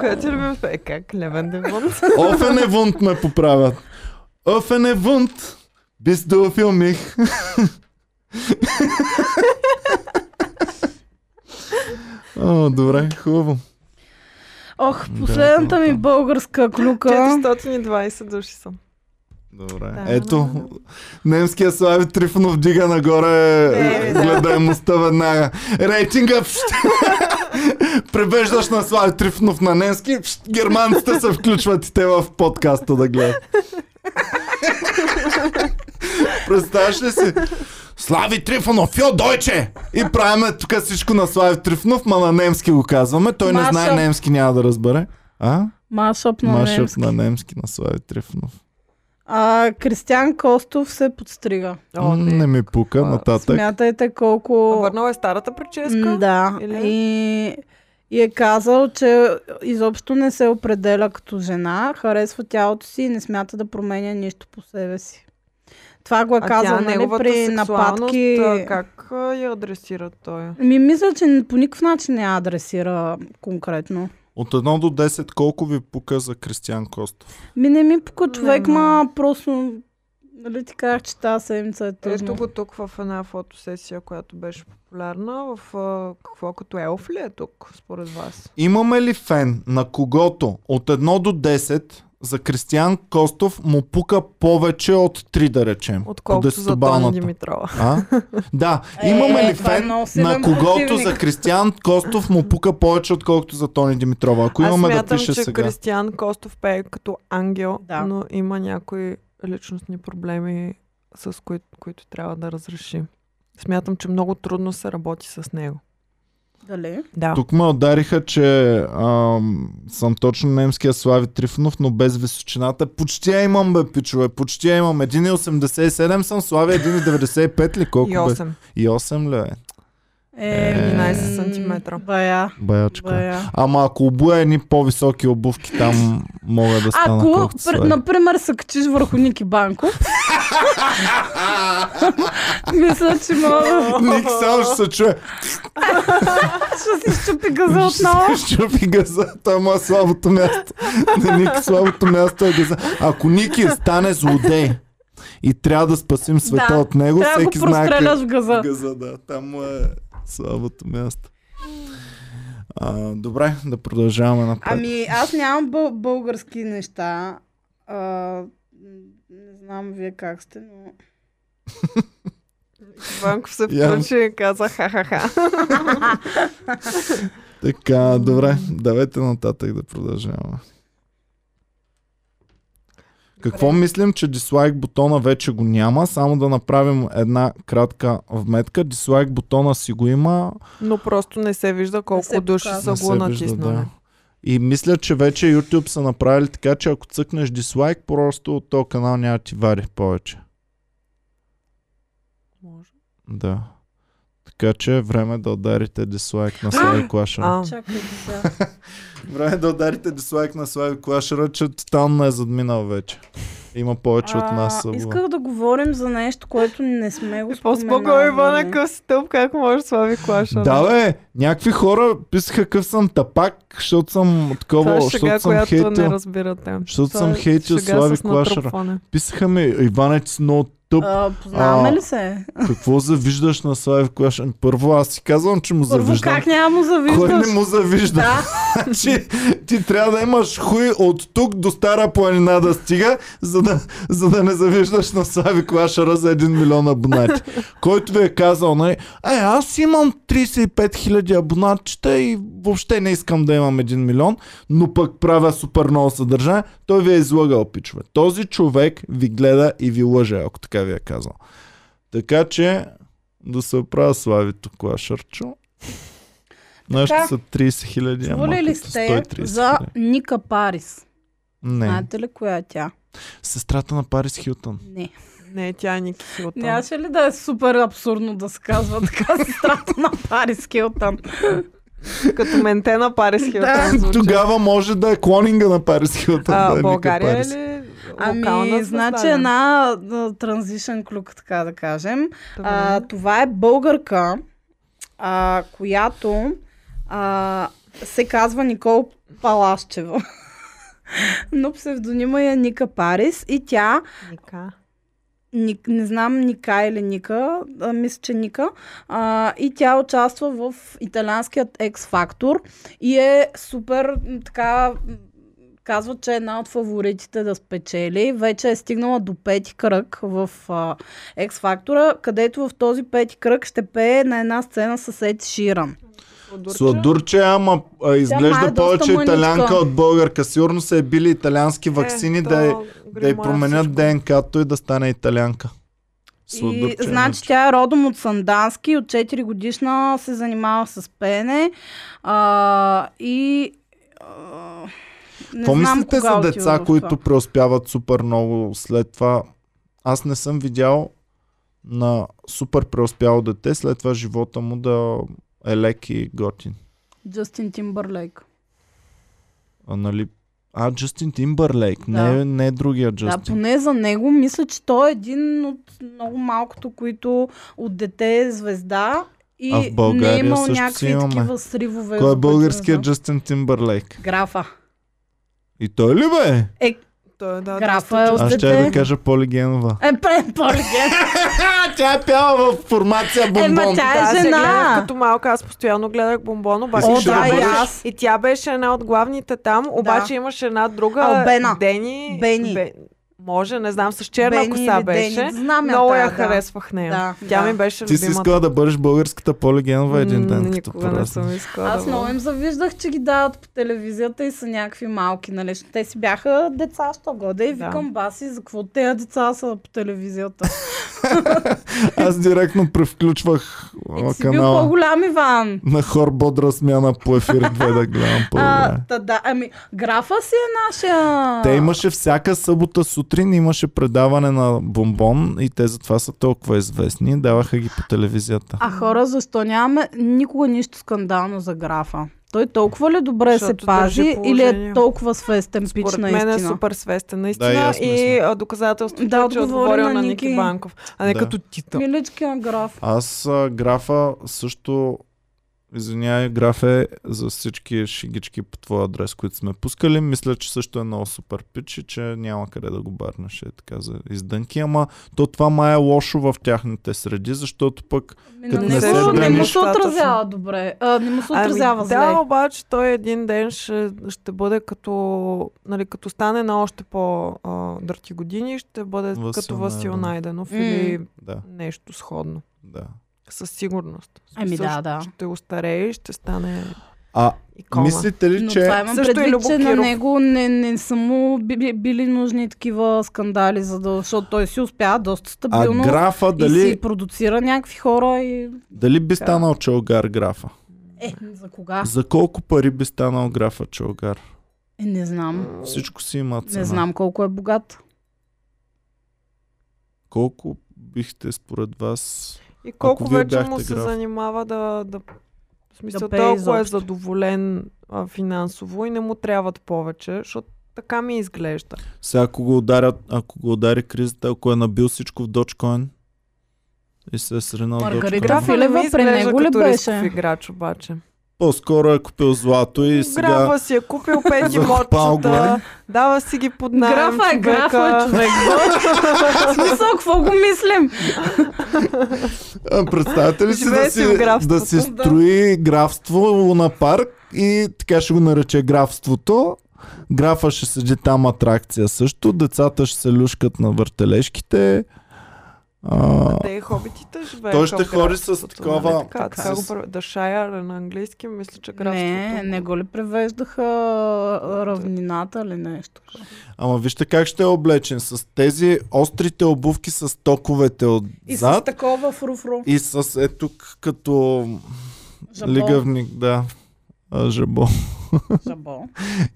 C: Което ти любим? Е, как? Левен Девон?
A: Офене вунт е ме поправят. Офене вунт. Бис до филмих. О, добре, хубаво.
B: Ох,
A: Да,
B: последната
A: да,
B: ми
A: да.
B: българска клюка.
C: 420 души съм.
A: Добре.
C: Да,
A: Ето,
C: да, да.
A: немския Слави Трифонов дига нагоре
C: Не, да.
A: гледаемостта веднага. Рейтинга пш, превеждаш на Слави Трифонов на немски, пш, германците се включват и те в подкаста да гледат. Представяш ли си? Слави Трифонов, Йо Дойче! И правиме тук всичко на Слави Трифонов, ма на немски го казваме. Той не знае
B: Маша.
A: немски, няма да разбере. А?
B: Машъп на
A: Машъп
B: немски.
A: на немски на Слави Трифонов.
B: А, Кристиан Костов се подстрига.
C: О,
A: М, не
C: не.
A: ми пука,
C: Такова.
A: нататък.
B: Смятайте колко...
C: Върнала е старата
B: М,
C: прическа?
B: Да.
C: Или?
B: И... и е казал, че изобщо не се определя като жена, харесва тялото си и не смята да променя нищо по себе си. Това го е
C: А
B: казал
C: тя,
B: нали,
C: неговата
B: при
C: сексуалност,
B: нападки.
C: а, Как а, я адресира той?
B: Ми, мисля, че по никакъв начин не я адресира конкретно.
A: От 1 до 10 колко ви пука за Кристиян Костов?
B: Ми не ми пука човек,
C: Не,
B: ма просто... Нали ти казах, че тази седмица е
C: Ето
B: тъжна.
C: го тук в една фотосесия, която беше популярна. В а, какво като елф ли е тук, според вас?
A: Имаме ли фен на когото от 1 до 10 за Кристиян Костов му пука повече от 3 да речем? По
C: Отколкото за Тони
A: десетобалната.
C: Димитрова.
A: А? Да,
B: Е,
A: имаме
B: е,
A: ли
B: това е
A: фен
B: много силен
A: на когото
B: противник.
A: за Кристиян Костов му пука повече, отколкото за Тони Димитрова? Ако
C: Аз
A: имаме да
C: смятам,
A: пише
C: че
A: сега.
C: Кристиян Костов пее като ангел,
B: Да.
C: но има някои личностни проблеми, с кои, които трябва да разреши. Смятам, че много трудно се работи с него.
B: Дали?
C: Да.
A: Тук ме удариха, че ам, съм точно немския Слави Трифонов, но без височината. Почти я имам, бе, пичове. Почти я имам. 1,87 съм, Слави 1,95 ли? Колко
C: И
A: бе?
C: 8.
A: И 8 ли е?
B: Е,
A: Е,
C: 11
B: м,
C: сантиметра.
B: Бая.
A: Баячка.
B: бая.
A: Ама ако обуя едни по-високи обувки, там мога да стана
B: Ако,
A: колкото
B: пр-
A: Слави.
B: например, се качиш върху
A: [laughs]
B: Ники Банко, мисля, че мога
A: Ник само ще се
B: [laughs]
A: чуе.
B: ще си щупи газа отново.
A: Ще се щупи газа, той му е слабото място. На Ники слабото място е газа. Ако Ники стане злодей и трябва да спасим света
B: Да,
A: от него,
B: Трябва да го
A: всеки е. знае къде-
B: простреляш в газа.
A: газа, да. Там му е слабото място. А, добре, да продължаваме напред.
B: Ами, аз нямам бъл- български неща. А, м, не знам вие как сте, но...
C: Банков се
A: Явно.
C: включи и каза ха-ха-ха.
A: Така, добре, давайте нататък да продължаваме. Какво мислим, че дислайк бутона вече го няма? Само да направим една кратка вметка. Дислайк бутона си го има.
C: Но просто не се вижда колко
B: се
C: души
B: показва.
A: не
C: са го
A: се вижда,
C: натиснали.
A: да. И мисля, че вече YouTube са направили така, че ако цъкнеш дислайк, просто от този канал няма да ти вари повече.
C: Може.
A: Да. Така че е време да ударите дислайк на Слави Клашера.
C: [gasps] А,
B: Чакай сега.
A: Време е да ударите дислайк на Слави Клашера, че тотално е задминал вече. Има повече от нас.
B: А,
A: събора.
B: исках да говорим за нещо, което не сме го
C: Какво
B: споменавали.
C: спога Ивана къв си тъп, как може Слави Клаша?
A: Да, бе, някакви хора писаха къв съм тапак, защото съм
C: Това
A: такова,
C: е шега,
A: защото съм
C: която не
A: хейтил.
C: разбирате.
A: Защото
C: Това
A: съм
C: е
A: хейтил
C: шега
A: Слави
C: с
A: Клашера.
C: натрупване.
A: Писаха ми, Иване, ти си много тъп,
B: А, познаваме
A: А,
B: ли се?
A: какво завиждаш на Слави Клашера? Първо аз си казвам, че му
B: Първо,
A: завиждам.
B: как няма
A: Кой
B: му завиждаш?
A: не му завижда?
B: Да,
A: [laughs] Значи, ти трябва да имаш хуй от тук до Стара планина да стига, за да, за да не завиждаш на Слави Клашара за 1 милион абонати. Който ви е казал, не, е, аз имам 35 хиляди абонатчета и въобще не искам да имам 1 милион, но пък правя супер много съдържание, той ви е излъгал, пичове. Този човек ви гледа и ви лъже, ако така ви е казал. Така че, да се оправя Славито Клашарчо. Нашите
B: Така.
A: са 30 хиляди. ама е
B: чували ли
A: като
B: сте
A: 130
B: за
A: хиляди.
B: Ника Парис?
A: Не.
B: Знаете ли коя е тя?
A: Сестрата на Парис Хилтън.
B: Не.
C: Не, тя е Ники Хилтън.
B: Нямаше ли да е супер абсурдно да се казва така [laughs] сестрата на Парис Хилтън?
C: Като менте на Парис Хилтън звучи.
A: Тогава може да е клонинга на Парис Хилтън. да е
C: А,
A: Ника
C: България е
A: Парис.
C: ли локална
B: Ами, значи
C: звезда ли?
B: една транзишен клюк, така да кажем.
C: Добре.
B: А, това е българка, а, която а, се казва Никол Палашчева. [laughs] Но псевдонима е Ника Парис и тя,
C: Ника.
B: Ник, не знам Ника или Ника, а, мисля, че Ника, а, и тя участва в италианският X-Factor и е супер м, така м, казват, че е една от фаворитите да спечели. Вече е стигнала до пети кръг в а, X-Factor, където в този пети кръг ще пее на една сцена с Ед Ширан.
A: Сладурче, ама а, изглежда
B: е доста
A: повече
B: мъничка.
A: италянка от българка. Сигурно са е били италиански
C: е,
A: вакцини да, я- да й променят ДНК-то и да стане италянка.
B: И,
A: Сладурче,
B: значи
A: иначе.
B: тя е родом от Сандански, от 4 годишна се занимава с пеене а, и а, не
A: Какво
B: знам
A: мислите
B: кога
A: за
B: отива в
A: деца,
B: това.
A: които преуспяват супер много след това? Аз не съм видял на супер преуспяло дете, след това живота му да е лек и готин.
B: Джастин Тимбърлейк.
A: А, нали? а Джастин Тимбърлейк,
B: Да.
A: не, е, не другия
B: Да,
A: Джастин.
B: поне за него мисля, че той е един от много малкото, които от дете е звезда И
A: А в България
B: не е имал
A: също си
B: някакви
A: имаме.
B: такива
A: Кой е
B: сривове. за които не
A: българският
B: знам.
A: Джастин Тимбърлейк?
B: Графа.
A: И той ли бе?
B: Е,
C: Той, да,
B: графа
C: доста
B: е
C: чу-
A: Аз ще
B: Пуснете.
A: да кажа Полигенова.
B: е, пре, Борген.
A: А, тя е пяла в формация
B: Ема
A: бомбон.
B: тя
C: Да,
B: е
C: се гледах
B: жена.
C: Като малка аз постоянно гледах бомбон, обаче
A: О,
C: тя
A: да, и
C: беше-
B: аз.
C: и тя беше една от главните там, обаче имаше една друга
B: Албена.
C: Дени.
B: Бени.
C: Бе- Може, не знам, с черна
B: Бени
C: коса
B: или
C: беше.
B: Дени. Знам я
C: Много
B: тая,
C: я
B: да.
C: харесвах нея.
B: Да,
C: Тя
B: да.
C: ми беше
A: Ти си
C: любимата.
A: искала да бъдеш българската Полигенова един ден.
C: М,
A: като
C: Никога не
A: порасна.
C: съм искала
B: Аз
C: да
B: много
C: бъда.
B: им завиждах, че ги дават по телевизията и са някакви малки, нали? Що Те си бяха деца, що года и
C: Да.
B: викам баси, за какво тези деца са по телевизията?
A: Аз директно превключвах
B: И
A: [laughs] о,
B: Е, си бил
A: канала
B: по-голям Иван.
A: на хор бодра смяна по ефир
B: [laughs]
A: 2 да гледам по
B: А, та, да, ами, графа си е нашия...
A: Те имаше всяка събота сутрин, имаше предаване на бомбон и те затова са толкова известни. Даваха ги по телевизията.
B: А хора, защо нямаме никога нищо скандално за графа? Той толкова ли добре
C: Защото
B: се пази
C: държи
B: или е
C: положение.
B: толкова свестен пич
C: Според мен
B: наистина?
C: е супер свестен, наистина.
A: Да, и аз
C: и
A: мисля.
C: а, доказателството,
B: Да,
C: е, че е
B: отговори
C: отговорил
B: на
C: на Ники
B: Ники.
C: Банков, а не
A: Да.
C: като Тита.
B: Миличкия граф.
A: Аз а, графа също Извинявай, граф е за всички шигички по твой адрес, които сме пускали. Мисля, че също е много супер пич и че няма къде да го барнеш. Е така за издънки, ама то това май е лошо в тяхните среди, защото пък
B: Ми,
A: Като не
B: на него
A: се
B: Ами, не му
A: жениш,
B: се отразява добре. А, не му се отразява
C: ами,
B: зле.
C: да, обаче той един ден ще, ще бъде като, нали, като стане на още по-дърти години, ще бъде
A: Васил
C: като Васил
A: Найденов.
C: Найденов
B: М.
C: или
A: да,
C: нещо сходно.
A: да.
C: Със сигурност. В
B: Ами
C: смисъл,
B: да, да.
C: Ще остарее и ще стане
A: А
C: икона.
A: мислите ли,
B: Но
A: че...
B: това е имам
C: Също и
B: предвид,
C: Любо
B: че на
C: Киров.
B: него не, не са му били, били нужни такива скандали, за да, защото той си успя доста
A: А
B: стабилно
A: графа
B: и
A: дали,
B: си продуцира някакви хора и...
A: дали би станал челгар графа?
B: Е, за кога?
A: За колко пари би станал графа Чолгар?
B: Е, не знам.
A: Всичко си има цена.
B: Не знам колко е богат.
A: Колко бихте според вас...
C: И колко
A: Ако вие
C: вече
A: бяхте
C: му се
A: граф.
C: занимава да, да в смисъл,
B: Да пее
C: той ако е
B: изобщо.
C: задоволен а, финансово и не му трябват повече, защото така ми изглежда.
A: Сега ако го, ударят, ако го удари кризата, ако е набил всичко в Dogecoin и се е сринал
B: Маргарита
A: Dogecoin.
B: Ф- Филева,
C: не ми
B: при
C: изглежда
B: него ли
C: като
B: беше?
C: рисков играч обаче.
A: По-скоро е купил злато и сега...
C: Графа си е купил
A: [laughs]
C: пет
A: Закопал го е.
C: имотчета, дава си ги под найем.
B: Графа е
C: човека.
B: графа, човек. В смисъл, какво го мислим?
A: А, представете ли си да
C: Живее си в
A: си, да
C: графството,
A: си
C: да.
A: строи графство луна парк и така ще го нарече графството. Графа ще седи там атракция също. Децата ще се люшкат на въртележките. А,
C: [laughs] Те и хобитите живеят.
A: Той ще
C: към
A: ходи с
C: графството,
A: такова-
C: нали Така, така
A: с-
C: го прав- The Shire е на английски, мисля, че графството.
B: Не, не го ли превеждаха а, равнината или нещо?
A: Ама вижте как ще е облечен. С тези острите обувки с токовете отзад.
B: такова фруфру.
A: И с е тук като лигавник, да. А, жабо.
B: Жабо.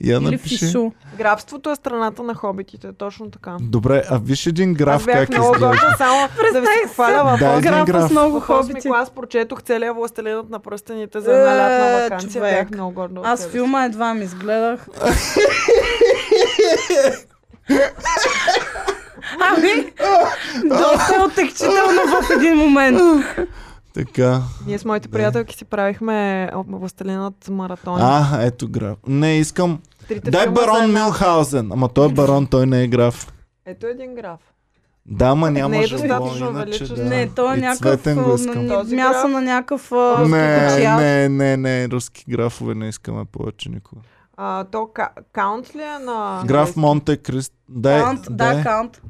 A: Я
B: Или
A: напиши.
B: фишу.
C: Грабството е страната на хобитите, точно така.
A: Добре, а виж един граф
C: Аз бях
A: как
C: много
A: изглежда.
C: горда, само да ви се хваля в
A: Да,
C: да,
A: един
B: Графа
A: граф.
B: с много
C: в 8
B: хобити.
C: клас прочетох целия властелинът на пръстените за една лятна
B: Е,
C: вакансия.
B: човек.
C: Бях много горда. от
B: Аз
C: себе си.
B: филма едва ми изгледах. Ами, доста е отекчително в един момент.
A: Така.
C: Ние с моите
A: Да.
C: приятелки си правихме властелинът маратон.
A: А, ето граф. Не, искам.
C: Трите
A: Дай
C: филма са
A: барон
C: една-
A: Мюнхаузен. Ама той е барон, той не е граф.
C: Ето един граф.
A: Да, ма няма
C: Не е
A: жабо,
C: достатъчно
A: иначе
C: величен.
A: да.
B: Не, то е
A: И
B: някакъв
A: цветен го искам.
B: на-
C: Този
B: мясо
C: граф?
B: на някакъв а, руски
A: Не,
B: кочияр.
A: не, не, не, руски графове не искаме повече никога.
C: А, то ка- каунт ли е на...
A: Граф Монте Крист. Дай,
B: Кант, да,
A: дай,
B: Кант.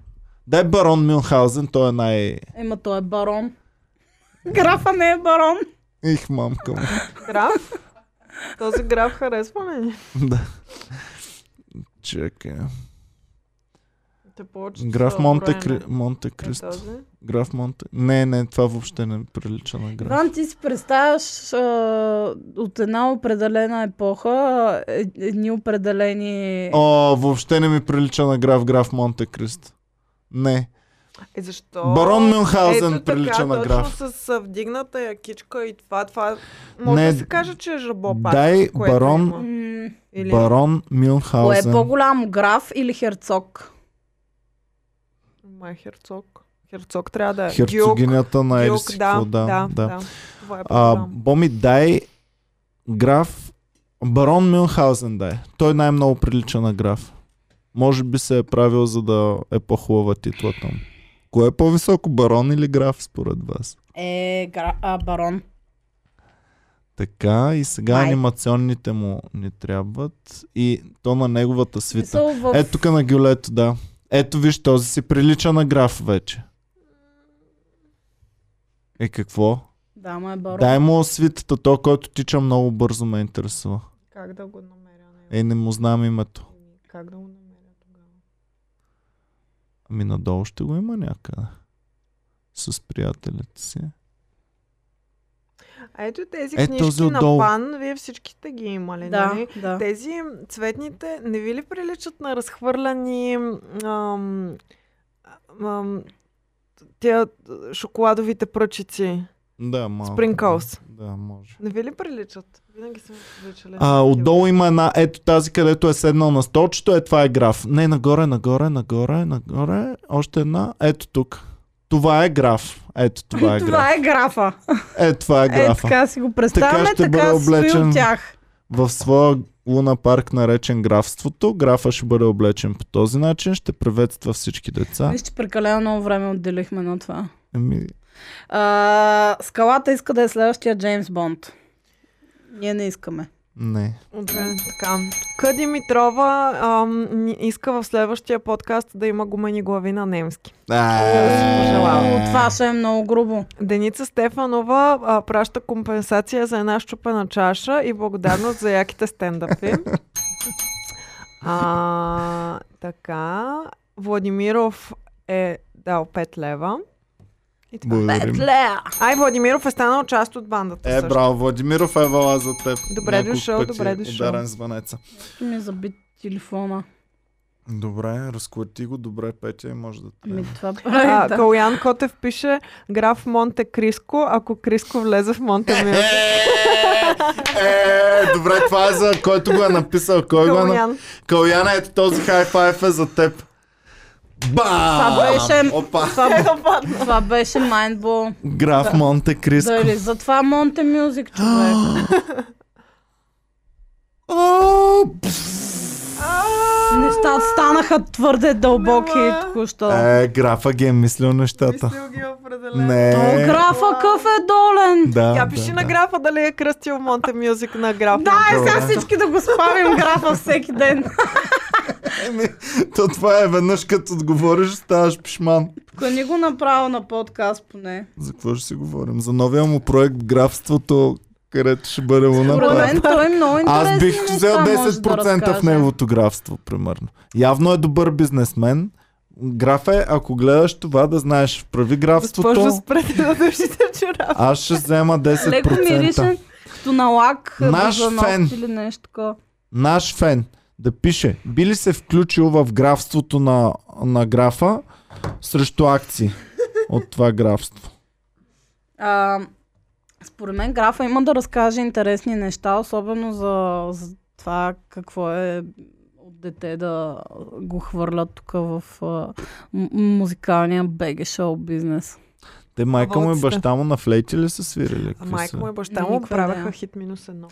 A: дай барон Мюнхаузен, той е най...
B: Ема той е барон. Графа не е барон.
A: Их, мамка му.
C: Граф? Този граф харесва ли ни?
A: [laughs] да. Чакай.
C: Те повече
A: Граф
C: са
A: Монте,
C: броени.
A: Кри... Монте Кристо.
C: Е, този?
A: Граф Монте... Не, не, това въобще не прилича на граф.
B: Иван, ти си представяш а, от една определена епоха а, е- едни определени...
A: О, въобще не ми прилича на граф Граф Монте Кристо. Не.
C: Е, защо?
A: Барон Мюнхаузен
C: Ето
A: прилича
C: така,
A: на граф.
C: точно с а, вдигната якичка и това, това... Може
A: Не,
C: да се каже, че е жабо пак.
A: Дай
C: което
A: барон,
C: има.
B: М,
C: Или...
A: барон
B: Кое е
A: Мюнхаузен.
B: по-голям, граф или херцог?
C: Май херцог. Херцог трябва да е. Гюк.
A: Херцогинята на
C: Гюк,
A: Ерисико, да, да,
C: да, да. Това е
A: А,
C: програма.
A: Боми, дай граф Барон Мюнхаузен дай. Той най-много прилича на граф. Може би се е правил, за да е по-хубава титлата му. Кое е по-високо, барон или граф, според вас?
B: Е, гра... а, барон.
A: Така, и сега
B: Май.
A: анимационните му ни трябват. И то на неговата свита.
B: Мисъл, в...
A: Ето Е, тук на гюлето, да. Ето виж, този си прилича на граф вече. Е какво?
B: Да, ма е барон.
A: Дай му свитата, то, който тича много бързо ме интересува.
C: Как да го намеря? Не,
A: Е, не му знам името.
C: Как да го намеря тогава?
A: Ами надолу ще го има някъде. С приятелите си.
C: А ето тези
A: Е,
C: книжки
A: този
C: на
A: отдолу.
C: пан, вие всичките ги имали, нали?
B: да, да.
C: Тези цветните не ви ли приличат на разхвърляни ам, ам, тия шоколадовите пръчици?
A: Да, малко.
C: Sprinkles.
A: Да, да, може.
C: Не ви ли приличат? Винаги съм ви приличали.
A: А, отдолу има една, ето тази, където е седнал на столчето, е това е граф. Не, нагоре, нагоре, нагоре, нагоре, още една, ето тук. Това е граф. Ето [laughs] това е граф.
B: [laughs] Това е графа.
A: Е, това е
B: Е,
A: графа.
B: така си го представяме,
A: Така ще
B: така,
A: бъде
B: стои
A: облечен.
B: от тях.
A: в своя луна парк, наречен графството. Графа ще бъде облечен по този начин, ще приветства всички деца.
B: Виж, че прекалено много време отделихме на това.
A: Еми,
B: А, скалата иска да е следващия Джеймс Бонд. Ние не искаме.
A: не.
C: Добре, така. Къ Димитрова ам, ни- иска в следващия подкаст да има гумени глави на немски.
B: О,
A: Пожелавам.
B: това ще е много грубо.
C: Деница Стефанова а, праща компенсация за една щупена чаша и благодарност за
A: [laughs]
C: яките стендъпи. А, така. Владимиров е дал 5 лева. И така.
A: Благодарим.
B: Петле!
C: Ай, Владимиров е станал част от бандата.
A: Е,
C: също.
A: браво, Владимиров е вала за теб.
C: Добре
A: Няколко
C: дошъл,
A: пъти
C: добре дошъл.
A: Ударен звънеца.
B: Ще ми заби телефона.
A: Добре, разклати го, добре, Петя, и може да
B: Ми
A: трябва.
B: [laughs] това
C: А,
B: прави, Е, да.
C: Калуян Котев пише граф Монте Криско, ако Криско влезе в Монте
A: Е,
C: Милко.
A: е, добре, това е за който го е написал. Кой го е на...
C: Калуян.
A: Каляна, ето този хай-файф е за теб. Бам!
B: Това беше-
A: Опа!
B: Това, това беше майндбол.
A: Граф Монте Криско.
B: Дали, затова Монте
A: [gasps]
B: Мюзик,
A: Е,
B: човек. [gasps]
A: О,
B: Нещата станаха твърде дълбоки
C: Нема.
B: току-що.
A: Е, графа ги е мислил нещата.
C: Мислил ги определено.
A: Не.
B: О, графа къв е долен.
A: Да,
C: Я
A: да,
C: пиши
A: да,
C: на графа дали е кръстил Монте Мюзик на графа.
B: Да, е сега
A: Добре.
B: всички да го спавим графа всеки ден.
A: Еми, то това е веднъж като отговориш, ставаш пишман.
B: Покани го направо на подкаст поне.
A: За какво ще си говорим? За новия му проект Графството, където ще бъде луна.
B: Според
A: парк.
B: мен той е много интересен.
A: Аз бих взел 10% в неговото графство, примерно. Явно е добър бизнесмен. Граф е, ако гледаш това, да знаеш, прави
C: Госпожо,
A: графството,
C: спрете да държите чорапа.
A: аз ще взема
B: Леко
A: 10%.
B: мирише, като на лак,
A: Наш
B: за ногти
A: фен.
B: или нещо такова.
A: наш фен да пише, би ли се включил в графството на, на графа срещу акции от това графство?
B: А, според мен графа има да разкаже интересни неща, особено за, за това какво е от дете да го хвърлят тук в а, м- музикалния БГ шоу бизнес.
A: Те майка му и
C: Вълците.
A: баща му на флейти ли са свирили?
C: А
A: Какви
C: майка
A: са?
C: му и баща
B: Никаква
C: му
B: идея.
C: правеха хит минус едно.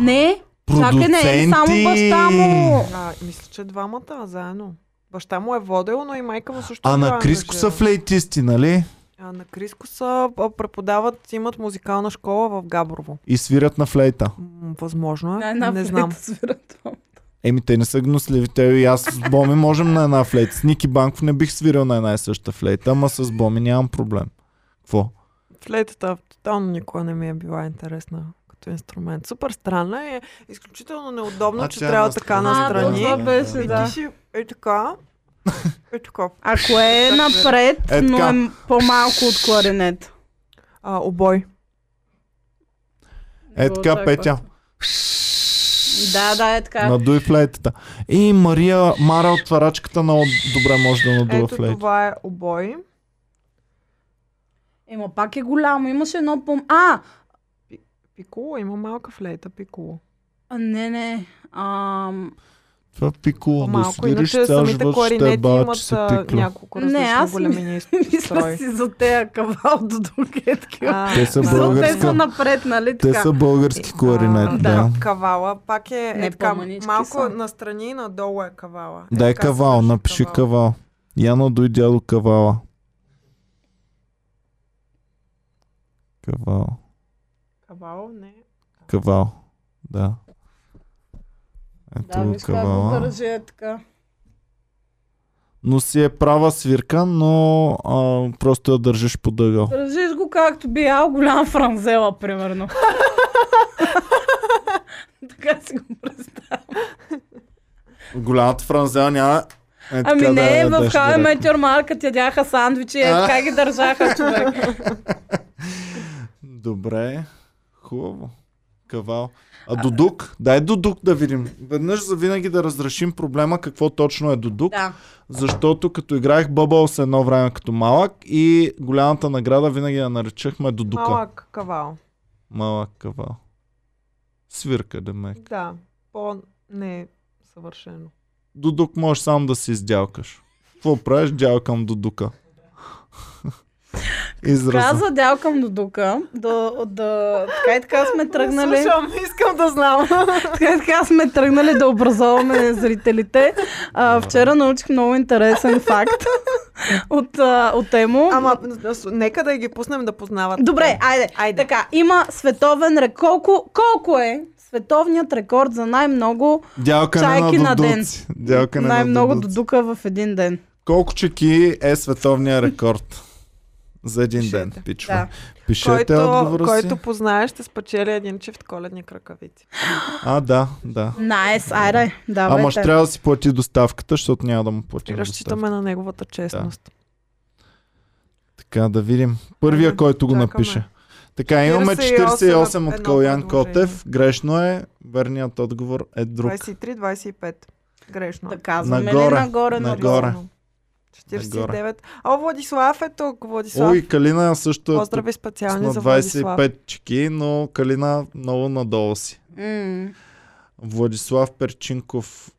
B: Не, чакай, не, е само
A: Продуценти!
B: баща му.
C: А, мисля, че двамата а заедно. Баща му е водел, но и майка му също
A: А
C: била
A: на Криско са
C: ангажирана.
A: флейтисти, нали?
C: А на Криско са а, преподават, имат музикална школа в Габрово.
A: И свирят на флейта.
C: М, Възможно
B: На
C: е,
B: една
C: не
B: флейта
C: знам.
B: свира това.
A: Еми, те не са гнусливи. Те и аз с Боми можем на една флейта. С Ники Банков не бих свирил на една и съща флейта, ама с Боми нямам проблем. Какво?
C: Значи Флейтата тотално никога не ми е била интересна като инструмент. Супер странна е, изключително неудобно,
A: А,
C: че
A: тя е
C: трябва така
A: настрана.
B: Значи,
C: настрани.
A: е
B: А, да, това беше,
C: И
B: да.
C: ти си е
A: [laughs]
C: така. Е така.
B: Ако е напред,
A: Е
B: но
A: така.
B: е по-малко от кларинет.
C: А, обой.
A: Е
B: Го
A: така,
B: очаквах.
A: Петя.
B: Да, да, е така.
A: Надуй флейтата. И Мария Мара от тварачката много добре може да надува
C: Ето
A: флейта.
C: това е обой.
B: Ема пак е голямо. Имаше едно по... А,
C: Пикуло, има малка флейта, пикуло.
B: А, Не, не. Ам... [laughs]
A: Това пикуло да
C: По-малко.
A: свириш цял
C: Иначе самите
A: живот, ще
C: кларинети
A: бачи
C: имат
A: се
C: а,
A: пикла.
B: [laughs]
C: няколко
B: Не,
C: различни
B: аз
C: големини
B: Мисля
C: строй.
B: си за тея кавал до другия такива.
C: А,
A: Те са
C: да.
B: Защото Те
A: българска.
B: са напред, нали
A: Те
B: така?
A: са български
C: Е, А,
A: кларинет, да.
C: да. Кавала пак е,
B: Не,
C: е така,
B: по-мънички
C: малко
B: са.
C: настрани и надолу е кавала.
A: Дай
C: така се
A: кавал,
C: върши
A: напиши кавал. Яна дойдя до кавала. Кавал.
C: Кавал, не.
A: Кавал. Да. Ето
B: Да,
A: го
B: виж как го
A: кавала.
B: държа е така.
A: Но си е права свирка, но а, просто я държиш по дъгъл.
B: Държиш го както би ял голям франзела, примерно. [laughs] така си го представя.
A: Голямата франзел няма... Е,
B: Ами
A: така да
B: не,
A: я
B: в
A: ядеш
B: Хай
A: директно.
B: Метеор Маркът ядяха сандвичи, е
A: А.
B: така ги държаха човек.
A: [laughs] Добре, хубаво. Кавал. А Дудук? Дай Дудук да видим. Веднъж за винаги да разрешим проблема какво точно е Дудук.
B: Да.
A: Защото като играех Bubbles едно време като малък и голямата награда винаги я наричахме Дудука. Малък,
C: Малък кавал.
A: Малък кавал. Свирка, демек.
C: Да, по не е съвършено.
A: Дудук можеш сам да си издялкаш. Какво правиш? Дялкам Дудука. [laughs] Израза.
B: Каза дялкам до дука. Да, да, така и така сме тръгнали.
C: Слушам, [laughs] искам
B: [laughs]
C: да знам.
B: Така и така сме тръгнали да образоваме зрителите. А, вчера научих много интересен
A: [laughs]
B: факт от, а, от Емо.
C: Ама, с- нека да ги пуснем да познават.
B: Добре, е, айде.
C: Айде.
B: Така, има световен рекорд. Колко, колко е световният рекорд за най-много,
A: Дялкане
B: Чайки на
A: на
B: ден.
A: дудуци. Дялкане
B: най-много
A: на дудуци.
B: додука в един ден?
A: Колко чеки е световния рекорд? За един
C: Пишете.
A: ден, пичове.
B: Да.
A: Пишете
C: който,
A: отговора
C: който
A: си.
C: познаеш, ще спечели един чифт коледни кракавици.
A: А, да, да.
B: Найс, айде,
A: Ама
B: давайте.
A: Ама ще трябва да си плати доставката, защото няма да му плати
C: И разчитаме на неговата честност.
A: Така, да видим. Първия,
C: Да,
A: който го
C: чакаме.
A: напише. Така, имаме
C: 48
A: 48 от
C: едно
A: Калян
C: предложение.
A: Котев. Грешно е. Верният отговор е друг.
C: 23-25. Грешно.
B: Да казваме
A: Нагоре,
B: ли нагоре? надолу?
A: нагоре.
C: Написано. 49. О, Владислав е тук. Владислав.
A: Ой, Калина също е тук
C: Поздрави
A: с
C: специални
A: на
C: за Владислав.
A: 25 чеки, но Калина много надолу си.
B: М.
A: Владислав Перчинков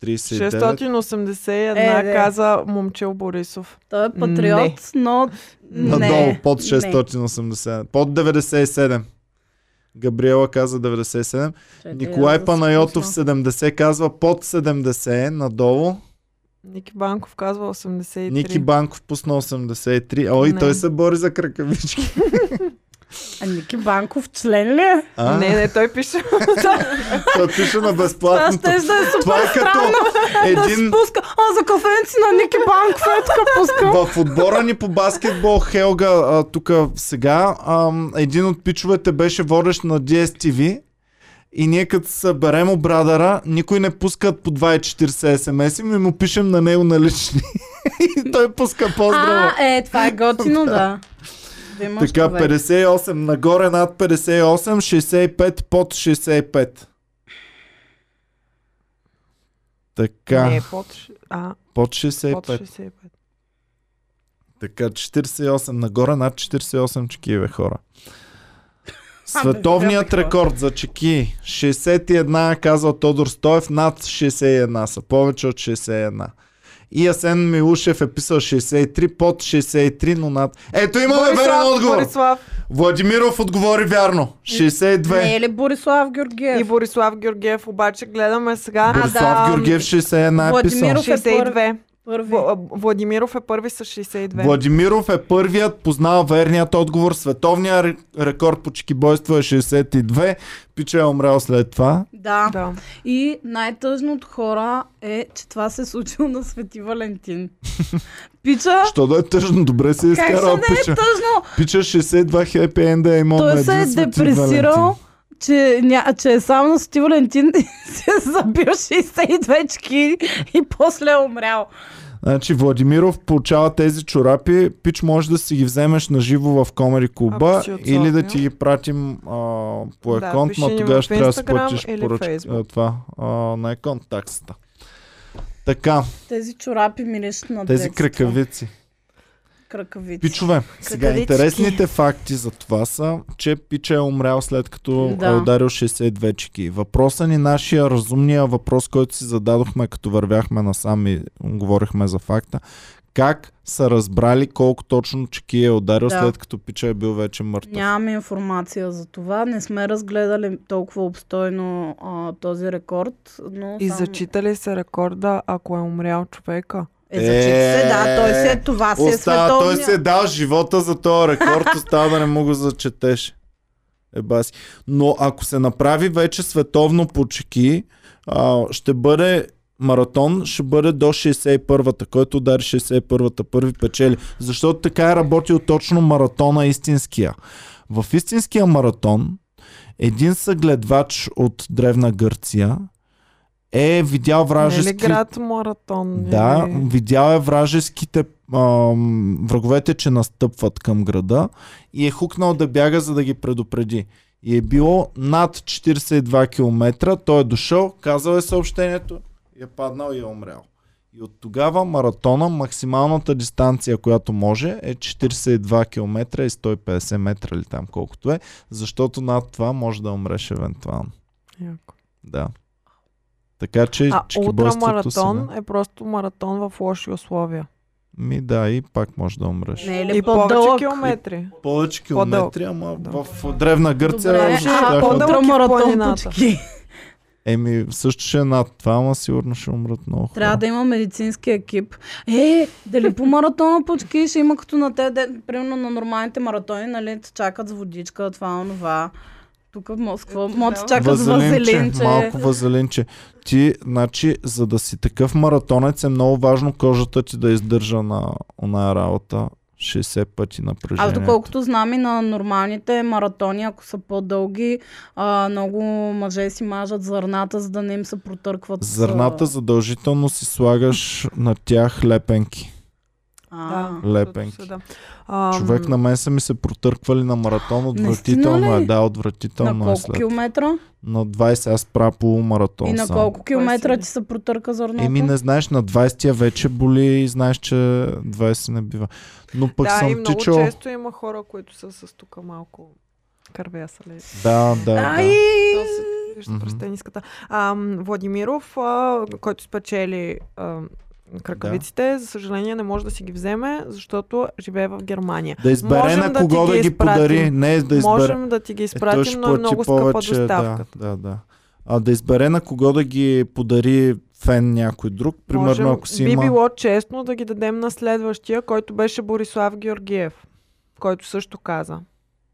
A: 39.
C: 681
B: Е, де.
C: каза момчел Борисов.
B: Той е патриот, но
A: Надолу,
B: не.
A: под
B: Не.
A: 680. Под 97. Габриела каза 97.
B: Чакай, аз
A: Николай
B: да
A: Панайотов
B: се
A: 70 казва под 70 надолу.
C: Ники Банков казва
B: Е,
C: 83.
A: Ники Банков пусна 83. Ой,
C: Не.
A: той се бори за кракавички.
B: сетя. А Ники Банков член ли е?
A: А?
C: Не, не, той пише.
A: Той пише на
B: Това
A: безплатното.
B: ще е супер
A: Това е като
B: странно да се
A: един
B: [laughs] пуска. А за кафенци на Ники Банков е
A: [laughs]
B: така пускам.
A: в отбора ни по баскетбол Хелга тук сега ам, един от пичовете беше водещ на DSTV и ние като съберем обрадара, никой не пускат по 2,40 смс и ми му пишем на него на лични. [laughs] и той пуска
B: А,
A: поздрава.
B: е, това е готино, да. Да имаш
A: Така,
B: човек.
A: 58, нагоре над 58, 65, под 65. Така,
C: Не, под, ш- а,
A: под
C: под
A: 65.
C: 65.
A: Така, 48, нагоре над 48 чекиеве хора.
B: [laughs]
A: Световният
B: Абе,
A: рекорд за чеки 61, казал Тодор Стоев, над 61 са, повече от 61. И Асен Милушев е писал 63, под 63, но над... Ето имаме верен
C: Борислав,
A: е отговор!
C: Борислав
A: Владимиров отговори вярно. 62.
B: Не е ли Борислав
C: и
B: Георгиев?
C: Борислав Георгиев, обаче гледаме сега.
A: Борислав
B: да,
A: Георгиев 61 е писал.
B: Владимиров е
C: 62.
B: Първи.
C: Бо- а, Владимиров е първи с 62.
A: Владимиров е първият, познава верният отговор. Световният ре- рекорд по чекибойство е 62. Пича е умрял след това.
B: Да.
C: Да.
B: И най-тъжното хора е, че това се е случило на
A: [laughs]
B: Свети Валентин. Пича,
A: Що да е тъжно, добре се е
B: как ще
A: изкарал
B: не е
A: пича.
B: тъжно?
A: Пича е 62 хепи енда е имал на
B: Той се е
A: един Свети
B: депресирал,
A: Валентин.
B: че, ня, че е само на Свети Валентин [laughs] и се е забил 62 чки и после е умрял.
A: Значи Владимиров получава тези чорапи. Пич може да си ги вземеш на живо в Комери клуба
C: Ако си
A: или да
C: отслабнал.
A: ти ги пратим а, по
C: Да,
A: еконт,
C: пиши
A: но
C: ни
A: тогава
C: в
A: ще трябва да си
C: Instagram
A: платиш
C: или
A: поръчка, е,
C: Facebook.
A: това, а, на еконт таксата. Така,
B: Тези чорапи миришат на
A: тези
B: детство.
A: кракавици.
B: Кракавици.
A: Пичове, сега
B: Католически.
A: интересните факти за това са, че Пича е умрял след като
B: Да.
A: да. е ударил 62 чеки. Въпросът ни, нашия разумния въпрос, който си зададохме, като вървяхме насам и говорихме за факта, как са разбрали колко точно чеки е ударил
B: Да.
A: след като Пича е бил вече мъртъв?
B: Нямаме информация за това. Не сме разгледали толкова обстойно а, този рекорд. Но
C: И
B: само-
C: зачита ли се рекорда, ако е умрял човека?
B: Е, зачита се, да. Той се е това си е
A: Остава, той
B: световния.
A: се е дал живота за този рекорд, остава да не мога да зачетеш. Еба си. Но ако се направи вече световно по чеки, а, ще бъде маратон, ще бъде до 61-та. Който удари 61-та първи печели. Защото така е работил точно маратона истинския. В истинския маратон един съгледвач от Древна Гърция е видял
C: Вражески...
A: вражески
C: Не ли Нали град Маратон?
A: да,
C: Или...
A: видял е вражеските ам, враговете, че настъпват към града и е хукнал да бяга, за да ги предупреди. И е било над 42 км, той е дошъл, казал е съобщението, и е паднал и е умрял. И от тогава маратона, максималната дистанция, която може, е 42 км и 150 метра или там колкото е, защото над това може да умреш евентуално.
C: Яко.
A: Да. Така че
C: А
A: чекиборството си,
C: ултрамаратон
A: да.
C: е просто маратон в лоши условия.
A: Ми да, и пак може да умреш.
B: Не е
C: И
B: ли
C: повече
B: по-дълъг?
C: километри.
A: повече
C: По-дълъг.
A: километри, ама
C: Да.
A: в Древна Гърция
B: Добре,
A: ще
B: а
A: бяха-
C: по-дълъг е в
B: ултрамаратон по
C: планината.
B: чеки.
A: Еми, също ще е над това, ама сигурно ще умрат много хора.
B: Трябва да има медицински екип. Е, дали по маратона по чеки ще има като на те, де, примерно на нормалните маратони, нали, те чакат с водичка, това, онова. Тук в
C: Е,
B: Москва, моите чакат с вазелинче.
A: малко вазелинче. Ти, значи, за да си такъв маратонец е много важно кожата ти да издържа на оная работа 60 пъти напрежение.
B: Аз доколкото знам и на нормалните маратони, ако са по-дълги, а, много мъже си мажат зърната, за да не им се протъркват.
A: Зърната задължително си слагаш на тях лепенки.
B: А, да.
A: Лепенки.
C: Също Да. Ам,
A: Човек на мен са ми се протърквали на маратон,
B: Наистина
A: отвратително е,
B: ли?
A: да,
B: На
A: отвратително е
B: колко
A: след.
B: километра?
A: На 20 аз правя полумаратон
B: И на
A: сам.
B: колко километра
C: Кой си?
B: ти се протърка зърното?
A: Еми не знаеш, на 20-я вече боли и знаеш, че 20 не бива. Но пък
C: да, и
A: съм
C: много
A: тичал.
C: често има хора, които са с тук малко кървясали.
A: Да, да, да.
B: Ай!
C: То се вижда
A: Мгм.
C: през тениската. Ам, Владимиров, а, който спечели а, кракавиците, за съжаление не може да си ги вземе, защото живее в Германия.
A: Да избере
C: Можем
A: на
C: да
A: кого
C: ти
A: да
C: ги
A: ги,
C: изпратим.
A: подари. Не да избере.
C: Можем да ти ги
A: Е, той ще
C: изпратим, но е
A: плати
C: много скъпа
A: да,
C: доставка.
A: да, да. А да избере на кого да ги подари фен някой друг. Примерно
C: Можем,
A: ако си
C: би
A: има...
C: било честно да ги дадем на следващия, който беше Борислав Георгиев, който също каза.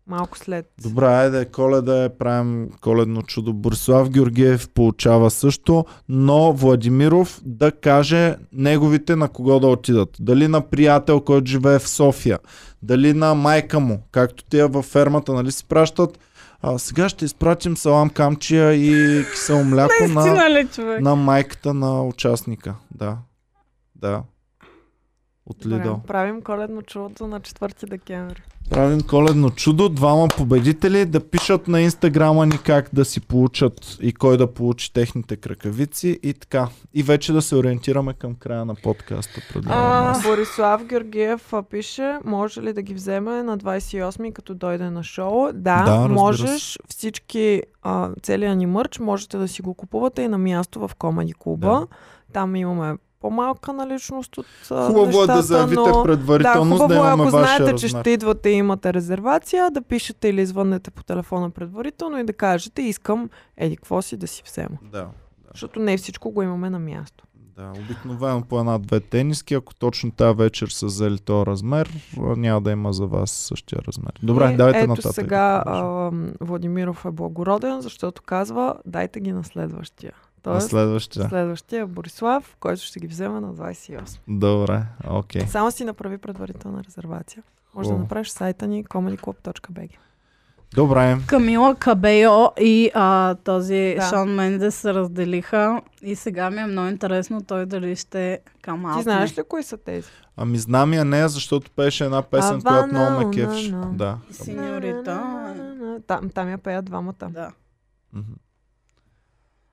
C: Малко след.
A: Добре, айде, коледа е, правим коледно чудо. Борислав Георгиев получава също, но Владимиров да каже неговите на кого да отидат. Дали на приятел, който живее в София, дали на майка му, както тия във фермата, нали си пращат. А, сега ще изпратим салам камчия и кисело мляко на,
B: Истина
C: нали,
B: ли, човек?
A: на майката на участника. Да, да. От
C: Добре,
A: Лидо.
C: правим коледно чудо на 4 декември.
A: Правим коледно чудо. Двама победители да пишат на инстаграма ни как да си получат и кой да получи техните кракавици и така. И вече да се ориентираме към края на подкаста. предлагам аз.
C: Борислав Георгиев а, пише, може ли да ги вземе на 28-ми, като дойде на шоу? Да,
A: Да, разбира
C: можеш. Всички, а, целият ни мърч, можете да си го купувате и на място в Комади Клуба.
A: Да.
C: Там имаме по-малка наличност от а,
A: Хубаво е
C: нещата,
A: да заявите
C: но... Да,
A: предварително, за
C: хубаво
A: да
C: е,
A: имаме
C: ако
A: вашия
C: знаете, че
A: размер.
C: ще идвате и имате резервация, да пишете или звъннете по телефона предварително и да кажете, искам еди какво си да си взема.
A: Да,
C: Защото не всичко го имаме на място.
A: да. Обикновено по една-две тениски. Ако точно тази вечер са взели този размер, няма да има за вас същия размер. Добре,
C: И
A: давайте
C: Е, Ето
A: нататък.
C: сега а, Владимиров е благороден, защото казва, дайте ги на следващия.
A: на
C: Тоест,
A: следващия.
C: следващия е Борислав, който ще ги вземе на 28.
A: Добре, окей.
C: Само си направи предварителна резервация. Може да
A: Хубаво.
C: направиш сайта ни comedyclub.bg.
A: Добре.
B: Камила Кабейо и а, този
C: Да.
B: да. Шон Мендес се разделиха и сега ми е много интересно той дали ще е към
C: Ти знаеш ли кои са тези?
A: Ами знам я нея, защото пееше една песен,
C: Ава,
A: която много
C: на,
A: ме кефиш.
C: на, на.
A: Да.
B: Синьорита.
C: Там, там я пеят двамата.
B: Да.
A: Мгм.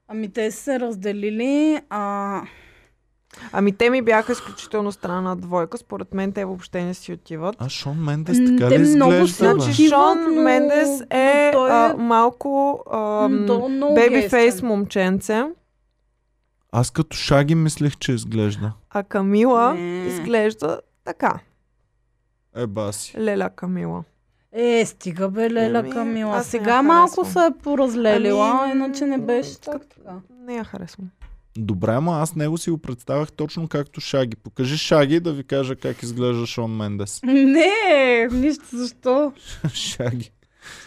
B: Ами те са се разделили. А...
C: Ами те ми бяха изключително странна двойка. Според мен те въобще не си отиват.
A: А Шон Мендес
B: М,
A: така
B: те
A: ли
B: много
A: изглежда?
B: са
A: бе?
C: Значи Шон
B: но-
C: Мендес е,
B: той е-
C: а, малко
B: То много
C: беби фейс
B: гестен.
C: момченце,
A: Аз като Шаги мислех, че изглежда.
C: а Камила
B: Не.
C: изглежда така.
A: Е, баси.
C: Леля Камила.
B: Е, стига бе, Леля
C: Еми,
B: Камила.
C: Ами, аз не я
B: Сега малко се
C: харесвам.
B: е поразлелила,
C: Ами,
B: иначе не беше
C: м,
B: так така.
C: Не я харесвам.
A: Добре, ама аз него си го представях точно както Шаги. Покажи Шаги да ви кажа как изглежда Шон
B: [laughs]
A: Мендес.
B: Не, нищо защо.
A: Шаги.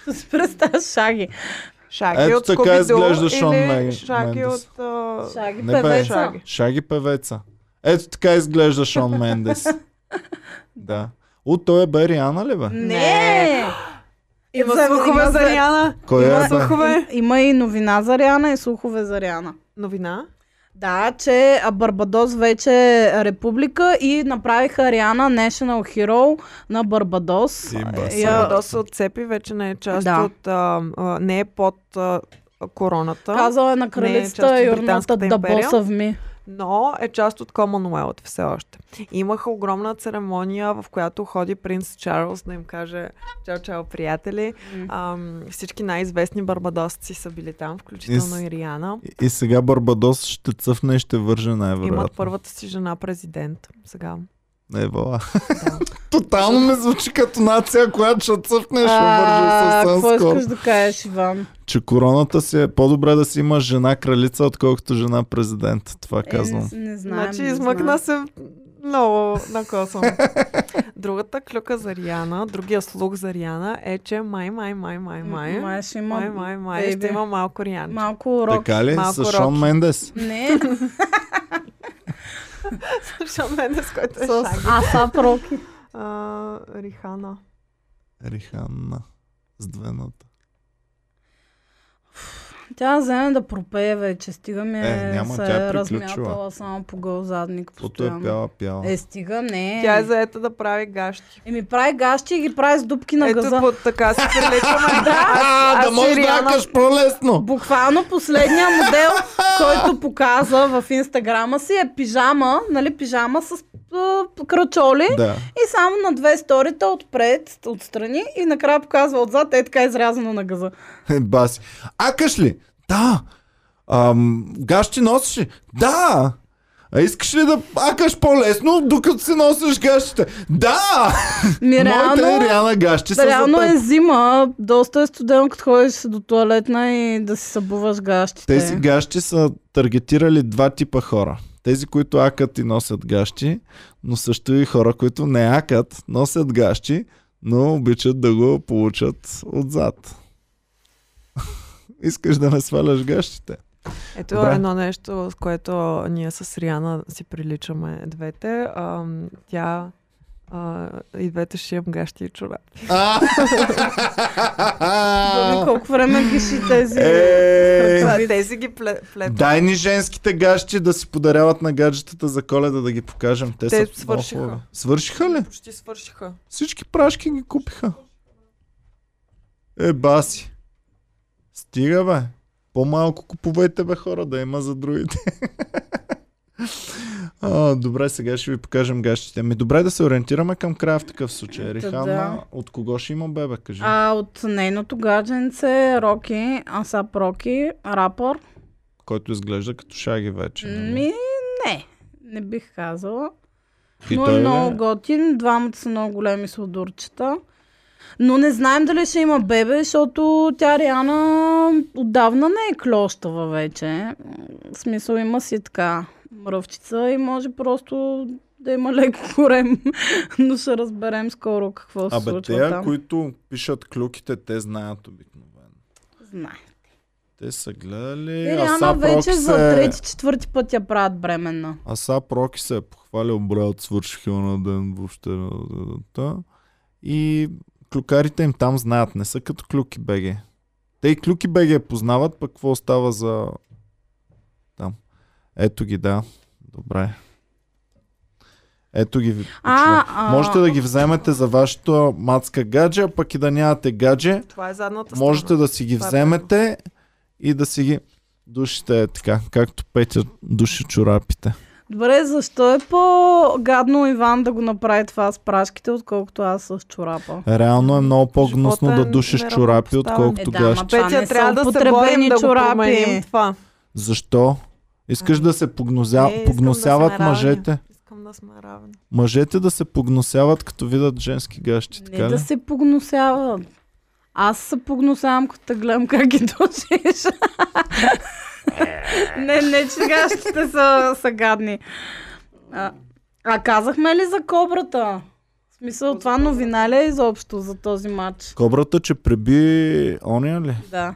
B: Ще се представяш шаги.
C: Шаги
A: Ето
C: от
A: така
C: Скуби-Ду
A: изглежда Шон
C: или
A: Мен-
C: Шаги
A: Мендес.
C: от... а,
B: Шаги
A: Не бе.
B: певеца.
C: Шаги.
A: Шаги певеца. Ето така изглежда Шон
B: [laughs]
A: Мендес. да. О, той е бе Риана ли бе?
B: Не!
C: [gasps] Има
B: За-
C: слухове
B: има
C: за
B: за-
C: Риана.
A: Кой
C: Има
A: е бе?
C: слухове.
B: Има и новина за Риана и слухове за Риана.
C: Новина?
B: Да, че а, Барбадос вече е република и направиха Риана National Hero на Барбадос.
A: Ти, ба,
B: Е,
A: сега.
B: я-
C: Барбадос се отцепи, вече не е част
B: Да.
C: от... а, а, не е под а, короната,
B: Казала е на
C: част
B: кралицата
C: от
B: Юрната
C: Британската
B: да
C: империя.
B: босъв ми.
C: но е част от Commonwealth все още. Имаха огромна церемония, в която ходи принц Чарлз да им каже чао, чао, приятели. Ам, всички най-известни барбадосци са били там, включително
A: Ис-
C: и Риана.
A: И сега Барбадос ще цъфне и ще върже най-вероятно.
C: Имат първата си жена президент сега.
A: Не, Е, вала. [laughs] Тотално ме звучи като нация, която ще цъфне, ще върже
B: А, Какво
A: съвсем скоро.
B: искаш да кажеш, Иван?
A: Че короната си е по-добре да си има жена кралица, отколкото жена президент. Това
B: Е,
A: казвам.
B: не, не знаем.
C: Значи
B: не знаем.
C: измъкна се много на косъм. Другата клюка за Риана, другия слух за Риана е, че май, май, май, май, май.
B: Май ще има
C: Май, май, май. Ще
B: бебе.
C: има малко Риана.
B: малко урок.
A: Така ли?
C: Малко
A: С Шон
C: Роки.
A: Мендес.
C: [laughs]
B: Не,
C: Шон Мендес, който е
B: с
C: шаг.
B: Асап Роки.
C: А, Рихана.
A: Риханна. С двената.
B: Тя вземе да пропее вече. Стига ми
A: Е, няма,
B: се
A: тя е
B: е
A: приключила.
B: размятала само по гъл задник
A: Пото е
B: постоянно.
A: пяла, пяла.
B: Е, стига, не.
C: Тя е заета да прави гащи.
B: Еми прави гащи и ги прави с дупки на
C: Ето
B: газа.
C: под така се
A: [laughs]
C: приличаме.
A: а,
C: аз
A: да
C: си
A: можеш да
C: Риана-
A: акаш по-лесно.
B: Буквално последния модел, който показа в инстаграма си е пижама, нали, пижама с а, кръчоли
A: Да.
B: и само на две сторита отпред, отстрани и накрая показва отзад, е така изрязано на газа.
A: Е, Баси. Акаш ли? Да. Ам, гащи носиш ли? Да. А искаш ли да акаш по-лесно, докато си носиш гащите? Да!
B: Ми
A: Моите
B: реално,
A: Риана гащи са
B: да,
A: е за
B: реално
A: теб.
B: е зима, доста е студено, като ходиш до туалетна и да си събуваш гащите.
A: Тези гащи са таргетирали два типа хора. Тези, които акат и носят гащи, но също и хора, които не акат, носят гащи, но обичат да го получат отзад. [laughs] Искаш да не сваляш гащите.
C: Ето
A: Добре.
C: е едно нещо, с което ние с Риана си приличаме двете. Ам, тя а, и двете шием гащи и чорапи.
B: Боби, колко време гиши тези...
A: Е, Ей!
B: Това
C: А е, Тези ги пле,
B: е?
C: плетат.
A: Дай ни женските гащи да си подаряват на гаджетата за коледа да ги покажем. Те,
C: Те
A: са много
C: свършиха.
A: хубави. Свършиха ли?
C: Почти свършиха.
A: Всички прашки ги купиха. Е, баси. Стига, бе. По-малко купувайте, бе, хора, да има за другите. [laughs] а, добре, сега ще ви покажем гащите. Ми добре да се ориентираме към края в такъв случай. Рихана,
B: да.
A: от кого ще има бебе, кажи.
B: А от нейното гадженце Роки, Асап Роки, рапър,
A: Който изглежда като шаги вече. нали?
B: ми не, не бих казала.
A: И
B: но
A: той
B: е
A: ли
B: много готин, двамата са много големи сладурчета. Но не знаем дали ще има бебе, защото тя Риана отдавна не е клощава вече. В смисъл има си така мръвчица и може просто да има леко корем, [laughs] но ще разберем скоро какво се
A: Абе,
B: случва
A: те,
B: там.
A: които пишат клюките, те знаят обикновено.
B: Знае.
A: Те са гледали.
B: Те
A: Асап
B: реално
A: Роки
B: вече
A: се...
B: за трети, четвърти път я правят бременна.
A: Асап Роки се е похвалил, брат, свърших я на ден въобще. да, да, да, да. И клюкарите им там знаят, не са като клюки БГ. Те и клюки БГ я познават, пък какво става за... Там. Ето ги, да. Добре. Ето ги ви
B: А,
A: почва.
B: а-
A: Можете да ги вземете за вашето мацка гадже, а пък и да нямате гадже.
C: Това е задната
A: Можете
C: страна.
A: да си ги
C: Това е
A: вземете и да си ги душите е така, както Петя души чорапите.
B: Добре, защо е по-гадно Иван да го направи това с прашките, отколкото аз с чорапа?
A: Реално е много по-гнусно
C: Живота е
A: да душиш
C: неравнопоставен.
A: чорапи, отколкото
B: Е, да,
A: гащи.
B: ма- Това не
C: Петя,
B: са
C: трябва да се борим
B: употребени
C: да го
B: чорапи.
C: променим това.
A: Защо? Искаш да се
B: Е,
A: погнозя...
C: Ами, Не, искам да
A: погносяват
C: сме равни.
A: мъжете?
C: Искам да сме равни.
A: Мъжете да се погносяват, като видят женски гащи,
B: Не
A: така ли?
B: да се погносява. Аз се погносявам, като те гледам как ги [laughs] душиш. не, не, че гащите са, са гадни. А, а казахме ли за кобрата? В смисъл, това новина ли е изобщо за този матч?
A: Кобрата, че преби ония ли?
B: Да.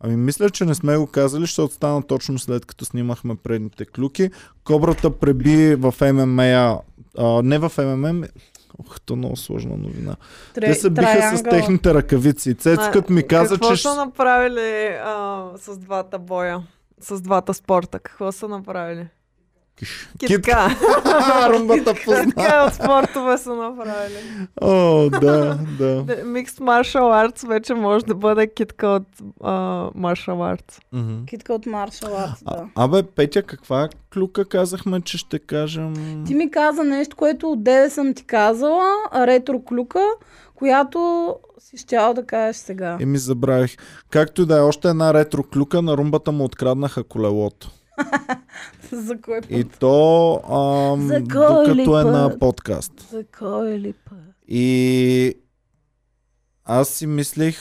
A: Ами мисля, че не сме го казали, защото стана точно след като снимахме предните клюки. Кобрата преби в ММА, а, не в МММ, Ох, то много сложна новина.
B: Тре,
A: Те се биха с
B: траиангъла.
A: техните ръкавици. Цецкът ми каза,
C: какво
A: че...
C: са направили а, с двата боя? С двата спорта? Какво са направили?
A: Киш. Китка. [laughs]
C: Китка. [laughs]
A: Румбата позна.
C: Китка от спортове са направили.
A: О, да, да.
C: Микс Martial Arts вече може да бъде китка от а, Martial Arts.
A: Мгм.
B: Китка от Маршал Арт, да.
A: А, абе, Петя, каква клюка казахме, че ще кажем?
B: Ти ми каза нещо, което отдеве съм ти казала, ретро клюка, която си щял да кажеш сега.
A: Еми Е, забравих. Както и да е, още една ретро клюка на румбата му откраднаха колелото.
B: За кой път?
A: И то ам,
B: За кой ли
A: докато е
B: път?
A: на подкаст.
B: За кой ли път?
A: И аз си мислих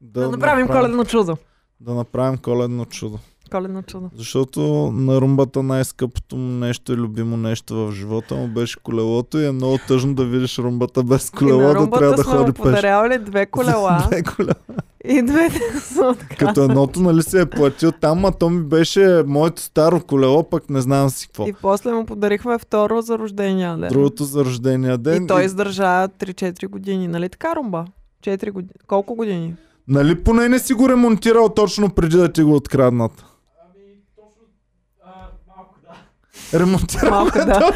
A: да,
C: Да, направим коледно чудо.
A: да направим коледно чудо.
C: Коледно чудо.
A: Защото на румбата най-скъпото му нещо и любимо нещо в живота му беше колелото и е много тъжно да видиш румбата без
C: и на
A: колело, да
C: румбата
A: трябва да
C: сме
A: ходи
C: му
A: пеш.
C: подарявали
A: [laughs]
C: две колела
A: Две колела.
C: и [laughs] двете са
A: Като
C: откраднати.
A: едното, нали се е платил там, а то ми беше моето старо колело, пък не знам си какво.
C: И после му подарихме второ за рождения ден.
A: Другото за рождения ден.
C: И той
A: и-
C: издържа 3-4 години, нали така, Румба? 4 години. Колко години?
A: Нали поне не си го ремонтирал точно преди да ти го откраднат? Ами, точно... малко,
C: Малко, да.
A: да.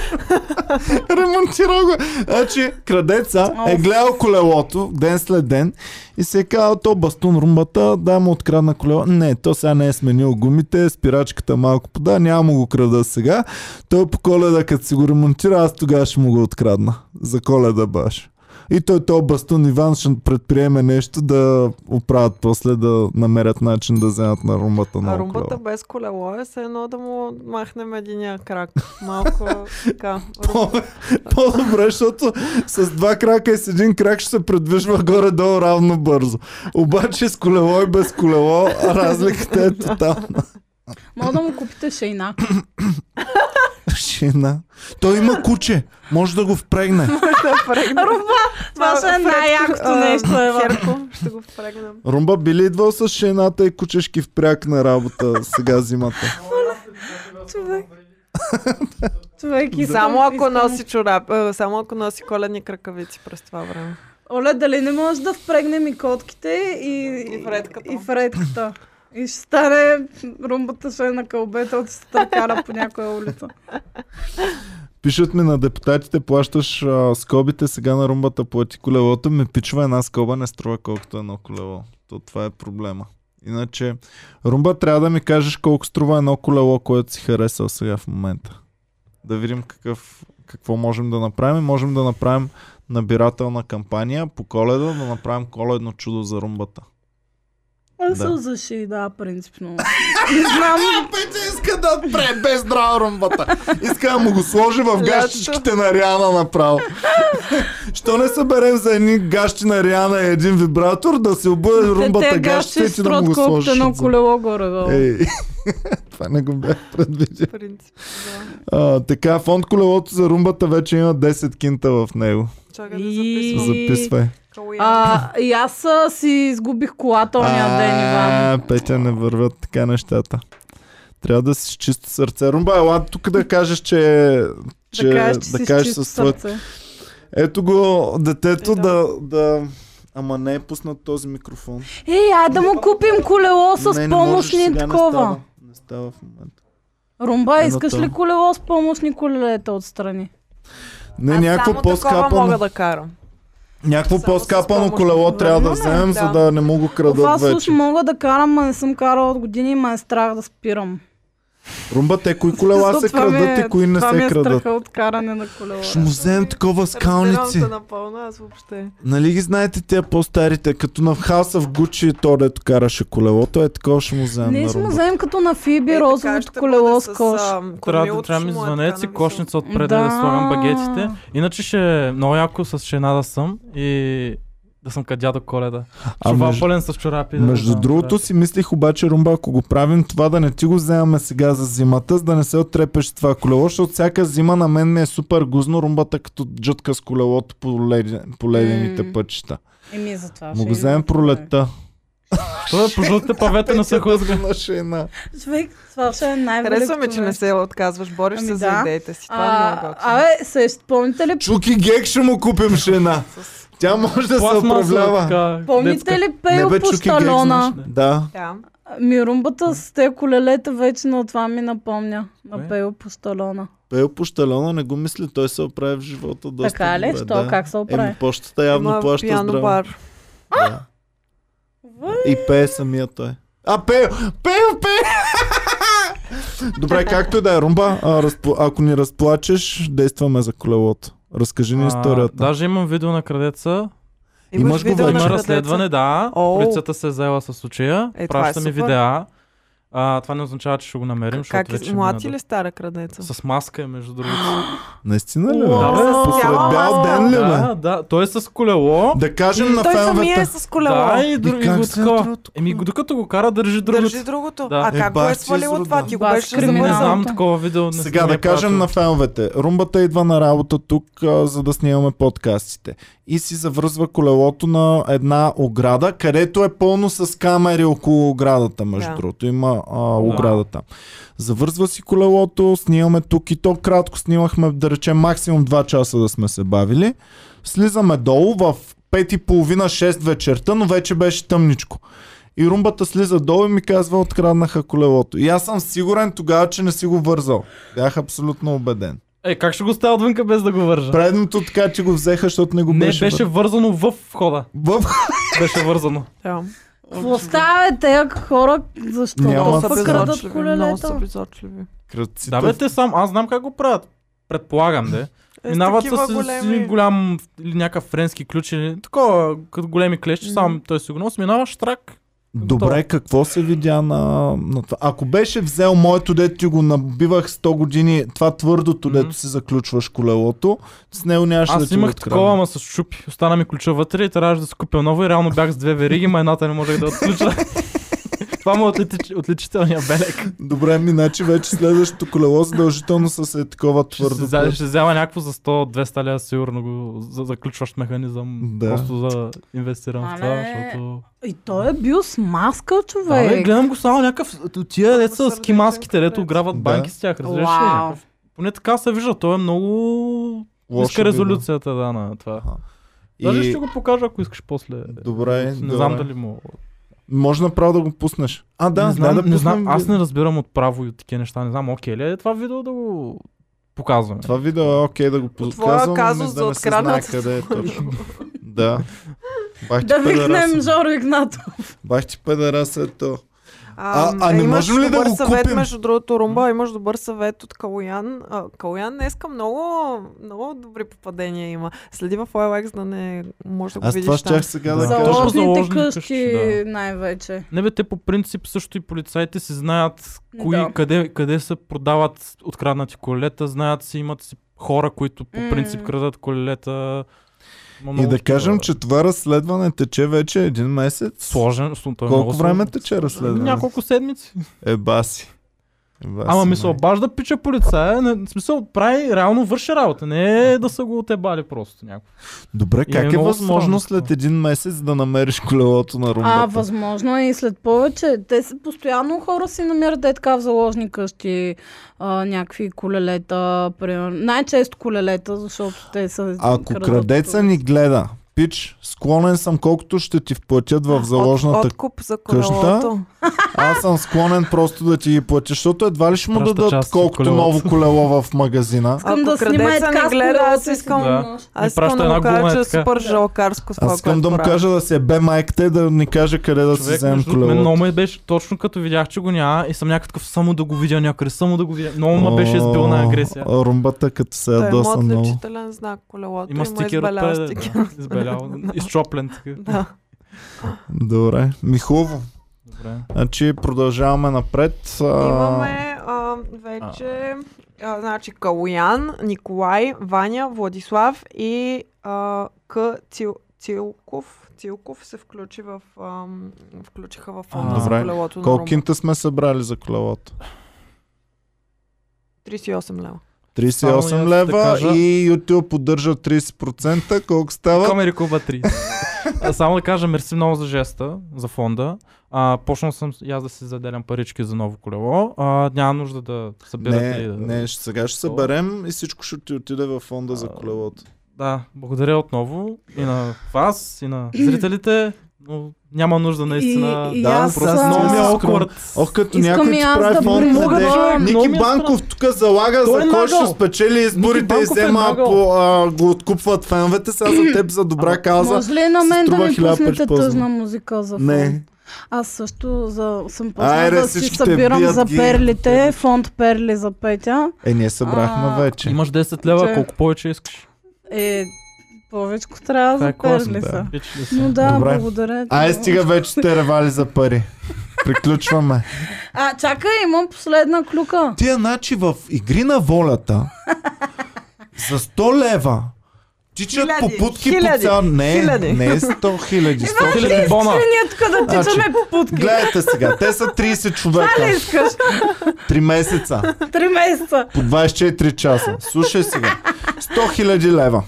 A: Ремонтирал го. Значи, крадеца е гледал колелото ден след ден и се е казал, то бастун румбата, да му открадна колело. Не, то сега не е сменил гумите, спирачката малко пода, няма му го крада сега. Той по коледа, като си го ремонтира, аз тогава ще му го открадна. За коледа баш. И той, то бастун Иван ще предприеме нещо да оправят после да намерят начин да вземат на румбата на
C: А румбата
A: [laughs]
C: без колело е все едно да му махнем единия
A: [laughs]
C: крак. Малко така. рум-
A: По-добре, защото с два крака и с един крак ще се предвижва горе-долу равно бързо. Обаче с колело и без колело разликата е тотална.
B: Мога да му купите шейна.
A: Шина. Той има куче. Може да го впрегне.
C: [laughs] да впрегнем.
B: [laughs] това ще е
C: Фредко,
B: най-якото
C: а,
B: нещо, Ева.
C: Херко, ще го впрегнем.
A: Румба би ли идвал с шината и кучешки впряг на работа сега зимата?
B: Човек. [laughs] Човек и
C: Само ако носи чорап, а, само ако носи коледни кракавици през това време.
B: Оле, дали не можеш да впрегнем и котките и...
C: И вредката.
B: И вредката. И ще стане румбата ще е на кълбета от стъркара по някоя улица.
A: Пишат ми на депутатите, плащаш а, скобите, сега на румбата плати колелото. Ми пичва една скоба, не струва колкото едно колело. То това е проблема. Иначе, румба, трябва да ми кажеш колко струва едно колело, което си харесал сега в момента. Да видим какъв, какво можем да направим. Можем да направим набирателна кампания по коледа, да направим коледно чудо за румбата.
B: Аз
A: Да.
B: се заши, да,
A: [laughs]
B: принципно. Не знам,
A: Петя иска да пре без здрава румбата. Иска да му го сложи в гащичките на Риана направо. Що не съберем за едни гащи на Риана и един вибратор, да се обуде румбата гащите и ти да му го
B: колкото
A: сложиш.
B: едно
A: отзад.
B: колело горе. Е.
A: Ей, [laughs] това не го бях предвидил.
C: В принцип, да.
A: А, така, фонд колелото за румбата вече има 10 кинта в него.
C: Чакай да
B: И-
C: записвам.
A: Записвай.
C: Калуян.
B: А, и аз а, си изгубих колата ония ден, Иван.
A: А, Петя, не вървят така нещата. Трябва да си с чисто сърце. Румба, ела тук да кажеш, че... че
B: да кажеш, че си
A: да кажеш
B: с
A: с
B: твое...
A: твоето
B: сърце.
A: Ето го детето
C: Ето.
A: да, да... Ама не е пуснат този микрофон.
B: Ей, а Е, да му купим колело с
A: не, не можеш,
B: помощни
A: сега Не
B: такова.
A: става, не става в момента.
B: Румба,
A: Едно
B: искаш
A: там.
B: ли колело с помощни колелета отстрани?
A: Не,
C: Аз
A: някакво
C: само такова
A: по-скапано,
C: мога да карам.
A: някакво
C: само с
A: по-скапано
C: помощ.
A: колело трябва да
C: Имаме,
A: вземем,
C: да.
A: за да не му го
B: Това
A: крадат
B: слуш
A: вече.
B: мога да карам, а не съм карала от години и ме е страх да спирам.
A: Румбате, кои колела се
B: Защото това ми
A: крадат
B: е-
A: и кои не
B: това ми
A: се
B: е
A: крадат.
B: страха от каране на колела.
A: Ще му вземем такова скалници.
C: се напълно, аз въобще.
A: Нали ги знаете тия по-старите, като на Хаса в Гучи и то, дето караше колелото, е такова ще му вземем
B: Ние
A: на
B: ще му
A: Румба.
B: вземем като на Фиби
C: Е, така
B: розовото
C: ще
B: колело
C: бъде
B: с
C: с,
B: кош.
C: ам,
D: Трябва да
C: кормилото
D: трябва ми
C: ще му е
D: звънец
C: така
D: и
C: нависоко.
D: кошница отпред да. да
B: Да.
D: слагам багетите. Иначе ще е много яко с шена да съм и да съм като дядо Коледа.
A: А
D: Чувал
A: между-
D: пълен с чорапи. да
A: Между
D: знам,
A: другото
D: чорапи.
A: си мислих обаче, Румба, ако го правим това, да не ти го вземаме сега за зимата, за да не се оттрепеш с това колело, защото всяка зима на мен ми е супер гузно румбата като джътка с колелото по, лед... по ледените
B: М.
A: пътчета.
B: Еми, за това
A: Му го вземем пролетта.
D: Това е по
A: [laughs]
D: жълтите павета на се хлъзга.
A: На шейна.
B: Човек, това ще е най-великото.
C: Харесва ми, че не
B: нещо.
C: се отказваш. Бориш
B: Ами
C: се за
B: да.
C: идеите си. Това е много
B: А,
C: готино.
B: абе, се спомните ли
A: Чуки гек ще му купим шейна. Тя може да се
D: Пластмасова,
A: управлява.
D: така, детска.
B: Помните ли Пео
A: бе,
B: по
A: Чуки Гек,
B: Сталона?
A: знаеш ли? Да.
C: Да.
B: Мирумбата с те колелета вече на това ми напомня.
D: Кое?
B: На Пео по Сталона.
A: Пео по щалона не го мисли, той се оправи в живота доста
B: Така ли?
A: добре,
B: Що?
A: да.
B: Как се оправи?
A: Еми, почтата явно
C: Има
A: плаща
C: пиано
A: здраво.
C: бар.
A: Да. И пее самия той. А, пее! Пее, пее! [laughs] Добре, както и да е, Румба, а, разпла... ако ни разплачеш, действаме за колелото. Разкажи ни
D: А,
A: историята.
D: Даже имам видео на крадеца.
A: Имаш го
C: видео
A: вече.
C: на
D: Има
C: крадеца?
D: разследване, да.
C: О.
D: Полицията се е заела с случая.
C: Е, това е
D: Праща ми
C: супер.
D: видеа. А, това не означава, че ще го намерим, защото
C: Как
D: вече
C: е,
D: мина
C: млад
D: до-
C: или стара крадеца?
D: С маска е, между
A: [gasps]
D: другото.
A: Наистина ли? бе?
B: Уау.
D: Да, бе.
A: Посред
C: Цяла
A: бял
C: маска.
A: ден ли, бе?
D: Да, да. Той е с колело.
A: Да кажем на
C: Той самия е
A: феновете.
C: с
D: Да,
C: колело.
D: и, друг,
A: И
D: и,
A: как
D: го
A: се
D: такова.
A: натра от
D: Еми, го- докато го кара, държи другото.
C: Държи другото.
D: Да.
C: А
A: Е,
C: как го
A: бах,
C: е
A: че
C: свалило
A: изрода.
C: това? Ти го
B: Бах,
C: беше
B: криминал.
D: Не
C: замързал.
D: знам такова видео. Не
A: Сега
D: съм ми
A: да
D: е
A: кажем
D: пратил.
A: на феновете. Румбата идва на работа тук, а, за да снимаме подкастите. И си завръзва колелото на една ограда, където е пълно с камери около оградата, между
C: Да.
A: другото. Има а, оградата. Завързва си колелото, снимаме тук и то кратко снимахме, да речем, максимум 2 часа да сме се бавили. Слизаме долу в 5.30-6 вечерта, но вече беше тъмничко. И румбата слиза долу и ми казва, откраднаха колелото. И аз съм сигурен тогава, че не си го вързал. Бях абсолютно убеден.
D: Е, как ще го става отвънка без да го вържа?
A: Предното така, че го взеха, защото не го
D: Не,
A: беше.
D: беше
A: вър-
D: вързано в входа.
A: В... [laughs]
D: Беше вързано.
C: Да.
B: Какво става, бе, тези хора? Защо?
A: Няма
C: Много
A: Ама
C: са
A: пък
B: крадат
C: безочливи. Много са
B: колелета.
C: безочливи.
A: Кръците.
D: Да, бе, те сам. Аз знам как го правят. Предполагам, де.
C: Е, с
D: Минават
C: такива
D: с, с един голям или някакъв френски ключ или такова, като големи клещи,
C: Мгм.
D: само той си го носи, минава штрак.
A: Добре, какво се видя на, на това? Ако беше взел моето, дето ти го набивах 100 години, това твърдото,
D: Мгм.
A: дето си заключваш колелото, с него нямаше да
D: Аз
A: ти го
D: имах
A: открадна.
D: такова, ама с шупи. Остана ми ключа вътре и трябваше да си купя ново и реално бях с две вериги, ма едната не можех
C: [laughs]
D: да отключа. Това му е отлич- отличителния белек.
A: Добре, ми, значи вече следващото колело задължително с е такова
D: Ще, си
A: твърдо.
D: взя, ще взема някакво за 100-200 лева, сигурно го за, заключващ механизъм.
A: Да.
D: Просто за инвестирам в това,
B: Мале,
D: защото...
B: И той е бил с маска,
D: Да, бе,
B: човек.
D: гледам го само някакъв... Тия деца с
C: сърдечен
D: кимаските, дето
C: кръст.
D: грабват
A: Да.
D: банки с тях, разбираш ли?
B: Вау.
D: Някакъв- Поне така се вижда, той е много...
A: Лошо
D: Иска
A: би било.
D: резолюцията, да, на това.
A: Аха.
D: Даже
A: И-
D: ще го покажа, ако искаш после.
A: Добре,
D: не
A: добре.
D: знам дали му...
A: Може направо да го пуснеш. А, да,
D: не
A: дай
D: знам,
A: да
D: не знам,
A: пуснем
D: аз
A: ви-
D: не разбирам от право и от такива неща. Не знам, окей ли е това видео да го показваме.
A: Това видео е окей да го
C: От твоя
A: показвам,
C: казус
A: за
C: за
A: да не се знае
C: откраднатото
A: къде е точно. да. Бах ти
B: Да викнем
A: педераса.
B: Жоро Игнатов.
A: Бах ти педераса ето. А-
C: А,
A: а
C: а,
A: не
C: не е, имаш
A: можем ли да
C: добър
A: го
C: съвет,
A: купим?
C: между другото, Румба, имаш добър съвет от Калуян. А, Калуян днеска много, много добри попадения има. Следи в OLX да не може да го
A: Аз това
C: видиш
A: щях
C: там.
A: сега
D: Да.
A: да
D: Точно
A: кажа.
B: Заложните
D: заложни
B: къщи
D: къщи,
B: най-вече.
D: Не бе, те по принцип също и полицаите си знаят кои,
B: Да.
D: къде, къде се продават откраднати колета, знаят си, имат си хора, които по принцип
B: М.
D: крадат колета. Има
A: И
D: много
A: да
D: такива.
A: кажем, че това разследване тече вече един месец.
D: Сложен, сум- той е много
A: Колко
D: сложен.
A: време тече разследване?
D: Няколко седмици.
A: Е, баси.
D: Ама ми се обажда пича полицая, не, в смисъл прави, реално върши работа, не е да са го отебали просто някакво.
A: Добре,
D: И
A: как
D: е
A: е
D: много
A: възможно
D: странно
A: след
D: това.
A: един месец да намериш колелото на
B: А,
A: румбата?
B: възможно е и след повече. Те са постоянно хора си намират е така в заложни къщи а, някакви колелета, примерно. Най-често колелета, защото те са...
A: Ако
B: крадат
A: крадеца
B: тук.
A: ни гледа, Пич, склонен съм колкото ще ти вплатят в заложната
C: От, откуп за
A: къща.
C: колелото.
A: Аз съм склонен просто да ти ги платиш, защото едва ли ще му
D: Праща част
A: дадат
D: от
A: колкото
D: колелото.
A: ново колело в магазина.
B: Искам
C: Ако
B: да снима е
C: крадеца
B: така
C: не
B: с
C: гледа,
B: колелото,
C: аз искам-
D: Да.
C: Аз
D: праща
C: искам да
D: една
C: му кажа,
D: гума,
C: че е
D: така.
C: супер жалкарско с това,
A: Аз искам
C: което
A: да му
C: прави.
A: кажа да се бе майката и да ни каже къде да си
D: Човек,
A: вземем
D: между мен много
A: колелото.
D: ме беше точно като видях, че го няма и съм някакъв само да го видя някъде, само да го видя. Много ме беше избил на агресия.
A: О, Румбата като се
D: е
C: Той има
A: ядоса много.
C: отличителен знак колелото.
B: е
C: е
D: Има стикер
C: избелял
D: отпред.
C: стикер.
D: [laughs] да, Избелял. Изчоплен така.
C: [laughs] Да.
A: Добре. Ми хубаво.
D: Добре.
A: Значи продължаваме напред. А,
C: Имаме а, вече а, значи Калоян, Николай, Ваня, Владислав и а, К. Цил, Цилков. Цилков се включи в, а, включиха в фонда
D: А,
C: за
A: добре.
C: колелото на
A: Колко
C: Румен.
A: кинта сме събрали за колелото?
C: 38 лева.
A: 38
D: Само и аз да
A: лева
D: кажа-
A: и YouTube поддържа 30%. Колко става?
D: Камери Куба 3. А, Само да кажа мерси много за жеста, за фонда. А, почнал съм и аз да си заделям парички за ново колело. А, няма нужда да събирате
A: Не,
D: и да...
A: не, ще- сега ще
D: То-
A: съберем и всичко ще ти отиде във фонда за
D: А,
A: колелото.
D: Да, благодаря отново и на вас, и на зрителите, но няма нужда наистина.
B: И, и
A: Да,
B: аз
A: просто
B: а,
A: много
D: Много ми е
A: аз-
D: awkward.
A: Ох, като
B: Искам
A: някой
B: и
A: ти
B: аз
A: прави
B: да
A: фонд,
B: помогна,
A: даде.
D: човек, много
A: Ники
D: ми е
A: Банков тук залага
D: Той е
A: за кой ще
D: нагъл.
A: спечели изборите и
D: Банков е
A: взема
D: нагъл.
A: по, а, го откупват феновете. Сега за теб за добра кауза.
B: Може ли на
A: се
B: мен да
A: струва
B: ми
A: хиляда пъти
B: пуснете
A: по-зле.
B: тъжна музика за фон?
A: Не.
B: Аз също за, съм почнала
A: Айде,
B: да си
A: всичките
B: събирам
A: бият
B: за
A: ги.
B: перлите, фонд перли за Петя.
A: Е, ние събрахме
B: А,
A: вече.
D: Имаш 10 лева,
B: Че-
D: колко повече искаш.
B: Е, повечко трябва
D: Това е
B: за
D: класно,
B: перли са.
D: Обича ли
B: Но
D: се?
B: да,
A: Добре.
B: благодаря. ти.
A: Ай, стига вече сте ревали за пари. Приключваме.
B: А, чакай, имам последна клюка.
A: Тия, значи, в игри на волята за 100 лева тичат
C: Хиляди,
A: по путки по
C: хиляди,
A: цял... Не,
C: хиляди.
A: не 100 хиляди, 100
D: 100
A: хиляди.
D: хиляди бона.
B: Ние тук да
A: Значи-
B: тичаме по путки.
A: Гледайте сега, те са 30 човека.
B: Не искаш.
A: 3 месеца.
B: Три месеца.
A: По 24 часа. Слушай сега. 100 хиляди лева.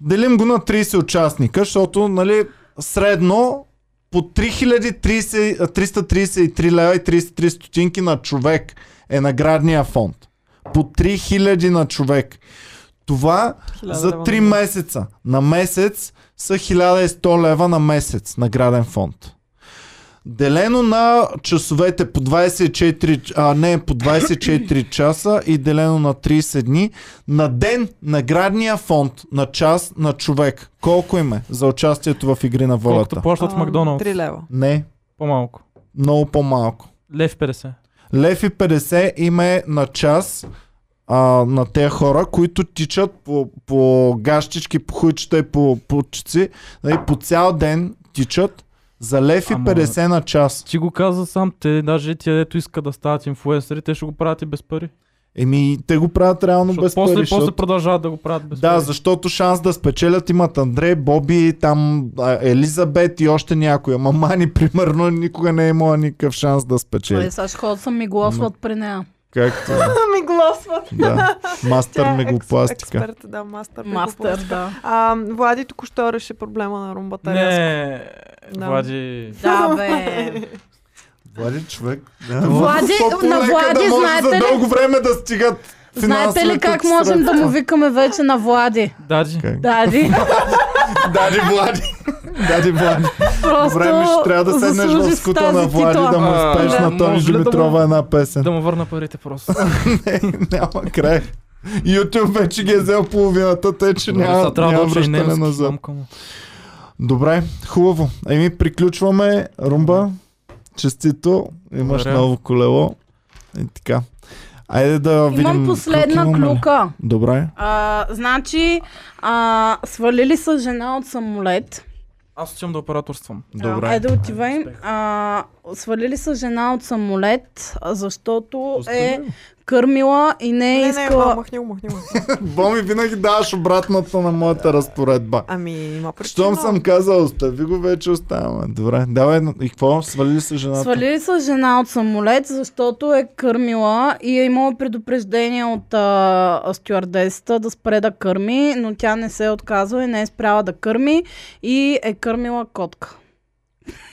A: Делим го на 30 участника, защото, нали, средно по 3030, а, 333 лева и 33 стотинки на човек е наградния фонд. По 3000 на човек. Това
C: Хиляда
A: за
C: лева
A: 3
C: на
A: месеца. На месец са 1100 лева на месец награден фонд. Делено на часовете по 24, а не, по
D: [clears throat]
A: 24 часа и делено на 30 дни, на ден наградния фонд на час на човек. Колко им е за участието в игри на волята?
D: Колкото плащат в
C: А,
D: Макдоналдс.
C: 3 лева.
A: Не,
D: По-малко.
A: много по-малко.
D: Лев 50.
A: Лев и 50 им е на час а, на те хора, които тичат по, по гащички, по хуйчета и по пучици. И по цял ден тичат за лев и
D: Ама-
A: 50 на час.
D: Ти го каза сам, те даже тия, дето иска да стават инфуенсъри, те ще го правят и без пари.
A: Еми, те го правят реално
D: Защото
A: без
D: после,
A: пари.
D: после
A: защото-
D: продължават да го правят без
A: Да,
D: пари.
A: защото шанс да спечелят имат Андрей, Боби, там а, Елизабет и още някой. Ама Мани, примерно, никога не е имала никакъв шанс да спечели.
B: Е, сега ще ходят съм ми глосват при нея. [laughs]
A: Както
C: [laughs] Ми гласват.
A: да. Мастър
C: Тя е
A: меглопластика.
C: Експерт, да,
B: Мастър,
C: мастър. меглопластика.
B: да.
C: А, Влади току-що реши проблема на румбата. рязко.
D: Не,
C: Да.
D: Влади.
B: Да, бе.
A: Влади човек. Да.
B: Влади-
A: По-полека
B: на Влади,
A: да може за
B: знаете ли-
A: дълго време да стигат
B: Знаете ли
A: финансовите
B: как можем да
A: средства?
B: му викаме вече на Влади?
D: Дади.
A: Как? [laughs]
B: Дади.
A: Дади Влади. Дади Влади.
B: Просто
A: Време ще трябва да седнеш в
B: заслужи си
A: скута
B: тази
A: на Влади
B: титла.
A: да му
D: А,
A: спееш
D: да.
A: на Тони
D: Може ли да му-
A: Димитрова една песен.
D: Да му върна парите просто.
A: Значи Е, Няма край. YouTube вече ги е взел половината, тъй че
D: Добре,
A: няма,
D: сега Нали, трябва да
A: няма
D: уча и
A: връщане
D: немски,
A: назад.
D: мамка му.
A: Добре, хубаво. Еми, приключваме. Румба, честито. Имаш
D: Благодаря.
A: ново колело. И така. Айде да видим.
B: Имам последна
A: клюк имаме ли?
B: клюка.
A: Добре.
B: А, значи, а, свалили са жена от самолет.
D: Аз отивам да операторствам.
A: Добре.
B: Айде отивай. А, свалили са жена от самолет, а, защото е кърмила и не е
C: Не, не, ма,
B: искала...
C: махни го, махни го.
A: Боми, винаги даваш обратната на моята разпоредба.
C: Ами, има причина.
A: Щом съм казал, остави го вече, оставаме. Добре, давай, но- и какво? Свалили се жената?
B: Свалили са жена от самолет, защото е кърмила и е имала предупреждение от а, стюардесата да спре да кърми, но тя не се е отказала и не е спряла да кърми и е кърмила котка.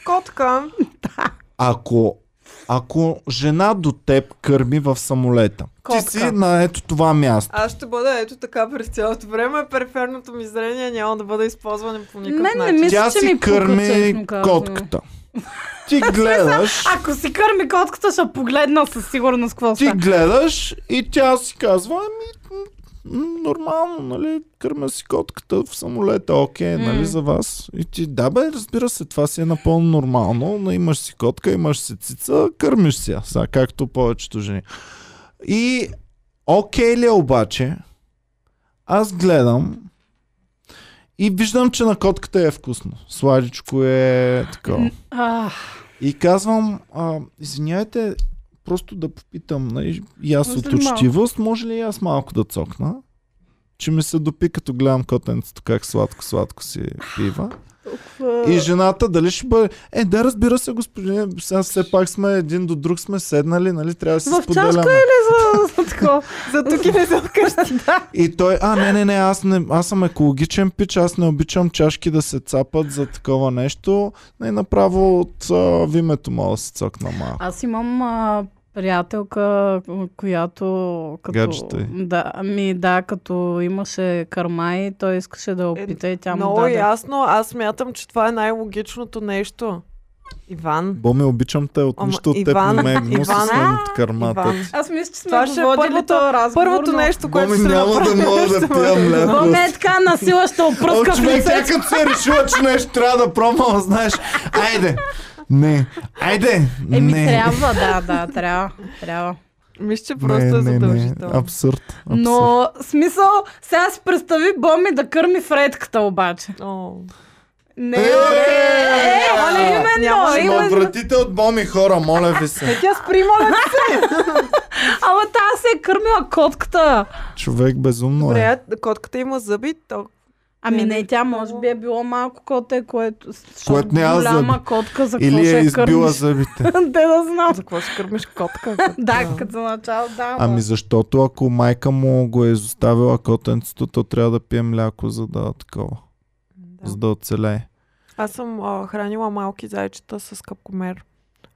C: Котка.
A: Ако Ако жена до теб кърми в самолета, ти
C: Котка.
A: си на ето това място.
C: Аз ще бъда ето така през цялото време. Периферното ми зрение няма да бъде използвано по никакъв
B: Мен не
C: начин.
B: ми- Мисля,
A: Тя
B: че
A: си
B: ми пука,
A: кърми
B: честно казано.
A: котката.
B: [laughs]
A: Ти гледаш,
B: Ако си кърми котката, ще погледна със сигурност какво
A: ти
B: става.
A: гледаш и тя си казва, ами, м, м, нормално, нали, кърмя си котката в самолета, окей,
B: М.
A: нали, за вас. И ти, да бе, разбира се, това си е напълно нормално, но имаш си котка, имаш си цица, кърмиш си я, сега, както повечето жени. И окей ли е обаче, аз гледам и виждам, че на котката е вкусно. Сладичко е такова.
B: Ах,
A: И казвам, а, извиняйте, просто да попитам, нали, и аз
B: Може
A: от
B: ли малко?
A: учтивост, може ли и аз малко да цокна? Че ми се допи, като гледам котенцето как сладко-сладко си пива.
B: толкова-
A: И жената дали ще бъде... Е, да, разбира се, господине, сега все пак сме един до друг сме седнали, нали, трябва да си
B: В чашка е
A: споделяме.
B: За- за такова.
C: За тук и не
B: [laughs]
C: за вкъщи.
A: И той, а, не, не, не, аз, не, аз съм екологичен пич, аз не обичам чашки да се цапат за такова нещо. Не, направо от а, вимето мога да се цокна малко.
B: Аз имам а, приятелка, която... Като,
A: Гаджета е.
B: Да, ами да, като имаше карма и той искаше да я опита и тя му
C: Много
B: даде.
C: ясно. Аз смятам, че това е най-логичното нещо. Иван.
A: Бо ме обичам те, от
C: Ама,
A: нищо от теб
C: Иван,
A: не ме е гнуси,
C: Иван,
A: освен от кармата.
C: Иван. е
B: Аз мисля, че сме
C: Това ще е първото, първото нещо,
A: Боми
C: което ще
A: няма да
C: направим,
A: мога да
C: ще
A: пия
C: бъде-
A: мляко.
B: Боми е така на сила ще
A: О,
B: опръска в
A: човек, тя
B: лицето.
A: като се е решила, че нещо трябва да пробвам, знаеш. Айде! Не! Айде!
B: Еми
A: не.
B: трябва, да, да, трябва. трябва.
C: Мисля, че просто е
A: Абсурд.
C: задължително.
A: абсурд.
B: Но смисъл, сега си представи Боми да кърми фредката обаче.
C: О.
B: Не,
A: Е,
B: е, е, е,
C: няма,
B: именно,
C: няма да
A: Ще ме
B: именно.
A: отвратите от боми хора, моля ви се.
C: Тя спри, моля те.
B: Ама тази се е кърмила котката.
A: Човек безумно е.
C: Добре, а котката има зъби, то
B: Ами
C: Не,
B: не,
C: не,
B: тя
C: не.
B: може би е било малко коте, което...
A: Което няма
B: Голяма
A: зъби.
B: котка, за какво
A: Или
B: ще
A: е
B: я
A: избила
B: кърмиш? [laughs]
A: зъбите.
B: Де да знам.
C: за какво ще кърмиш котка?
B: [laughs] Да, като за начало, да.
A: Ами
B: Ами...
A: защото ако майка му го е изоставила котенцето, то трябва да пие мляко, за да е такова, за да оцелее.
C: Аз съм а, хранила малки зайчета с капкомер.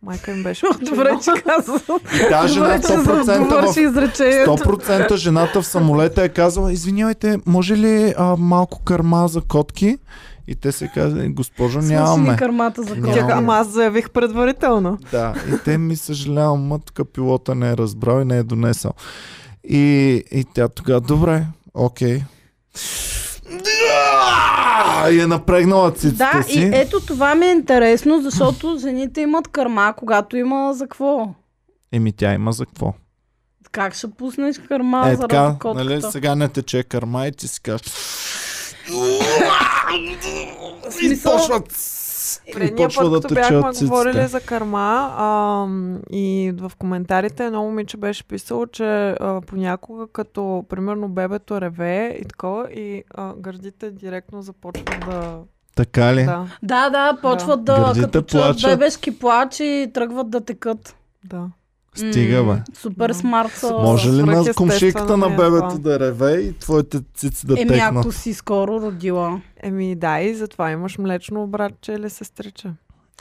C: Майка им беше
B: Добре, че казвам.
A: И тази жена
B: Добре, че
A: 100% в
B: завърши изречението.
A: 100% жената в самолета е казала, извинявайте, може ли а, малко карма за котки? И те се казали, госпожо,
B: Слушай ни
A: нямаме.
B: кърмата за
A: Няма.
C: Тя,
B: кола.
C: ама аз заявих предварително.
A: Да, и те ми съжалявам, ма тук пилота не е разбрал и не е донесъл. И, и тя тогава, добре, окей. И е напрегнала цицата
B: Да, и
A: си.
B: ето това ми е интересно, защото жените имат кърма, когато има за какво.
A: Еми тя има за какво.
B: Как ще пуснеш кърма
A: е
B: за
A: така,
B: така, котката?
A: нали, сега не тече карма и ти си кажеш... И
B: смисъл-
A: почват... И
C: Предния
A: почва
C: път,
A: да
C: като бяхме
A: течат
C: говорили
A: циците.
C: за карма а, и в коментарите едно момиче беше писало, че а, понякога като примерно бебето реве и такова и а, гърдите директно започват да...
A: Така ли?
C: Да,
B: Да, да, почват да,
A: Гърдите
B: като чуят
A: плачат.
B: бебешки плач и тръгват да текат.
C: да.
A: Стига, бе.
B: М, Супер
C: Да.
B: смарт. са.
A: Може ли на
C: свръхестествено
A: комшиката на
C: ми е
A: бебето
C: това.
A: да реве и твоите цици
C: Е,
A: да
B: Еми,
A: текнат?
B: ако си скоро родила.
C: Еми да, и затова имаш млечно братче или сестриче.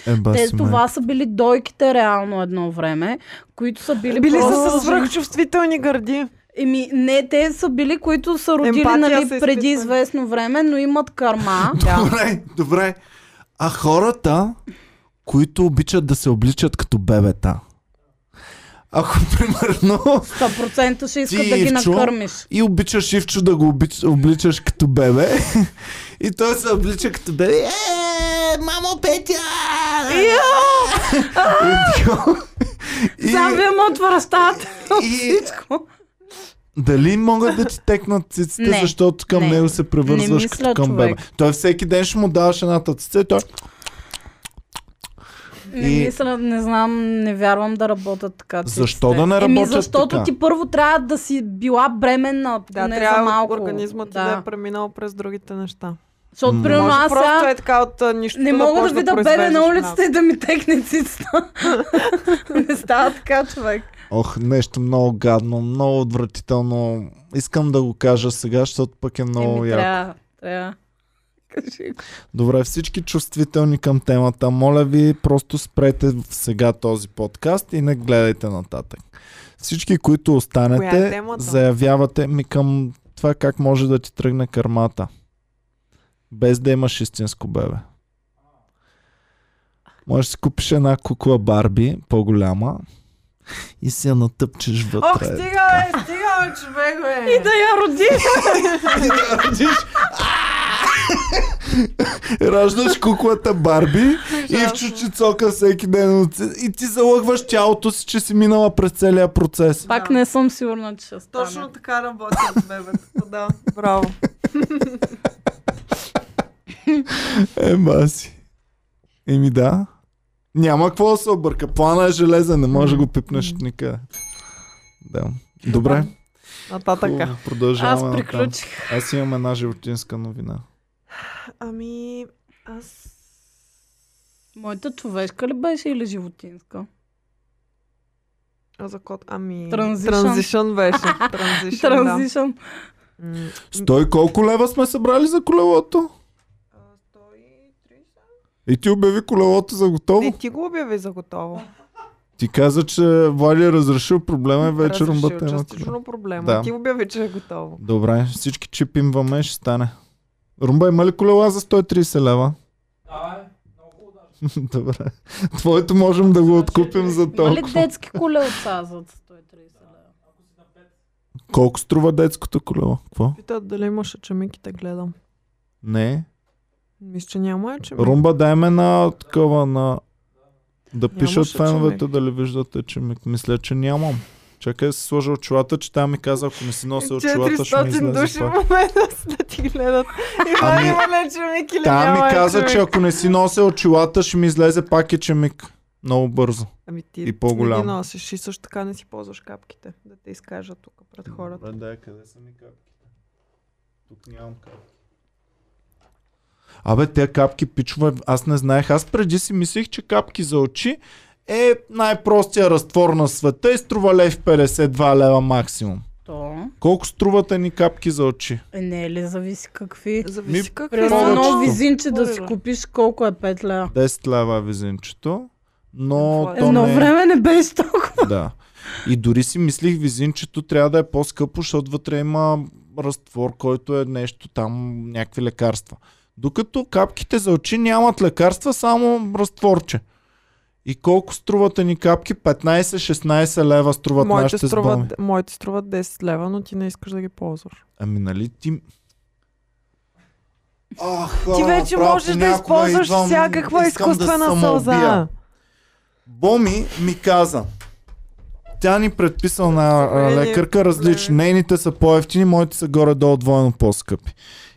A: Еба
B: Те
A: Е, си
B: това са били дойките реално едно време, които са били,
C: Били са
B: просто...
C: с свръхчувствителни гърди.
B: Еми, не, те са били, които са родили
C: Емпатия
B: нали,
C: са
B: преди
C: изпитвали.
B: известно време, но имат
A: [laughs]
B: карма.
A: ме. Добре, добре. А хората, които обичат да се обличат като бебета. Ако, [laughs] примерно,
B: 100% ще искат
A: Ти,
B: да ги
A: Ивчо?
B: накърмиш.
A: и обичаш Ивчо да го обич, обличаш като бебе, [laughs] и той се облича като бебе. Е, мамо Петя! И такова. И-
B: Сам вие му отвръщате от
A: и-
B: всичко.
A: Дали могат да ти текнат циците,
B: Не,
A: защото към
B: не.
A: него се
B: Не
A: превързваш
B: мисля,
A: като към
B: човек.
A: бебе? Той всеки ден ще му даваш едната цица и той...
B: Не
A: И-
B: мисля, не знам, не вярвам да работят така. циците.
A: Защо да не
B: Еми,
A: работят
B: защото
A: така?
B: ти първо трябва да си била бременна,
C: Да,
B: не за
C: трябва
B: малко.
C: организмът ти да. да е преминал през другите неща.
B: Защото,
A: М.
B: примерно,
C: Може
B: аз
C: просто
B: сега
C: е така от а, нищото
B: не мога
C: почнеш
B: да видя бебе
C: произвеждаш
B: на улицата
C: мляко.
B: и да ми текне цицата. [laughs] не става така, човек.
A: Ох, нещо много гадно, много отвратително. Искам да го кажа сега, защото пък е много
B: Еми,
A: яко.
B: трябва, трябва. Кажи го.
A: Добре, всички чувствителни към темата, моля ви, просто спрете в сега този подкаст и не гледайте нататък. Всички, които
C: Коя е
A: останете,
C: темата?
A: заявявате ми към това как може да ти тръгне кърмата. Без да имаш истинско бебе. Можеш да си купиш една кукла Барби, по-голяма, и си я натъпчеш вътре.
C: Ох, стига, бе, стига, бе, човек, бе.
B: И да я родиш!
A: Ти да родиш. Раждаш куклата Барби и в чучицока всеки ден. И ти залъгваш тялото си, че си минала през целия процес.
B: Пак
C: Да.
B: не съм сигурна, че ще стане.
C: Точно така работят с бебетата, [laughs] да. Браво.
A: Ема си. Е, Еми да. Няма какво да се обърка. Плана е железен, не може да го пипнеш от никъде. Да. Добре.
C: Нататъка.
A: хубаво, Продължаваме.
B: Аз
A: натам.
B: приключих.
A: Аз имам една животинска новина.
C: Ами, аз...
B: Моята човешка ли беше или животинска?
C: А за код? Ами...
B: Transition. [laughs]
C: Транзишън беше. Транзишън, да.
B: Транзишън.
C: М,
A: Стой, колко лева сме събрали за колелото?
C: а, 130?
A: И ти обяви колелото за готово.
C: Не, ти го обяви за готово.
A: Ти каза, че Вали е разрешил проблема и вече румбата е на колело.
C: Частично проблема.
A: Да.
C: Ти обяви, че е готово.
A: Добре, всички чипимваме, ще стане. Румба, има ли колела за 130 лева? е, [laughs] Добре. Твоето можем да го откупим за
B: Има ли
A: толкова.
B: детски колелца за 130 лева?
A: Колко струва детското колело? Какво?
C: Питат дали имаше чемиките, гледам.
A: Не.
C: Мисля, че няма е чемик.
A: Румба, дай ме на такова на... Да пишат
C: Нямаше
A: феновете
C: чемик.
A: дали виждате, че ми... Мисля, че нямам. Чакай да си сложа очилата, че тя ми каза, ако не си нося очилата, ще ми
C: 400
A: излезе
C: души в
A: пак.
C: момента са [laughs] да ти гледат. Има
A: Ами,
C: ли има ли чемик или
A: Тя
C: няма
A: ми
C: е
A: каза,
C: чемик?
A: че ако не си нося очилата, ще ми излезе пак е чемик. Много бързо.
C: Ами ти
A: и
C: не
A: по-голям.
C: ги носиш и също така не си ползваш капките. Да те изкажа тук пред хората.
A: Добре, да, къде са ми капките? Тук нямам капки. Абе, те капки, пичове, аз не знаех. Аз преди си мислих, че капки за очи е най-простия разтвор на света и струва лев 52 лева максимум.
B: То
A: Колко струват ни капки за очи?
B: е, не е ли зависи какви?
C: Зависи какви
B: Примерно
A: повечето.
B: едно
C: са.
B: визинче да си
C: Според.
B: купиш колко е 5 лева.
A: 10 лева е визинчето, но
C: Какво е?
A: то
B: Едно
A: не е.
B: време не беше толкова.
A: Да. И дори си мислих визинчето трябва да е по-скъпо, защото вътре има разтвор, който е нещо там, някакви лекарства. Докато капките за очи нямат лекарства, само разтворче. И колко струват ни капки? 15-16 лева струват
C: Моите
A: нашите струват...
C: струват, моите струват 10 лева, но ти не искаш да ги ползваш.
A: Ами нали ти... Ах,
C: Ти
A: хора,
C: вече
A: направо
C: можеш да
A: понякога
C: използваш
A: идвам,
C: всякаква
A: искам да
C: изкуствена
A: се самоубия.
C: сълза.
A: Боми ми каза. Тя ни предписала на а,
C: Добре,
A: лекарка различни.
C: добре.
A: Нейните са по-ефтини, моите са горе-долу двойно по-скъпи.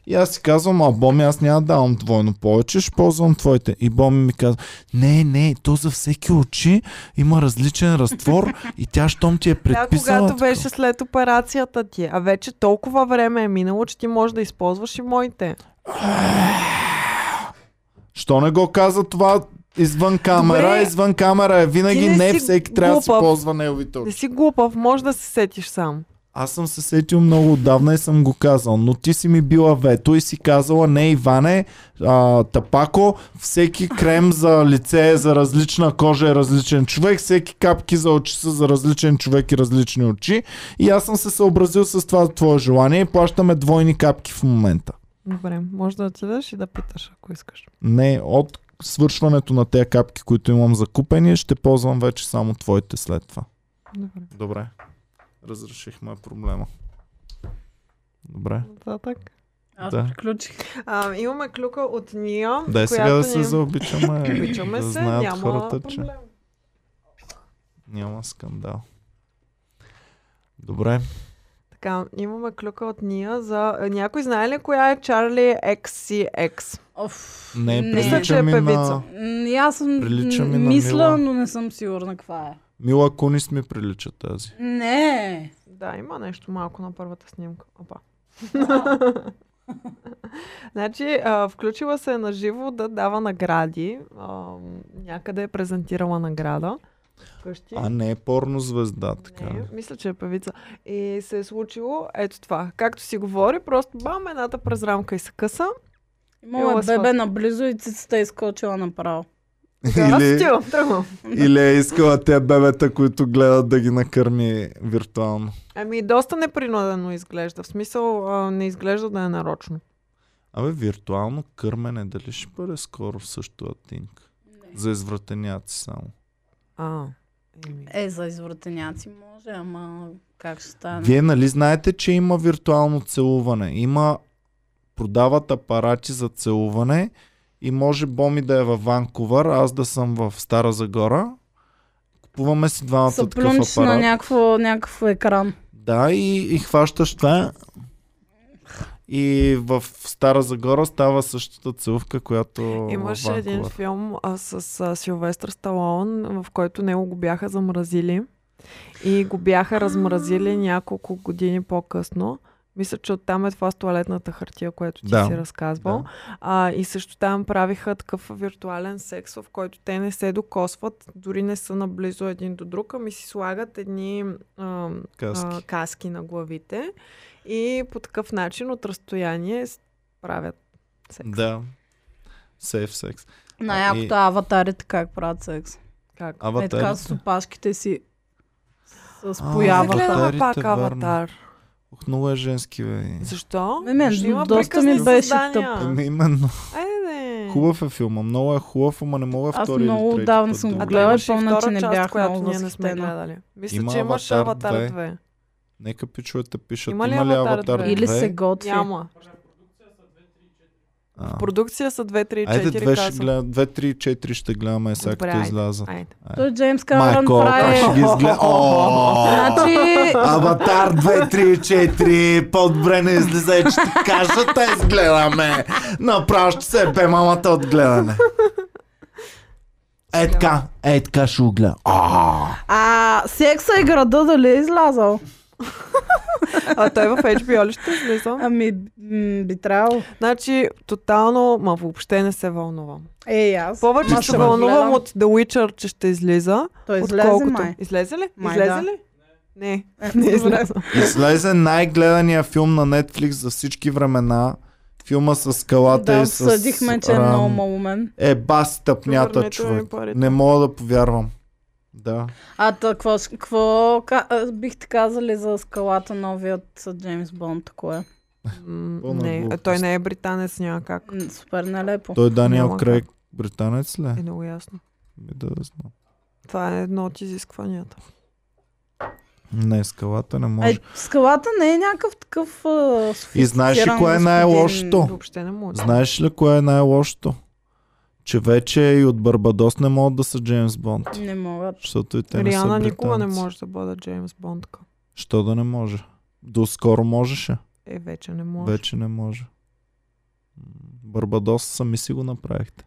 A: И аз си казвам, а Боми, аз няма да давам двойно повече, ще ползвам твоите. И Боми ми казва, не, не, то за всеки очи има различен разтвор и тя, щом ти е
C: Да,
A: предписала...
C: когато
A: така.
C: беше след операцията ти. А вече толкова време е минало, че ти можеш да използваш и моите.
A: Що не го каза това извън камера?
C: Добре.
A: Извън камера е винаги
C: Ти не
A: не,
C: си
A: всеки трябва да си
C: глупав.
A: ползва неговите очи.
C: Не си глупав, може да се сетиш сам.
A: Аз съм се сетил много отдавна и съм го казал, но ти си ми била вето и си казала, не Иване, а, тапако, всеки крем за лице е за различна кожа е различен човек, всеки капки за очи са за различен човек и различни очи. И аз съм се съобразил с това твое желание и плащаме двойни капки в момента.
C: Добре, може да отидеш и да питаш, ако искаш.
A: Не, от свършването на тези капки, които имам закупени, ще ползвам вече само твоите след това.
C: Добре.
A: Добре, разрешихме проблема. Добре.
C: Нататък.
B: Аз
A: Да.
B: приключих.
C: А, имаме клюка от Ния,
A: Дай
C: която
A: сега да се
C: ни... е-
A: заобичаме.
C: Обичаме
A: да
C: се,
A: знаят
C: няма
A: хората, че
C: проблем.
A: няма скандал. Добре.
C: Така, имаме клюка от Ния за... а, Някой знае ли коя е Чарли XCX?
B: Оф,
A: Не,
B: не.
C: Мисля, че е
A: прилича ми
C: певица.
A: на...
B: М, и Аз съм
A: Прилича ми
B: м,
A: на Мила.
B: мисля, но не съм сигурна каква е.
A: Мила Кунис ми прилича тази.
B: Не.
C: Да, има нещо малко на първата снимка. Опа. [laughs] значи, а, включила се е на живо да дава награди. А, някъде е презентирала награда. Вкъщи.
A: А не е порно звезда, така.
C: Не,
A: Не.
C: мисля, че е певица. И се е случило ето това. Както си говори, просто бам, едната през рамка и се къса.
B: Имало е
C: Лъсва.
B: бебе наблизо и цицата е изкочила направо.
A: [laughs]
C: Аз
A: Или,
C: отивам, тръгвам.
A: или е искала те бебета, които гледат да ги накърми виртуално.
C: Ами доста непринудено изглежда. В смисъл а, не изглежда да е нарочно.
A: Абе, виртуално кърмене, дали ще бъде скоро също атинг? За извратеняци само.
C: А, еми.
B: Е, за извратеняци може, ама как ще стане?
A: Вие нали знаете, че има виртуално целуване? Има, продават апарати за целуване и може Боми да е във Ванкувър, аз да съм в Стара Загора. Купуваме си двамата
B: Се
A: такъв
B: плюнчиш на
A: апарат.
B: някакво, някакъв екран.
A: Да, и, и хващаш това. И в Стара Загора става същата целувка, която
C: Имаше
A: във
C: един
A: Ванкувър.
C: филм а, с а, Силвестър Сталон, в който него го бяха замразили. И го бяха размразили няколко години по-късно. Мисля, че оттам е това с туалетната хартия, което ти
A: Да.
C: си разказвал.
A: Да.
C: А, и също там правиха такъв виртуален секс, в който те не се докосват, дори не са наблизо един до друг, ами си слагат едни а,
A: Каски.
C: а, каски на главите и по такъв начин от разстояние с- правят секс.
A: Да. Сейф секс.
B: На
A: А,
B: якото
A: и-
B: аватарите как правят секс.
C: Как?
B: Е така с
A: Ами- Аватарите.
B: опашките си с
A: А,
C: Аз
A: Аватарите,
C: не
B: появата.
C: гледам пак
A: верно.
C: аватар.
A: Ух, много е женски, бе.
C: Защо?
B: Ме, мен
C: Ще има
B: доста
C: приказни
B: ми беше
C: създания.
A: Ами именно.
C: Айде.
A: Хубав е филма. Много е хубав, ама не мога
B: Аз
A: втори или
B: много
A: трети
B: отдавна
A: път
B: съм
A: да
B: го
C: А
A: го
B: гледала.
A: гледам.
C: гледаш и
B: помня, че
C: втора
B: не
C: част,
B: бях
C: която
B: много
C: ние не сме
B: възхитена.
C: гледали. Мисля,
A: Има
C: че имаш
A: Аватар
C: Аватар
A: 2.
C: 2.
A: Нека пичовете пишат.
C: Има ли Аватар
A: Аватар 2?
C: две?
B: Или се готви.
C: Няма.
A: А.
C: Продукция са 2, 3, 4
A: Айде две, ще
C: казвам.
A: гледа, две, три, четири ще гледаме, сега
C: Добре,
A: като
C: айде.
A: излязат.
C: Айде.
B: Той Джеймс Камерън
A: Е. Майко, как
B: прави...
A: ще ги
C: [laughs]
A: изгледа? О!
B: Значи,
A: Аватар 2, 3, 4, по-добре не излизай, че ти кажа, те изгледаме. Направо ще се бе мамата от
C: [laughs]
A: гледане. Е така, е така ще го гледам. А!
B: а секса и града дали е излязал?
C: А той е в HBO ли ще излиза?
B: Ами, м, би трябвало.
C: Значи, тотално, ма въобще не се вълнувам.
B: Е, аз.
C: Повече
B: Ма
C: ще
B: ще го
C: вълнувам
B: гледам.
C: от The Witcher, че ще излиза.
B: Той излезе
C: отколкото...
B: май.
C: Излезе ли?
B: Май,
C: излезе
B: да.
C: ли? Не. [laughs] Не излезе.
A: Излезе най-гледания филм на Netflix за всички времена. Филма с скалата
B: Да,
A: и с...
B: обсъдихме, че е
A: ран-
B: много е малумен.
A: Е, баси тъпнята,
C: Върнете ми
A: човек.
C: парите.
A: Не мога да повярвам. Да.
B: А та, какво, с- какво ка- а, бихте казали за скалата новият с Джеймс Бонд, такова е?
C: М,
A: Пълна
C: Не, а
A: глупост.
C: той не е британец някак.
B: М, Супер нелепо.
A: Той Даниел
C: Няма
A: Крейг британец ли? е?
C: Е много ясно.
A: Ми Да, да знам.
C: Това е едно от изискванията.
A: Не, скалата не
B: Ай,
A: може.
B: Е, скалата не е някакъв такъв а,
A: И знаеш ли
B: софистициран
A: кое е
B: господин.
A: най-лошото?
C: Въобще не може.
A: Знаеш ли кое е най-лошото? Че вече и от Барбадос не могат да са Джеймс Бонд.
B: Не могат.
A: Защото и те не са
C: Риана
A: британци.
C: никога не може да бъде Джеймс Бондка.
A: Що да не може? Доскоро можеше.
C: Е, вече не може.
A: Може. Вече не може. М, Барбадос сами си го направихте.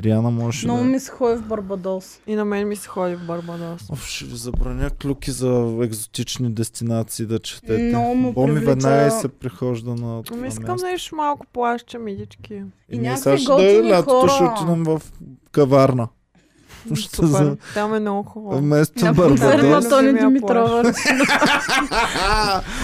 A: Риана можеше
B: Много
A: да...
B: ми се ходи в Барбадос.
C: И на мен ми се ходи в Барбадос.
A: Оф, ще ви забраня клюки за екзотични дестинации да четете.
B: Много му
A: Боми
B: привлича-
A: веднага и се прихожда на това
C: Ами искам
A: място.
C: да еш малко плаща, мидички.
B: И
A: И ние
B: някакви
A: сега ще дойде
B: готини
A: лятото,
B: хора.
A: ще отидем в каварна. Ще за...
C: Супер. Там е много хубаво.
A: Вместо
B: На концерт на
C: Барбадос.
A: [laughs] Барбадос.
B: Тони
C: Земя
B: Димитрова.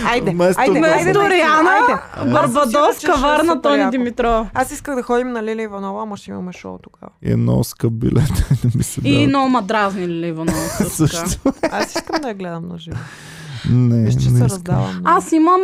C: Айде,
A: Вместо
C: айде,
A: Барбадос.
C: айде,
B: Вместо Риана,
C: айде.
B: Барбадос,
C: Аз мисля, че ще е
B: каварна
C: супер
B: Тони
C: яко.
B: Димитрова.
C: Аз исках да ходим на Лили Иванова, ама ще имаме шоу тогава.
A: И едно скъп билет. [laughs] не ми се
B: И
A: дава.
B: много ма дразни Ливанова също така.
A: [laughs] Също.
C: Аз искам да я гледам на живо.
A: Не, не
C: Виж, че се
A: искам.
C: раздавам. много.
B: Аз имам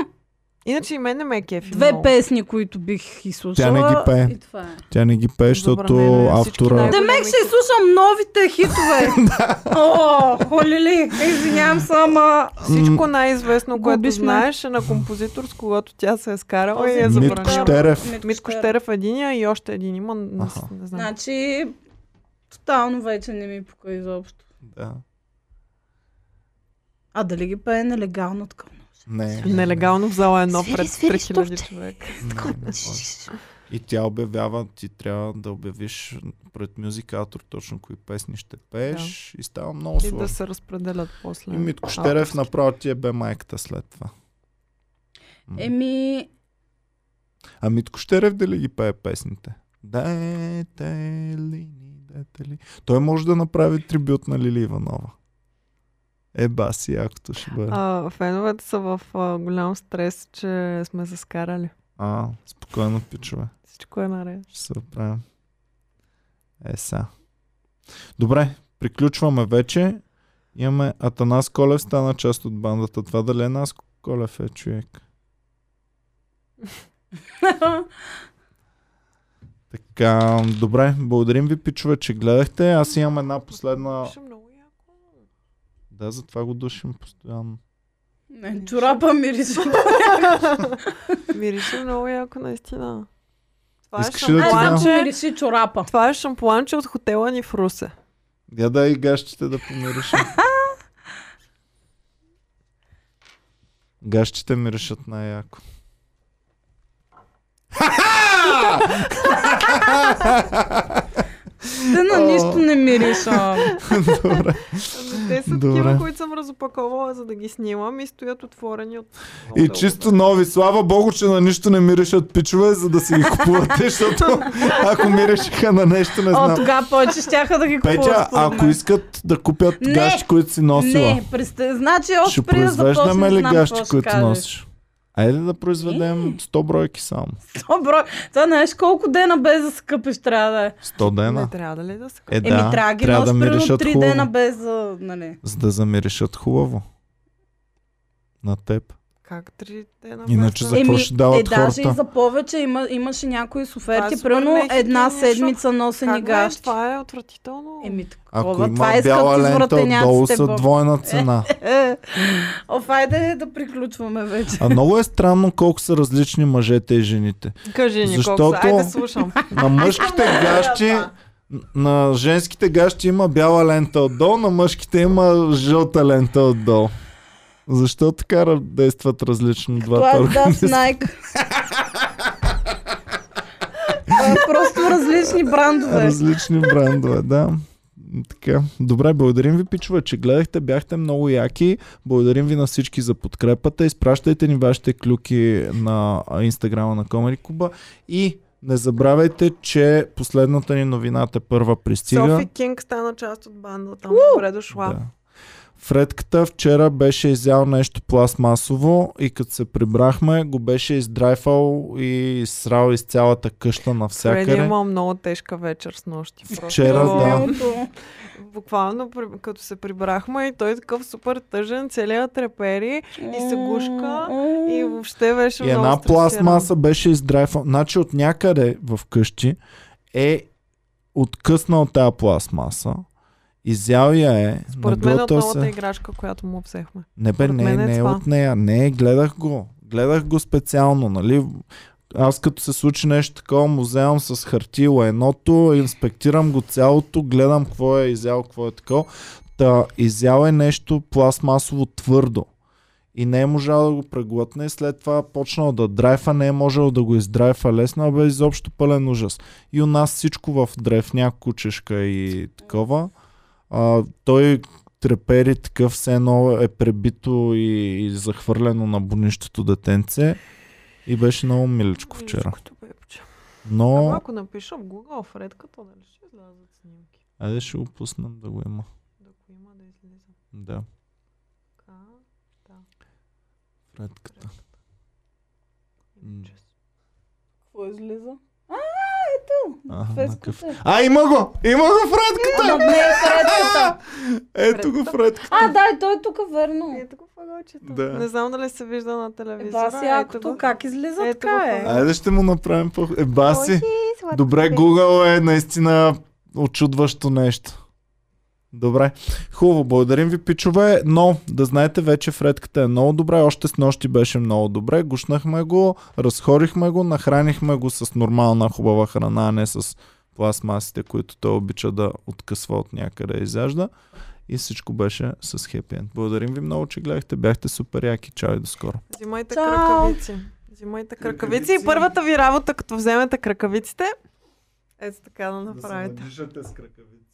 C: Иначе и мен не ме е кефи.
B: две
C: много.
B: песни, които бих
A: Тя
B: изслушала.
A: не ги пее.
B: И това е.
A: Тя не ги пее, защото
C: Забранено е всички
A: автора...
C: най-
B: Демек ще изслушам новите
A: [laughs]
B: хитове. О, холили, извинявам се, ама...
C: Всичко най-известно, което
B: Губиш ме.
C: знаеш е на композитор, с когато тя се е скарала и е
B: Този
A: Митко
C: забранила.
A: Щерев.
C: Митко Щерев е единия и още един има, не,
A: Аха.
C: не знам.
B: Значи, тотално вече не ми пука изобщо.
A: Да.
B: А дали ги пее нелегално така?
A: Не.
C: Нелегално в зала едно
B: Свири,
C: пред
B: свири,
C: 3000
B: стовче.
C: човека.
A: не, не може. И тя обявява, ти трябва да обявиш пред мюзикатор точно кои песни ще пееш и става много
C: И да
A: сложно.
C: се разпределят после.
A: И Митко Щерев направо ти е бе майката след това. М.
B: Еми, [laughs]
A: А Митко Щерев дали ги пее песните? Дайте ли ни, дайте ли. Той може да направи трибют на Лили Иванова. Е, баси, якото ще бъде. А,
C: А, феновете са в а, голям стрес, че сме се скарали.
A: спокойно, пичове.
C: Всичко е наред.
A: Ще се оправим. Е, са. Добре, приключваме вече. Имаме Атанас Колев, стана част от бандата. Това дали е Нас Колев е човек. Така, добре, благодарим ви, пичове, че гледахте. Аз имам една последна...
C: Пише много яко.
A: Да, затова го душим постоянно.
B: Не, чорапа мирише. [laughs]
C: Мирише много яко, наистина. Това е,
A: Искаш ли да ти
B: Аз
A: Планче.
B: ако
C: шампуанче,
B: мирише чорапа.
C: това е шампуанче от хотела ни в Русе.
A: Я дай и гащите да помириш. гащите миришат най-яко.
B: Те на нищо не мириша.
A: Добре.
C: Ами Те са
A: Добре.
C: такива, които съм разопаковала, за да ги снимам и стоят отворени от... много
A: И
C: дълго
A: чисто нови. Слава богу, че на нищо не миришат пичове, за да си ги купувате, [laughs] защото ако миришеха на нещо, не
B: О,
A: знам.
B: тогава повече щяха да ги купуват.
A: Петя,
B: според
A: ако
B: мен.
A: искат да купят
B: Не!
A: гащи, които си носила,
B: Не, преста... значи
A: ще
B: още преди да започнем,
A: произвеждаме ли
B: знам
A: гащи,
B: какво ще
A: които
B: кажеш.
A: носиш? Айде да произведем 100 бройки само.
B: Добро, това знаеш колко дена без да се къпиш трябва да е.
A: 100
C: време.
A: дена.
C: Не трябва да ли да се
A: Е,
B: Еми,
A: да,
B: трябва да ги
A: трябва да
B: носиш примерно
A: миришат
B: три
A: хубаво.
B: дена без да, нали.
A: За да замиришат хубаво. На теб.
C: Как три дена?
A: Иначе
C: без
A: за
C: да-
A: какво
B: Еми,
A: ще дават
B: е, даже
A: хората?
B: и за повече има, имаше някои с
C: Това е
B: оферти.
C: супер
B: Примерно
C: меки
B: една
C: кино,
B: седмица носени
C: Как ме е?
B: гащи.
C: Това е отвратително.
B: Еми,
A: Ако
B: такова. Това
A: има
B: искат
A: бяла лента,
B: извратеняците,
A: отдолу са
B: Бог.
A: двойна цена.
B: Е, [laughs] Оф, айде да
A: [laughs]
B: приключваме вече.
A: А много е странно колко са различни мъжете и жените.
C: Кажи ни колко
A: Защото-
C: са. Айде
A: [laughs]
C: слушам.
A: На мъжките гащи, на женските гащи има бяла лента отдолу, на мъжките има жълта лента отдолу. Защо така ра- действат различно
B: Това
A: двата
B: е да,
A: организма?
B: Nike.
A: [laughs]
B: Това е Просто различни брандове.
A: Различни брандове, да. М, Така. Добре, благодарим ви, пичове, че гледахте. Бяхте много яки. Благодарим ви на всички за подкрепата. Изпращайте ни вашите клюки на а, инстаграма на Комери Куба. И не забравяйте, че последната ни новината първа пристига.
C: Софи Кинг стана част от бандата. Добре дошла.
A: Да. Фредката вчера беше изял нещо пластмасово и като се прибрахме, го беше издрайфал и срал из цялата къща
C: Фреди
A: навсякъде.
C: имал много тежка вечер с нощи. Просто.
A: Вчера, да.
B: Милото.
C: Буквално, при- като се прибрахме и той такъв супер тъжен, целият трепери и се гушка. И въобще беше
A: И
C: много
A: една
C: стресиран.
A: пластмаса беше издрайфал. Значи от някъде в къщи е откъснал тая пластмаса. Изял я е.
C: Според мен от
A: нагълтал
C: новата
A: се.
C: играчка, която му взехме.
A: Не бе,
C: Според
A: не,
C: мен е
A: не е
C: това.
A: от нея. Не, гледах го. Гледах го специално, нали? Аз като се случи нещо такова, му вземам с хартила едното, инспектирам го цялото, гледам какво е изял, какво е такова. Та, изял е нещо пластмасово твърдо. И не е можал да го преглътне, след това почнал да драйфа, не е можел да го издрайфа лесно, а бе изобщо пълен ужас. И у нас всичко в древня кучешка и такова. А, той трепери такъв, все едно е пребито и, и захвърлено на бунището детенце. И беше много миличко вчера.
C: Миличкото бебче. Ама
A: Но,
C: ако напиша в Google Фредката, дали ще излязат снимки?
A: айде ще го пуснем да го има.
C: Да го има да излиза.
A: Да,
C: Така,
A: предката. М.
C: чест.
B: Какво излиза?
A: Аха, на къв...
B: Феската.
A: А, има го! Има го Фредката!
B: Ама не е средката.
A: Ето го Фредката!
B: А, да, и той е тук, верно.
C: Ето го фагълчето.
A: Да.
C: Не знам дали се вижда на
B: Е,
C: телевизора.
B: това си якото. Как излиза
C: Ето го,
B: така е?
C: хора.
A: Айде ще му направим по... Е, баси!
C: сладко
A: Добре, Google е наистина очудващо нещо. Добре. Хубаво, благодарим ви, пичове, но да знаете вече Фредката е много добре, още с нощи беше много добре, гушнахме го, разхорихме го, нахранихме го с нормална хубава храна, а не с пластмасите, които той обича да откъсва от някъде и изяжда. И всичко беше с хепи енд. Благодарим ви много, че гледахте, бяхте супер яки, чао и до скоро.
C: Взимайте
B: Чао!
C: кракавици. Взимайте кракавици. И първата ви работа, като вземете кракавиците, ето е така да направите.
A: надишате с кракавици.